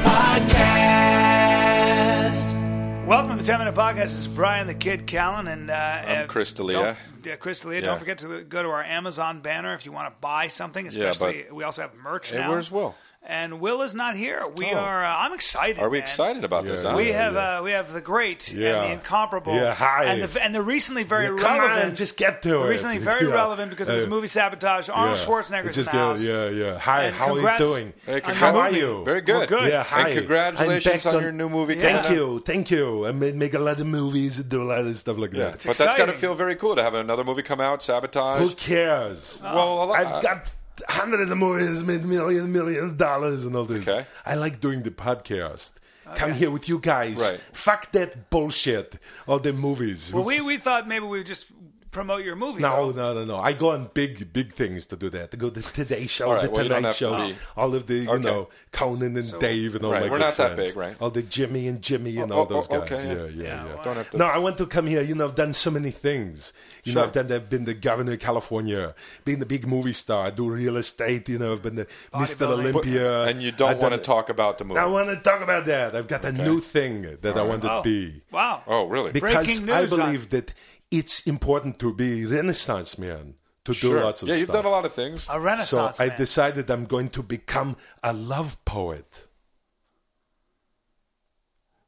C: Podcast.
I: Welcome to the 10 Minute Podcast. It's Brian the Kid Callan and uh,
A: I'm
I: uh,
A: Chris D'Elia.
I: don't- Yeah, Chris D'Elia.
A: Yeah.
I: Don't forget to go to our Amazon banner if you want to buy something.
A: Yeah, but-
I: Especially, we also have merch
A: Hey,
I: now.
A: where's Will?
I: And Will is not here. We
A: Oh.
I: are. Uh, I'm excited.
A: Are we
I: man.
A: excited about this?
D: Yeah.
A: huh?
I: We have uh, we have the great
D: Yeah.
I: and the incomparable
D: Yeah, hi.
I: and the and the recently very
D: Yeah, come
I: relevant
D: on, just get to
I: the
D: it.
I: recently very
D: Yeah.
I: relevant because of his
D: Uh,
I: movie sabotage Arnold
D: Yeah.
I: Schwarzenegger's
D: Just
I: in the
D: go-
I: house
D: Yeah, yeah. Hi,
I: And
D: how are you
I: congrats
D: doing?
A: Hey,
I: on your
A: how are
I: movie.
D: you?
A: Very good.
I: We're good.
D: Yeah, hi.
A: And congratulations
D: I'm back
A: on, your new movie.
D: Thank
A: coming up.
D: you, thank you. I made, make a lot of movies and do a lot of stuff like
A: Yeah.
D: that.
A: But that's got to
I: exciting.
A: feel very cool to have another movie come out, Sabotage.
D: Who cares?
A: Well, a lot-
D: I've got hundreds of movies, made million, million dollars and all this.
A: Okay. Oh,
D: I like doing the podcast. Come here with you guys.
A: Right.
D: Fuck that bullshit. All the movies.
I: Well, we we thought maybe we would just promote your movie.
D: no,
I: though.
D: no, no, no. I go on big, big things to do that. To go to Today Show,
A: All right,
D: the
A: well, you don't
D: Tonight
A: have to
D: Show,
A: be-
D: all of the, you
A: Okay.
D: know, Conan and Dave and all
A: Right,
D: my
A: we're
D: good
A: not that
D: friends.
A: big, right?
D: All the Jimmy and Jimmy and
A: Oh,
D: all
A: oh,
D: those
A: oh,
D: guys.
A: okay,
D: Yeah,
A: yeah.
D: yeah, yeah.
A: Don't have to-
D: No, I want to come here. You know, I've done so many things. You know, I've done. I've been the governor of California, been a big movie star. I do real estate. You know, I've been the Mr. Olympia.
A: and you don't
D: I've
A: want to
D: done-
A: talk about the movie.
D: I want to talk about that. I've got a new thing that I want to be
I: Wow.
A: oh, really?
D: because
I: Breaking
D: I
I: news on-
D: believe that it's important to be Renaissance man to do
A: Sure.
D: lots of
A: yeah,
D: stuff.
A: you've done a lot of things.
I: A
D: so
I: renaissance
D: I
I: man.
D: decided I'm going to become a love poet.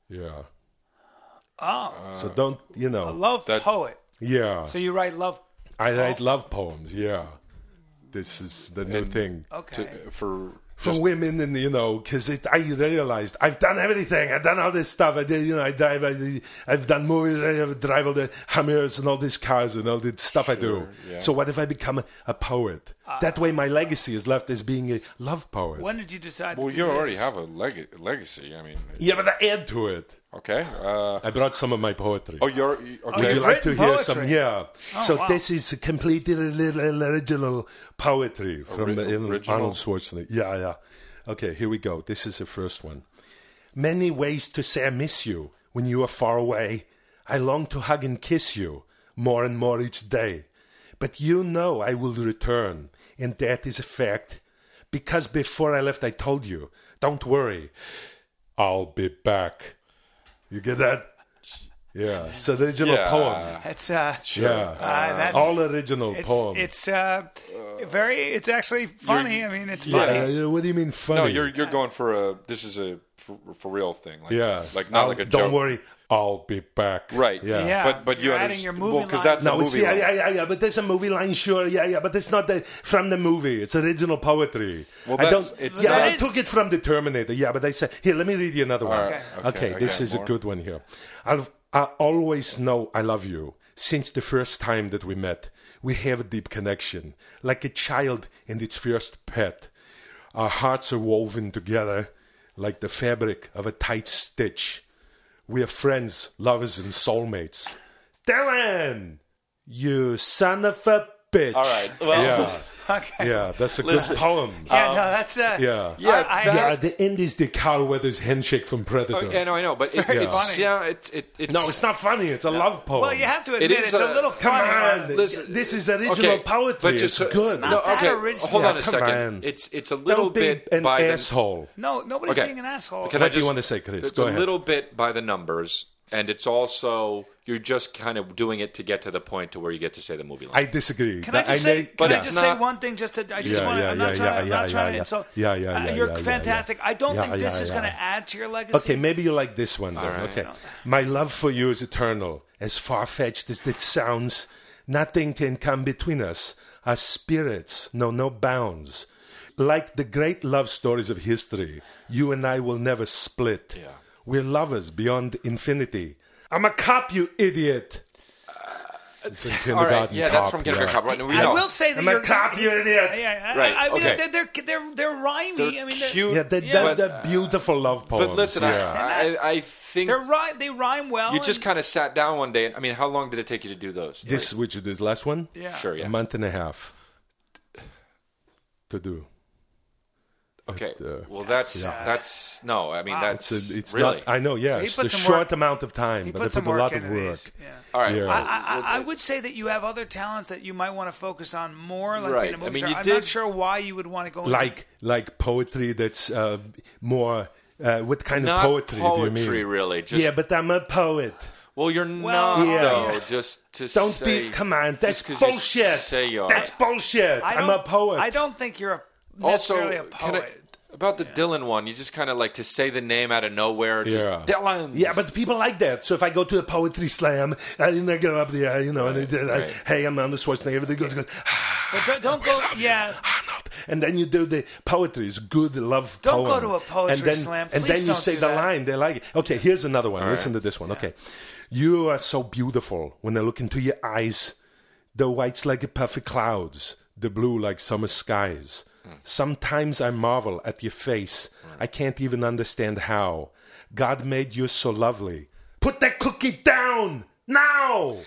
D: Yeah.
I: oh,
D: So don't you know?
I: love
A: Uh, that-
I: poet.
D: yeah.
I: So you write love.
D: I write love poems. Yeah. This is the new thing
I: Okay.
A: To- for
D: for women, and you know, because I realized I've done everything. I've done all this stuff. I did, you know, I drive. I, did- I've done movies. I have drive all the Hummers and all these cars and all the stuff I do. So what if I become a, a poet?
I: Uh,
D: that way, my legacy is left as being a love poet.
I: When did you decide?
A: well,
I: to
A: you
I: do
A: already
I: this?
A: have a leg- legacy. I mean,
D: Yeah, but I add to it.
A: okay. Uh,
D: I brought some of my poetry.
A: oh, you're you-
D: Would
A: okay.
D: you like to
I: written
D: hear
I: poetry. Oh,
D: some? Yeah. so this is completely original poetry
A: Ori-
D: from uh,
A: original.
D: Arnold Schwarzenegger. Yeah, yeah. Okay, here we go. This is the first one. Many ways to say I miss you when you are far away. I long to hug and kiss you more and more each day. But you know I will return, and that is a fact. Because before I left, I told you, don't worry, I'll be back. You get that? Yeah, it's the original
A: Yeah.
D: poem.
I: It's uh, uh,
D: Yeah,
I: that's
D: all original
I: it's
D: poem.
I: it's uh, very it's actually funny. I mean, it's
A: yeah.
I: funny.
D: yeah, yeah, Uh, what do you mean funny?
A: No, you're you're going for a. This is a for, for real thing. Like,
D: yeah,
A: Like not
D: I'll-
A: like a
D: Don't
A: joke.
D: worry, I'll be back.
A: Right.
D: Yeah.
I: Yeah.
A: But but you
I: You're
A: understand.
I: adding your movie
A: because
I: line.
A: that's
D: No,
A: the
D: it's
A: movie.
D: yeah,
A: line.
D: yeah, yeah, yeah. But there's a movie line, sure, yeah, yeah. But it's not the, from the movie. It's original poetry.
A: Well,
D: I
A: that's-
D: don't.
A: it's
D: yeah,
A: not-
D: I
I: That is-
D: took it from the Terminator. Yeah, but I said, here, let me read you another one.
A: right, okay, I
D: this
A: got
D: is
A: more.
D: a good one here. I'll, I always know I love you since the first time that we met. we have a deep connection, like a child and its first pet. Our hearts are woven together like the fabric of a tight stitch. We are friends, lovers, and soulmates. Dylan! You son of a bitch!
J: All right. Well,
D: Yeah. Yeah, that's a
J: Listen,
D: good poem.
B: Yeah, no, that's uh,
D: yeah.
J: yeah,
B: I, I
D: Yeah,
B: asked-
D: the end is the Carl Weathers handshake from Predator.
A: Oh, Yeah, no, I know, but it,
B: Very
A: it's,
B: funny.
A: yeah, it's it, it's
D: No, it's not funny. It's a love poem.
B: well, you have to admit
A: is,
B: it's a,
A: uh,
B: little
D: Come
B: funny.
D: on,
A: Listen-
D: this is original
A: okay,
D: poetry.
A: But
D: it's
A: just so-
D: good.
A: No,
B: that
A: okay,
B: original.
A: hold on a
D: Come
A: second.
D: on.
A: It's it's a little
D: Don't be
A: bit
D: an
A: by
D: asshole.
B: No,
A: The,
B: nobody's
A: okay.
B: being an asshole.
A: Can I
D: What do you
A: just-
D: want to say, Chris?
A: It's
D: Go
A: a
D: ahead.
A: little bit by the numbers, and it's also you're just kind of doing it to get to the point to where you get to say the movie line.
D: I disagree.
B: Can I
D: That-
B: just say?
D: may-
B: can I
A: it's
B: just
A: not-
B: say one thing? Just to, I just
D: Yeah,
B: want. to
D: yeah,
B: I'm not
D: yeah,
B: trying.
D: yeah,
B: I'm
D: yeah,
B: not trying
D: yeah,
B: to
D: yeah.
B: insult.
D: Yeah, yeah,
B: Uh,
D: yeah,
B: You're
D: yeah, yeah,
B: fantastic.
D: yeah.
B: I don't
D: Yeah,
B: think this
D: yeah,
B: is
D: yeah.
B: going to add to your legacy.
D: Okay, maybe you like this one. Then. Okay. My love for you is eternal. As far fetched as it sounds, nothing can come between us. Our spirits know no bounds. Like the great love stories of history, you and I will never split. Yeah. We're lovers beyond infinity. I'm a cop, you idiot. It's a
A: All
D: kindergarten
A: right, yeah, that's from Get
D: yeah.
A: a Cop. Right, we
B: I
A: know.
B: will say that
D: I'm
B: you're
D: a cop, you
B: Yeah,
D: idiot.
B: yeah, I-
A: Right,
B: I, I mean,
A: okay.
B: they're, they're they're they're rhymey.
A: They're
B: I mean, they're,
A: cute,
D: Yeah, they're,
B: Yeah.
D: they're, they're beautiful love poems.
A: but listen,
D: yeah.
A: I, I I think
B: they're rhy- they rhyme well.
A: you just
B: and-
A: kind of sat down one day. and I mean, how long did it take you to do those? three?
D: this, which is this last one?
B: yeah.
A: sure, yeah,
D: a month and a half to do.
A: okay.
D: But, uh,
A: well, that's that's no. I mean, that's
D: It's a, it's
A: really
D: not. I know. Yeah,
B: So he
D: it's
B: put
D: a
B: some
D: short
B: work-
D: amount of time,
B: He
D: but I
B: put
D: put
B: some
D: a
B: work
D: lot of
B: into
D: work.
B: these. Yeah.
A: all right.
D: Yeah.
B: I, I, I- I would say that you have other talents that you might want to focus on more, like
A: Right.
B: being a movie
A: I mean,
B: star.
A: you
B: I'm not
A: did-
B: sure why you would want to go into
D: Like like poetry that's uh, more. Uh, what kind
A: Not
D: of poetry, do you
A: poetry,
D: mean?
A: really, just-
D: yeah, but I'm a poet.
A: Well, you're
B: Well,
A: not
D: yeah.
A: though. Just to
D: Don't
A: say,
D: be. Come on, that's
A: just 'cause you
D: bullshit.
A: Say you are.
D: that's bullshit.
B: I
D: I'm
B: don't-
D: a poet.
B: I don't think you're a,
A: also
B: necessarily a
A: can I,
B: poet.
A: about the Dylan one. You just kind of like to say the name out of nowhere. Just
D: Yeah.
A: Dylan.
D: Yeah, but people like that. So if I go to a poetry slam, and I go up there, you know, and they, they're like,
A: Right.
D: "Hey, I'm Arnold Schwarzenegger," everything goes, goes
B: But don't, don't go. Yeah,
D: Arnold. And then you do the poetry. It's good love
B: Don't
D: poem.
B: go to a poetry
D: and then,
B: slam.
D: And
B: Please
D: then you
B: don't
D: say
B: do
D: the
B: that.
D: line. They like it. Okay, here's another one. Listen to this one. Okay. You are so beautiful when I look into your eyes. The white's like a perfect clouds, the blue like summer skies.
A: Hmm.
D: Sometimes I marvel at your face. I can't even understand how. God made you so lovely. Put that cookie down now.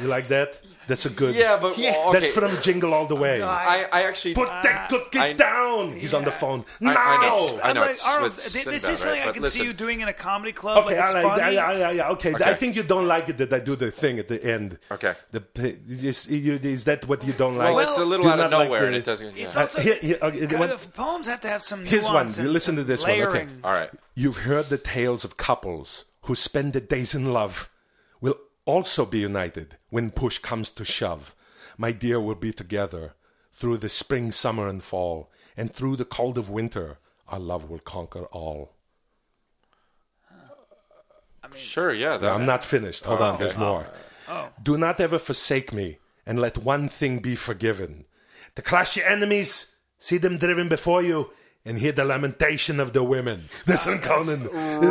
D: you like that? That's a good.
A: Yeah, but well, okay.
D: That's from Jingle All the Way.
A: I, I actually
D: Put that cookie
A: I-
D: down. He's on the phone.
A: I-
D: No.
A: I know it's- I
B: I'm
A: know
B: like,
A: it's
B: Arnold,
A: with
B: th- this
A: Sinbad,
B: is something
A: right?
B: I
A: But
B: can see
A: listen.
B: you doing in a comedy club.
D: Okay,
B: like it's
D: all right,
B: funny.
D: yeah, yeah, yeah, okay. I
A: Okay.
D: think you don't like it that I do the thing at the end.
A: Okay.
D: The p- is, you- is that what you don't like?
A: Well, it's a little
D: Do
A: out of
D: not like
A: nowhere,
D: the-
A: and it doesn't. Yeah.
B: It's
D: Uh,
B: also
D: here- here, okay, the
B: kind
D: one-
B: of, poems have to have some.
D: Here's one.
B: nuance
D: You
B: and
D: listen to this one, okay.
B: layering.
A: All right.
D: You've heard the tales of couples who spend their days in love will also be united when push comes to shove. My dear, we'll be together through the spring, summer, and fall, and through the cold of winter. Our love will conquer all.
A: Sure. Yeah. That, Oh.
D: I'm not finished. Hold on, there's more. Do not ever forsake me and let one thing be forgiven. To crush your enemies, see them driven before you, and hear the lamentation of the women. That's in Conan. Right.
A: Yeah,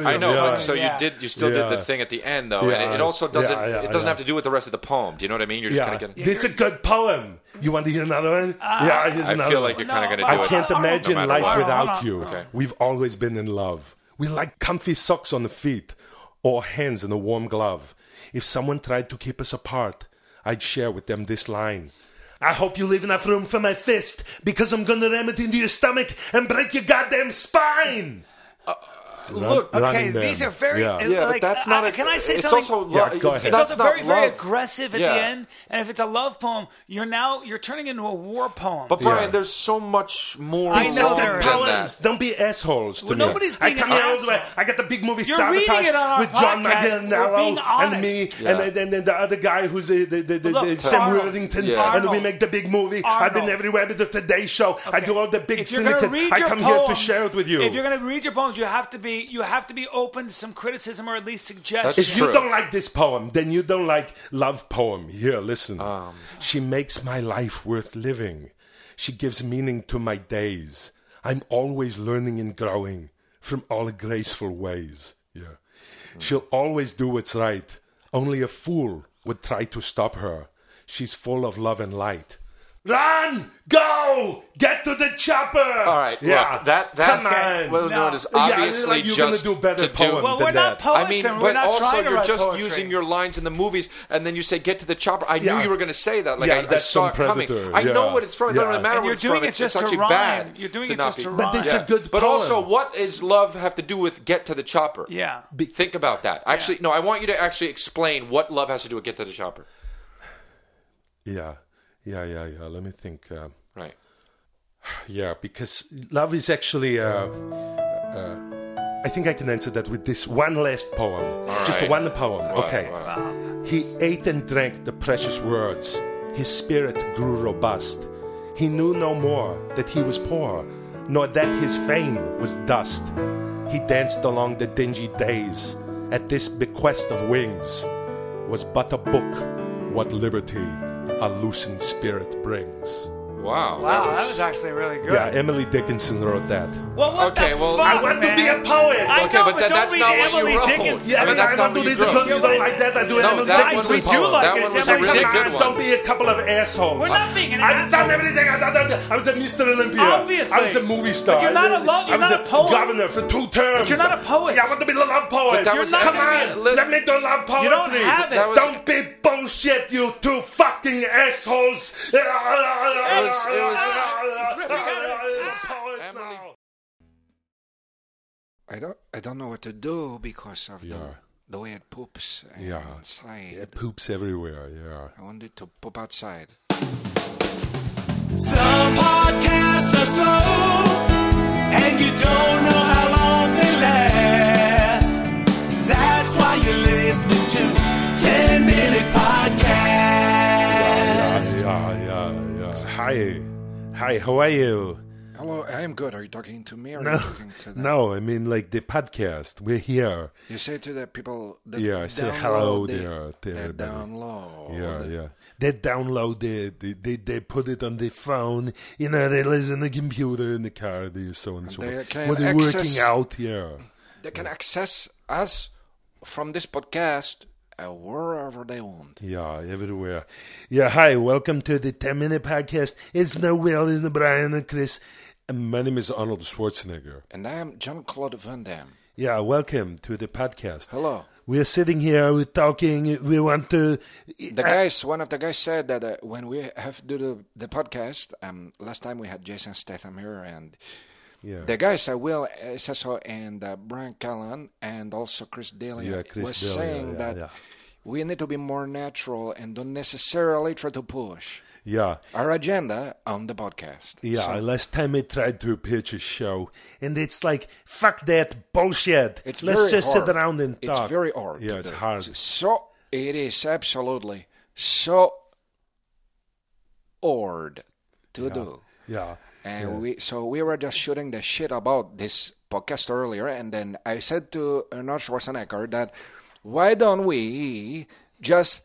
B: yeah,
A: I know,
D: yeah.
A: but so
B: Yeah.
A: you did. You still did
D: Yeah.
A: the thing at the end, though, and
D: Yeah.
A: it, it also doesn't.
D: Yeah, yeah,
A: it doesn't
D: yeah.
A: have to do with the rest of the poem. Do you know what I mean? You're just
D: yeah.
A: kind of getting.
D: This is a good poem. You want to hear another one? yeah, here's
A: I
D: another
A: feel
D: one.
A: like you're kind of going to do
B: No,
A: it.
D: I can't
B: no
D: imagine
A: matter
D: life
A: what.
D: without
B: Hold on,
D: you.
A: hold on. Okay.
D: We've always been in love. We like comfy socks on the feet or hands in a warm glove. If someone tried to keep us apart, I'd share with them this line. I hope you leave enough room for my fist because I'm gonna ram it into your stomach and break your goddamn spine.
A: Uh, Look,
D: Run-
B: Okay,
D: Running Man.
B: these are very.
D: Yeah.
B: uh,
D: Yeah,
A: but
B: like,
A: that's
B: I-
A: not
B: I-
A: a-
B: can I say
A: it's
B: something?
A: also lo-
D: Yeah, go
A: it's-
D: ahead.
B: It's
A: that's
B: also
A: not
B: very, very
A: love.
B: aggressive at
A: Yeah.
B: the end, and if it's a love poem, you're now you're turning into a war poem.
A: But Brian,
D: Yeah.
A: there's so much more.
B: I know
A: involved
B: there
A: than
B: is.
D: Poems,
A: that.
D: don't be assholes to
B: Well,
D: me.
B: nobody's
D: I
B: being
D: come
B: an
D: here all the way.
B: asshole.
D: I got the big movie
B: You're
D: Sabotage
B: reading it on our
D: with
B: podcast.
D: John
B: We're being
D: McElnarrow and me,
B: honest.
D: and,
A: Yeah.
D: and, and, the other guy who's uh, the, the, the,
B: Look,
D: Sam
B: Arnold.
D: Worthington,
A: Yeah.
D: and we
B: Arnold.
D: make the big movie. I've been
B: Arnold.
D: everywhere with the Today Show. I
B: Okay.
D: do all the big
B: If you're gonna
D: syndicate.
B: read
D: I
B: your
D: come here to
B: poems-
D: share it with you.
B: If you're going to read your poems, you have to be you have to be open to some criticism or at least suggestions.
A: That's
D: if you
A: true.
D: don't like this poem, then you don't like love poem. Here, listen.
A: Um.
D: She makes my life worth living. She gives meaning to my days. I'm always learning and growing from all graceful ways. Yeah. She'll always do what's right. Only a fool would try to stop her. She's full of love and light. Run! Go! Get to the chopper!
A: All right,
D: yeah.
A: look, that that
D: Come on.
A: well, no, it is
D: Yeah,
A: obviously
D: like you're gonna
A: just
D: do a better
A: to do.
D: poem
B: Well,
D: than
B: we're not
D: that.
B: poets,
A: I mean,
B: and we're
A: but
B: not
A: also
B: trying to
A: you're
B: write
A: just
B: poetry.
A: using your lines in the movies, and then you say "get to the chopper." I
D: Yeah.
A: knew you were going to say that. Like
D: Yeah,
A: I, I
D: that's
A: saw it
D: some
A: coming.
D: predator.
A: I know
D: Yeah.
A: what it's from. It doesn't
D: Yeah.
A: really matter
B: And
A: what
B: you're
A: it's from.
B: doing it
A: It's, it's
B: just to
A: actually
B: rhyme.
A: bad.
B: You're doing
A: to
B: it
A: not
B: just
A: be-
B: to
D: But
B: rhyme.
D: it's a good
A: But
D: poem.
A: also, what is love have to do with "get to the chopper"?
B: Yeah.
A: Think about that. Actually, no. I want you to actually explain what love has to do with "get to the chopper."
D: Yeah, yeah, yeah, yeah. Let me think. Uh,
A: Right.
D: yeah, because love is actually. Uh, uh, I think I can answer that with this one last poem. Just
A: right.
D: one poem. okay.
A: wow.
D: He ate and drank the precious words. His spirit grew robust. He knew no more that he was poor, nor that his fame was dust. He danced along the dingy days. At this bequest of wings was but a book what liberty a loosened spirit brings.
A: Wow.
B: Wow, that was actually really good.
D: Yeah, Emily Dickinson wrote that.
B: Well, what
A: Okay,
B: the
A: well-
B: fuck,
A: I
D: want to
B: man?
D: be a poet.
B: I
A: Okay,
B: know,
A: but
B: but,
A: that-
B: don't
A: that's
B: read
A: not what you
B: Emily
A: wrote.
B: Dickinson.
A: Yeah, I mean, that's
D: I
A: not what
D: don't do
A: you
D: the book.
A: wrote.
D: You don't like that. I do
A: No,
D: Emily
A: that one
D: Dickinson.
A: was-
B: We do like
A: that
B: it.
A: one was a
B: Emily
A: really
D: Come
A: good
D: on,
A: one.
D: Don't be a couple of assholes.
B: We're not being an
D: I've done
B: asshole.
D: everything. I've done everything. I was a Mr. Olympia.
B: Obviously.
D: I was a movie star.
B: But you're not
D: I-
B: a lo-
D: I
B: you're
D: was
B: not a poet.
D: governor for two terms.
B: But you're not a poet.
D: Yeah, I want to be a love
A: But
D: poet.
A: that
D: You're
A: was-
D: not Come
A: that-
D: on.
A: li-
D: Let me do love poetry.
B: You don't have it.
A: That was-
D: Don't be bullshit, you two fucking assholes.
A: was- it
D: It
A: was- Emily-
H: I don't I don't know what to do because of
D: Yeah.
H: the, the way it poops and
D: Yeah.
H: inside.
D: poops everywhere. Yeah.
H: I want it to poop outside.
C: Some podcasts are slow, and you don't know how long they last. That's why you're listening to 10 Minute Podcast.
D: Yeah, yeah, yeah. Hi. Hi, how are you?
H: Hello, I am good. Are you talking to me or are you
D: No,
H: talking to them?
D: no, I mean like the podcast. We're here.
H: You say to the people that
D: Yeah, I say
H: download
D: hello
H: the-
D: there to
H: that
D: everybody.
H: download.
D: Yeah, yeah. They download it. They, they they put it on their phone. You know, they listen to the computer in the car. They so on and so
H: they
D: forth.
H: can
D: Well, they're
H: access-
D: working out here.
H: They can access us from this podcast uh, wherever they want.
D: Yeah, everywhere. Yeah, hi, welcome to the 10 Minute Podcast. It's no Will, it's no Brian and Chris. And my name is Arnold Schwarzenegger.
H: And I am John Claude Van Damme.
D: Yeah, welcome to the podcast.
H: Hello.
D: We're sitting here, we're talking, we want to. uh,
H: The guys, one of the guys said that uh, when we have to do the, the podcast, um, last time we had Jason Statham here, and
D: Yeah.
H: the guys, uh, Will Sasso and uh, Brian Callan, and also Chris Daly,
D: Yeah, Chris
H: was
D: D'Elia,
H: saying
D: yeah,
H: that
D: yeah.
H: we need to be more natural and don't necessarily try to push
D: Yeah.
H: our agenda on the podcast.
D: Yeah,
H: So
D: last time I tried to pitch a show, and it's like fuck that bullshit.
H: it's
D: Let's
H: very
D: just
H: hard.
D: sit around and talk.
H: It's very hard.
D: Yeah,
H: to
D: it's
H: do.
D: hard.
H: So it is absolutely so hard to do.
D: yeah,
H: And we so we were just shooting the shit about this podcast earlier, and then I said to Arnold Schwarzenegger that why don't we just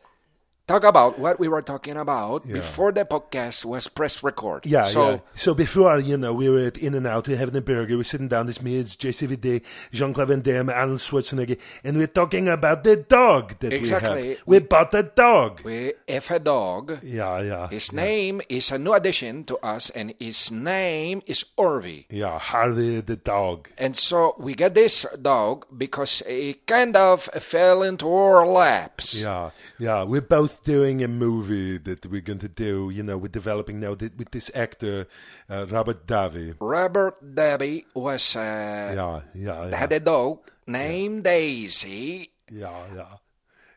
H: talk about what we were talking about before the podcast was press record?
D: yeah,
H: So
D: yeah. So before you know, we were at In and Out, we are having a burger, we're sitting down. This meal, it's JCVD, Jean Claude Van Damme, Arnold Schwarzenegger, and we're talking about the dog that we
H: Exactly.
D: have. We bought a dog.
H: we if a dog.
D: yeah, yeah,
H: His name is a new addition to us, and his name is Orvi.
D: yeah. Harley the dog.
H: And so we get this dog because it kind of fell into our laps.
D: Yeah, yeah. We're both doing a movie that we're going to do. You know, we're developing now th- with this actor, uh, Robert Davi.
H: Robert Debbie was uh,
D: Yeah, yeah, yeah.
H: had a dog named Daisy.
D: Yeah, yeah.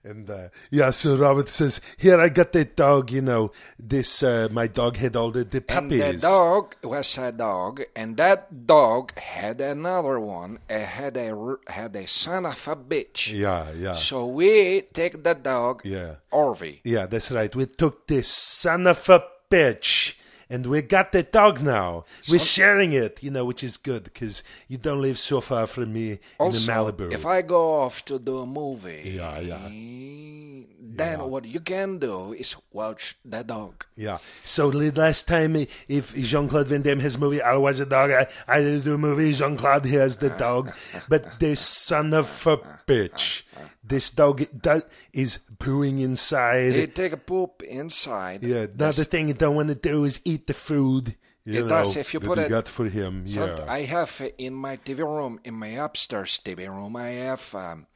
D: And uh, yeah, so Robert says, "Here I got that dog. You know, this uh, my dog had all the, the
H: And
D: puppies."
H: the dog was a dog, and that dog had another one. It had a r- had a son of a bitch.
D: Yeah, yeah,
H: So we take the dog,
D: yeah,
H: Orvi.
D: yeah. That's right. We took this son of a bitch, and we got the dog now. We're sharing it, you know, which is good because you don't live so far from me
H: Also,
D: in Malibu.
H: if I go off to do a movie,
D: Yeah, yeah.
H: then what you can do is watch the dog.
D: Yeah. So the last time, eh, if Jean Claude Van Damme has movie, I'll watch the dog. I, I did do a movie, Jean Claude has the dog. But this son of a bitch This dog that is pooing inside.
H: They take a poop inside.
D: yeah, another thing you don't want to do is eat the food. You
H: It
D: know,
H: does if you
D: that
H: put
D: you
H: it-
D: got for him. Yeah,
H: Somet- I have uh, in my TV room, in my upstairs TV room, I have um,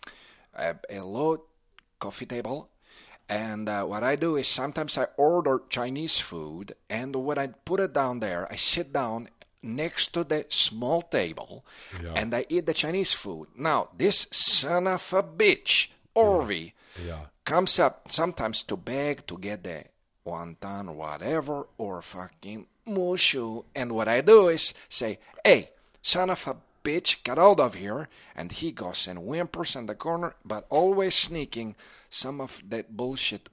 H: a, a low coffee table. And uh, what I do is sometimes I order Chinese food, and when I put it down there, I sit down next to the small table and I eat the Chinese food. Now, this son of a bitch, Orvi, comes up sometimes to beg to get the wonton or whatever or fucking mushu. And what I do is say, hey, son of a bitch, get out of here. And he goes and whimpers in the corner, but always sneaking some of that bullshit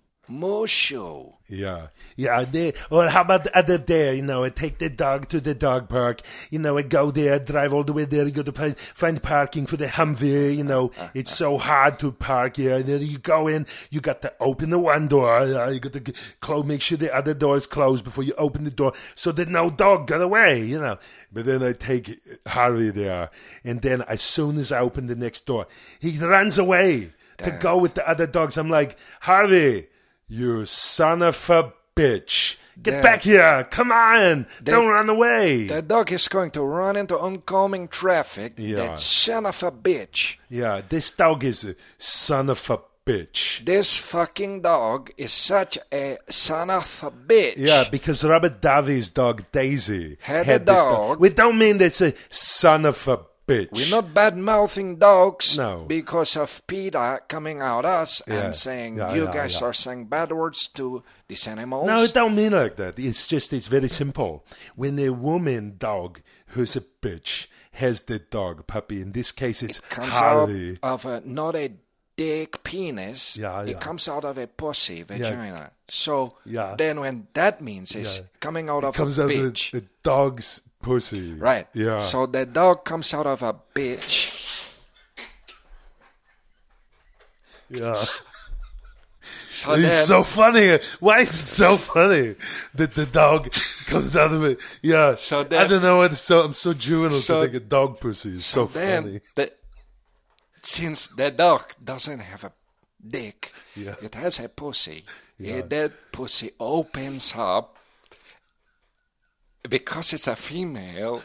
H: mushu.
D: yeah, yeah. They, or how about the other day? You know, I take the dog to the dog park. You know, I go there, drive all the way there. You go to pa- find parking for the Humvee. You know, it's so hard to park here. And then you go in, you got to open the one door. uh, You got to g- close, make sure the other door is closed before you open the door, so that no dog got away. You know. But then I take Harvey there, and then as soon as I open the next door, he runs away. To go with the other dogs, I'm like Harvey. You son of a bitch.
H: Dad.
D: Get back here. Come on. Don't run away.
H: The dog is going to run into oncoming traffic.
D: Yeah.
H: That son of a bitch.
D: yeah, this dog is a son of a bitch.
H: This fucking dog is such a son of a bitch.
D: Yeah, because Robert Davi's dog Daisy
H: Had a
D: this
H: dog.
D: We don't mean it's a son of a bitch.
H: We're not bad mouthing dogs
D: No.
H: because of PETA coming out us
D: Yeah.
H: and saying
D: Yeah,
H: you
D: yeah,
H: guys
D: yeah.
H: are saying bad words to these animals.
D: No, it don't mean like that. It's just it's very simple. When a woman dog who's a bitch has the dog puppy, in this case it's
H: comes
D: Harvey.
H: out of a, not a dick penis.
D: Yeah, yeah.
H: It comes out of a pussy vagina. So
D: Yeah.
H: then when that means it's coming out of
D: comes
H: a
D: out of
H: bitch.
D: the, the dog's pussy.
H: right.
D: Yeah.
H: So the dog comes out of a bitch.
D: yeah.
H: So
D: It's
H: then,
D: so funny. Why is it so funny that the dog comes out of it? Yeah.
H: So then-
D: I don't know. It's so I'm so juvenile
H: So-
D: to think a dog pussy is so, funny.
H: then the, Oh, since the dog doesn't have a dick, it has a pussy. eh, that pussy opens up because it's a female.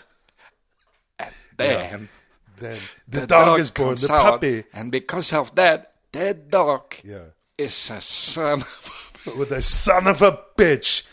H: And then
D: Then the, dog, is born
H: comes
D: the
H: out,
D: puppy.
H: and because of that, that dog
D: Yeah.
H: is a son. of a-
D: With a son of a bitch,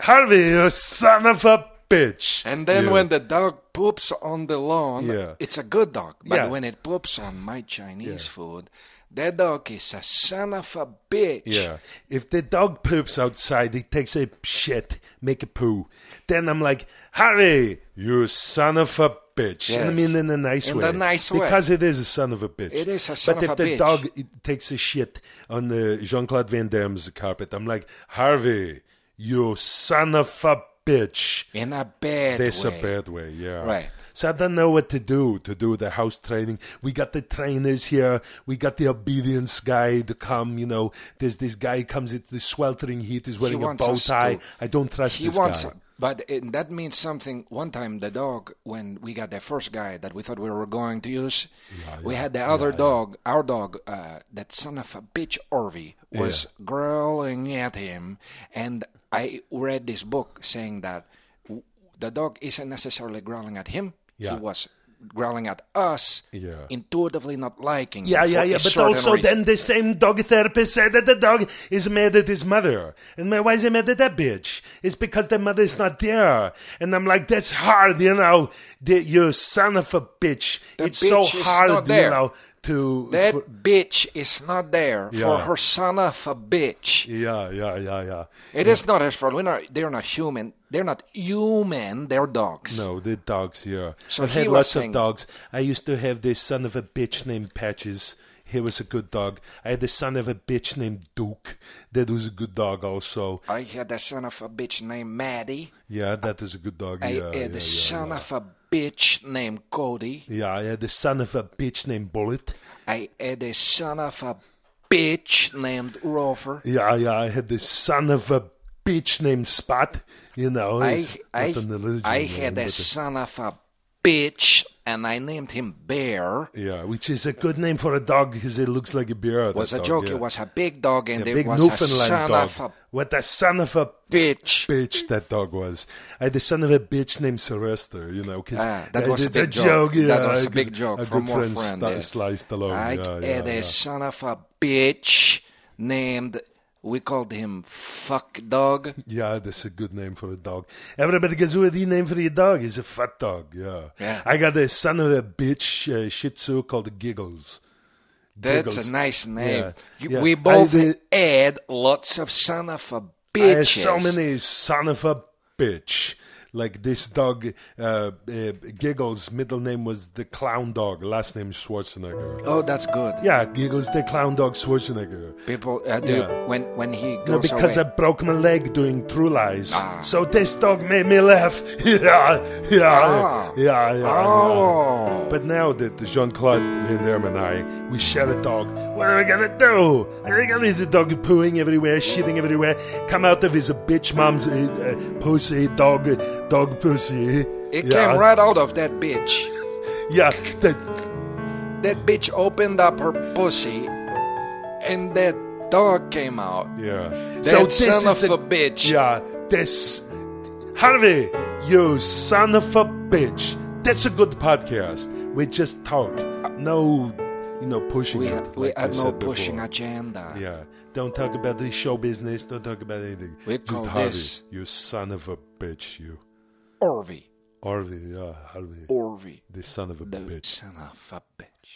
D: Harvey, you son of a bitch.
H: And then
D: Yeah.
H: when the dog poops on the lawn,
D: Yeah.
H: it's a good dog. But
D: Yeah.
H: when it poops on my Chinese food, that dog is a son of a bitch.
D: Yeah. If the dog poops outside, he takes a shit, make a poo. Then I'm like, Harry, you son of a bitch. And I
H: Yes.
D: mean in a nice
H: In
D: way.
H: the nice way.
D: Because it is a son of a bitch.
H: It is a son
D: But
H: of
D: if
H: a
D: the
H: bitch.
D: dog it takes a shit on the Jean Claude Van Damme's carpet, I'm like, Harvey, you son of a bitch.
H: In a bad
D: That's
H: way.
D: a bad way, yeah.
H: Right.
D: So I don't know what to do to do the house training. We got the trainers here. We got the obedience guy to come. You know, there's this guy comes into the sweltering heat. He's wearing a
H: wants
D: bow
H: us
D: tie.
H: to-
D: I don't trust
H: He
D: this
H: wants,
D: guy.
H: but it, that means something. One time, the dog, when we got the first guy that we thought we were going to use, we had the other dog, our dog, uh, that son of a bitch, Orvi, was growling at him. And I read this book saying that w- the dog isn't necessarily growling at him,
D: Yeah.
H: he was growling at us,
D: Yeah.
H: intuitively not liking
D: Yeah,
H: him
D: yeah,
H: for a
D: yeah. But
H: certain
D: also,
H: reason.
D: then the same dog therapist said that the dog is mad at his mother. And my- why is he mad at that bitch? It's because the mother is not there. And I'm like, that's hard, you know. The, you son of a bitch.
H: The
D: it's so
H: bitch is
D: hard,
H: not
D: you
H: there.
D: know, to.
H: that
D: for-
H: bitch is not there for
D: Yeah.
H: her son of a bitch.
D: yeah, yeah, yeah, yeah.
H: It is not as far. We're not, they're not human. They're not human. They're dogs.
D: No, the dogs here.
H: So
D: I've
H: he
D: had
H: was
D: lots of
H: saying-
D: dogs. I used to have this son of a bitch named Patches. He was a good dog. I had a son of a bitch named Duke. That was a good dog also.
H: I had a son of a bitch named Maddie.
D: Yeah, that is a good dog.
H: I
D: yeah,
H: had
D: yeah,
H: a
D: yeah,
H: son
D: yeah.
H: of a bitch named Cody.
D: Yeah, I had a son of a bitch named Bullet.
H: I had a son of a bitch named Rover.
D: Yeah, yeah, I had the son of a bitch named Spot. You know,
H: I
D: it's
H: I,
D: Oh, not an original
H: I
D: name,
H: had
D: but
H: a
D: a-
H: son of a bitch, and I named him Bear.
D: Yeah, which is a good name for a dog because it looks like a bear.
H: was
D: that
H: a
D: dog,
H: joke.
D: yeah.
H: It was a big dog, and
D: a
H: it
D: big
H: was a son
D: Newfoundland dog.
H: of a
D: What a son of a
H: bitch.
D: bitch that dog was. I had a son of a bitch named Sylvester, you know, because
H: Ah, that was a big joke. That was a big joke
D: A
H: from
D: good
H: our
D: friend,
H: friend
D: sti-
H: there.
D: sliced along.
H: I
D: yeah, yeah,
H: had a
D: yeah.
H: son of a bitch named. We called him Fuck Dog.
D: Yeah, that's a good name for a dog. Everybody gets a the name for your dog. He's a fat dog. Yeah.
H: Yeah.
D: I got a son of a bitch uh, Shih Tzu called Giggles.
H: That's
D: Giggles.
H: a nice name.
D: Yeah,
H: You-
D: yeah.
H: We both
D: I, uh,
H: had lots of son of a
D: I had
H: bitches.
D: so many son of a bitch. Like this dog, uh, uh, Giggles. Middle name was the clown dog. Last name Schwarzenegger.
H: Oh, that's good.
D: Yeah, Giggles the clown dog Schwarzenegger.
H: People, uh, do
D: Yeah.
H: when when he goes
D: No, because
H: away.
D: I broke my leg doing True Lies. So this dog made me laugh. yeah, yeah,
H: Ah.
D: yeah, yeah,
H: Oh.
D: yeah. But now that Jean Claude Van Damme and I, we share a dog. What are we gonna do? Are we gonna leave the dog pooing everywhere, shitting everywhere? Come out of his bitch mom's uh, uh, pussy, dog, dog pussy.
H: It
D: yeah.
H: came right out of that bitch.
D: Yeah, that,
H: That bitch opened up her pussy, and that dog came out.
D: yeah.
H: That son of a bitch.
D: Yeah, this Harvey, you son of a bitch. That's a good podcast. We just talk. No, you know, pushing.
H: We
D: it,
H: ha- we
D: like I
H: had no
D: said before.
H: pushing agenda.
D: Yeah, don't talk about the show business. Don't talk about anything.
H: We
D: just
H: call
D: Harvey,
H: this-
D: you son of a bitch. You
H: Orvy,
D: Harvey, yeah, Harvey,
H: Orvy,
D: the son of a
H: the
D: bitch.
H: son of a bitch.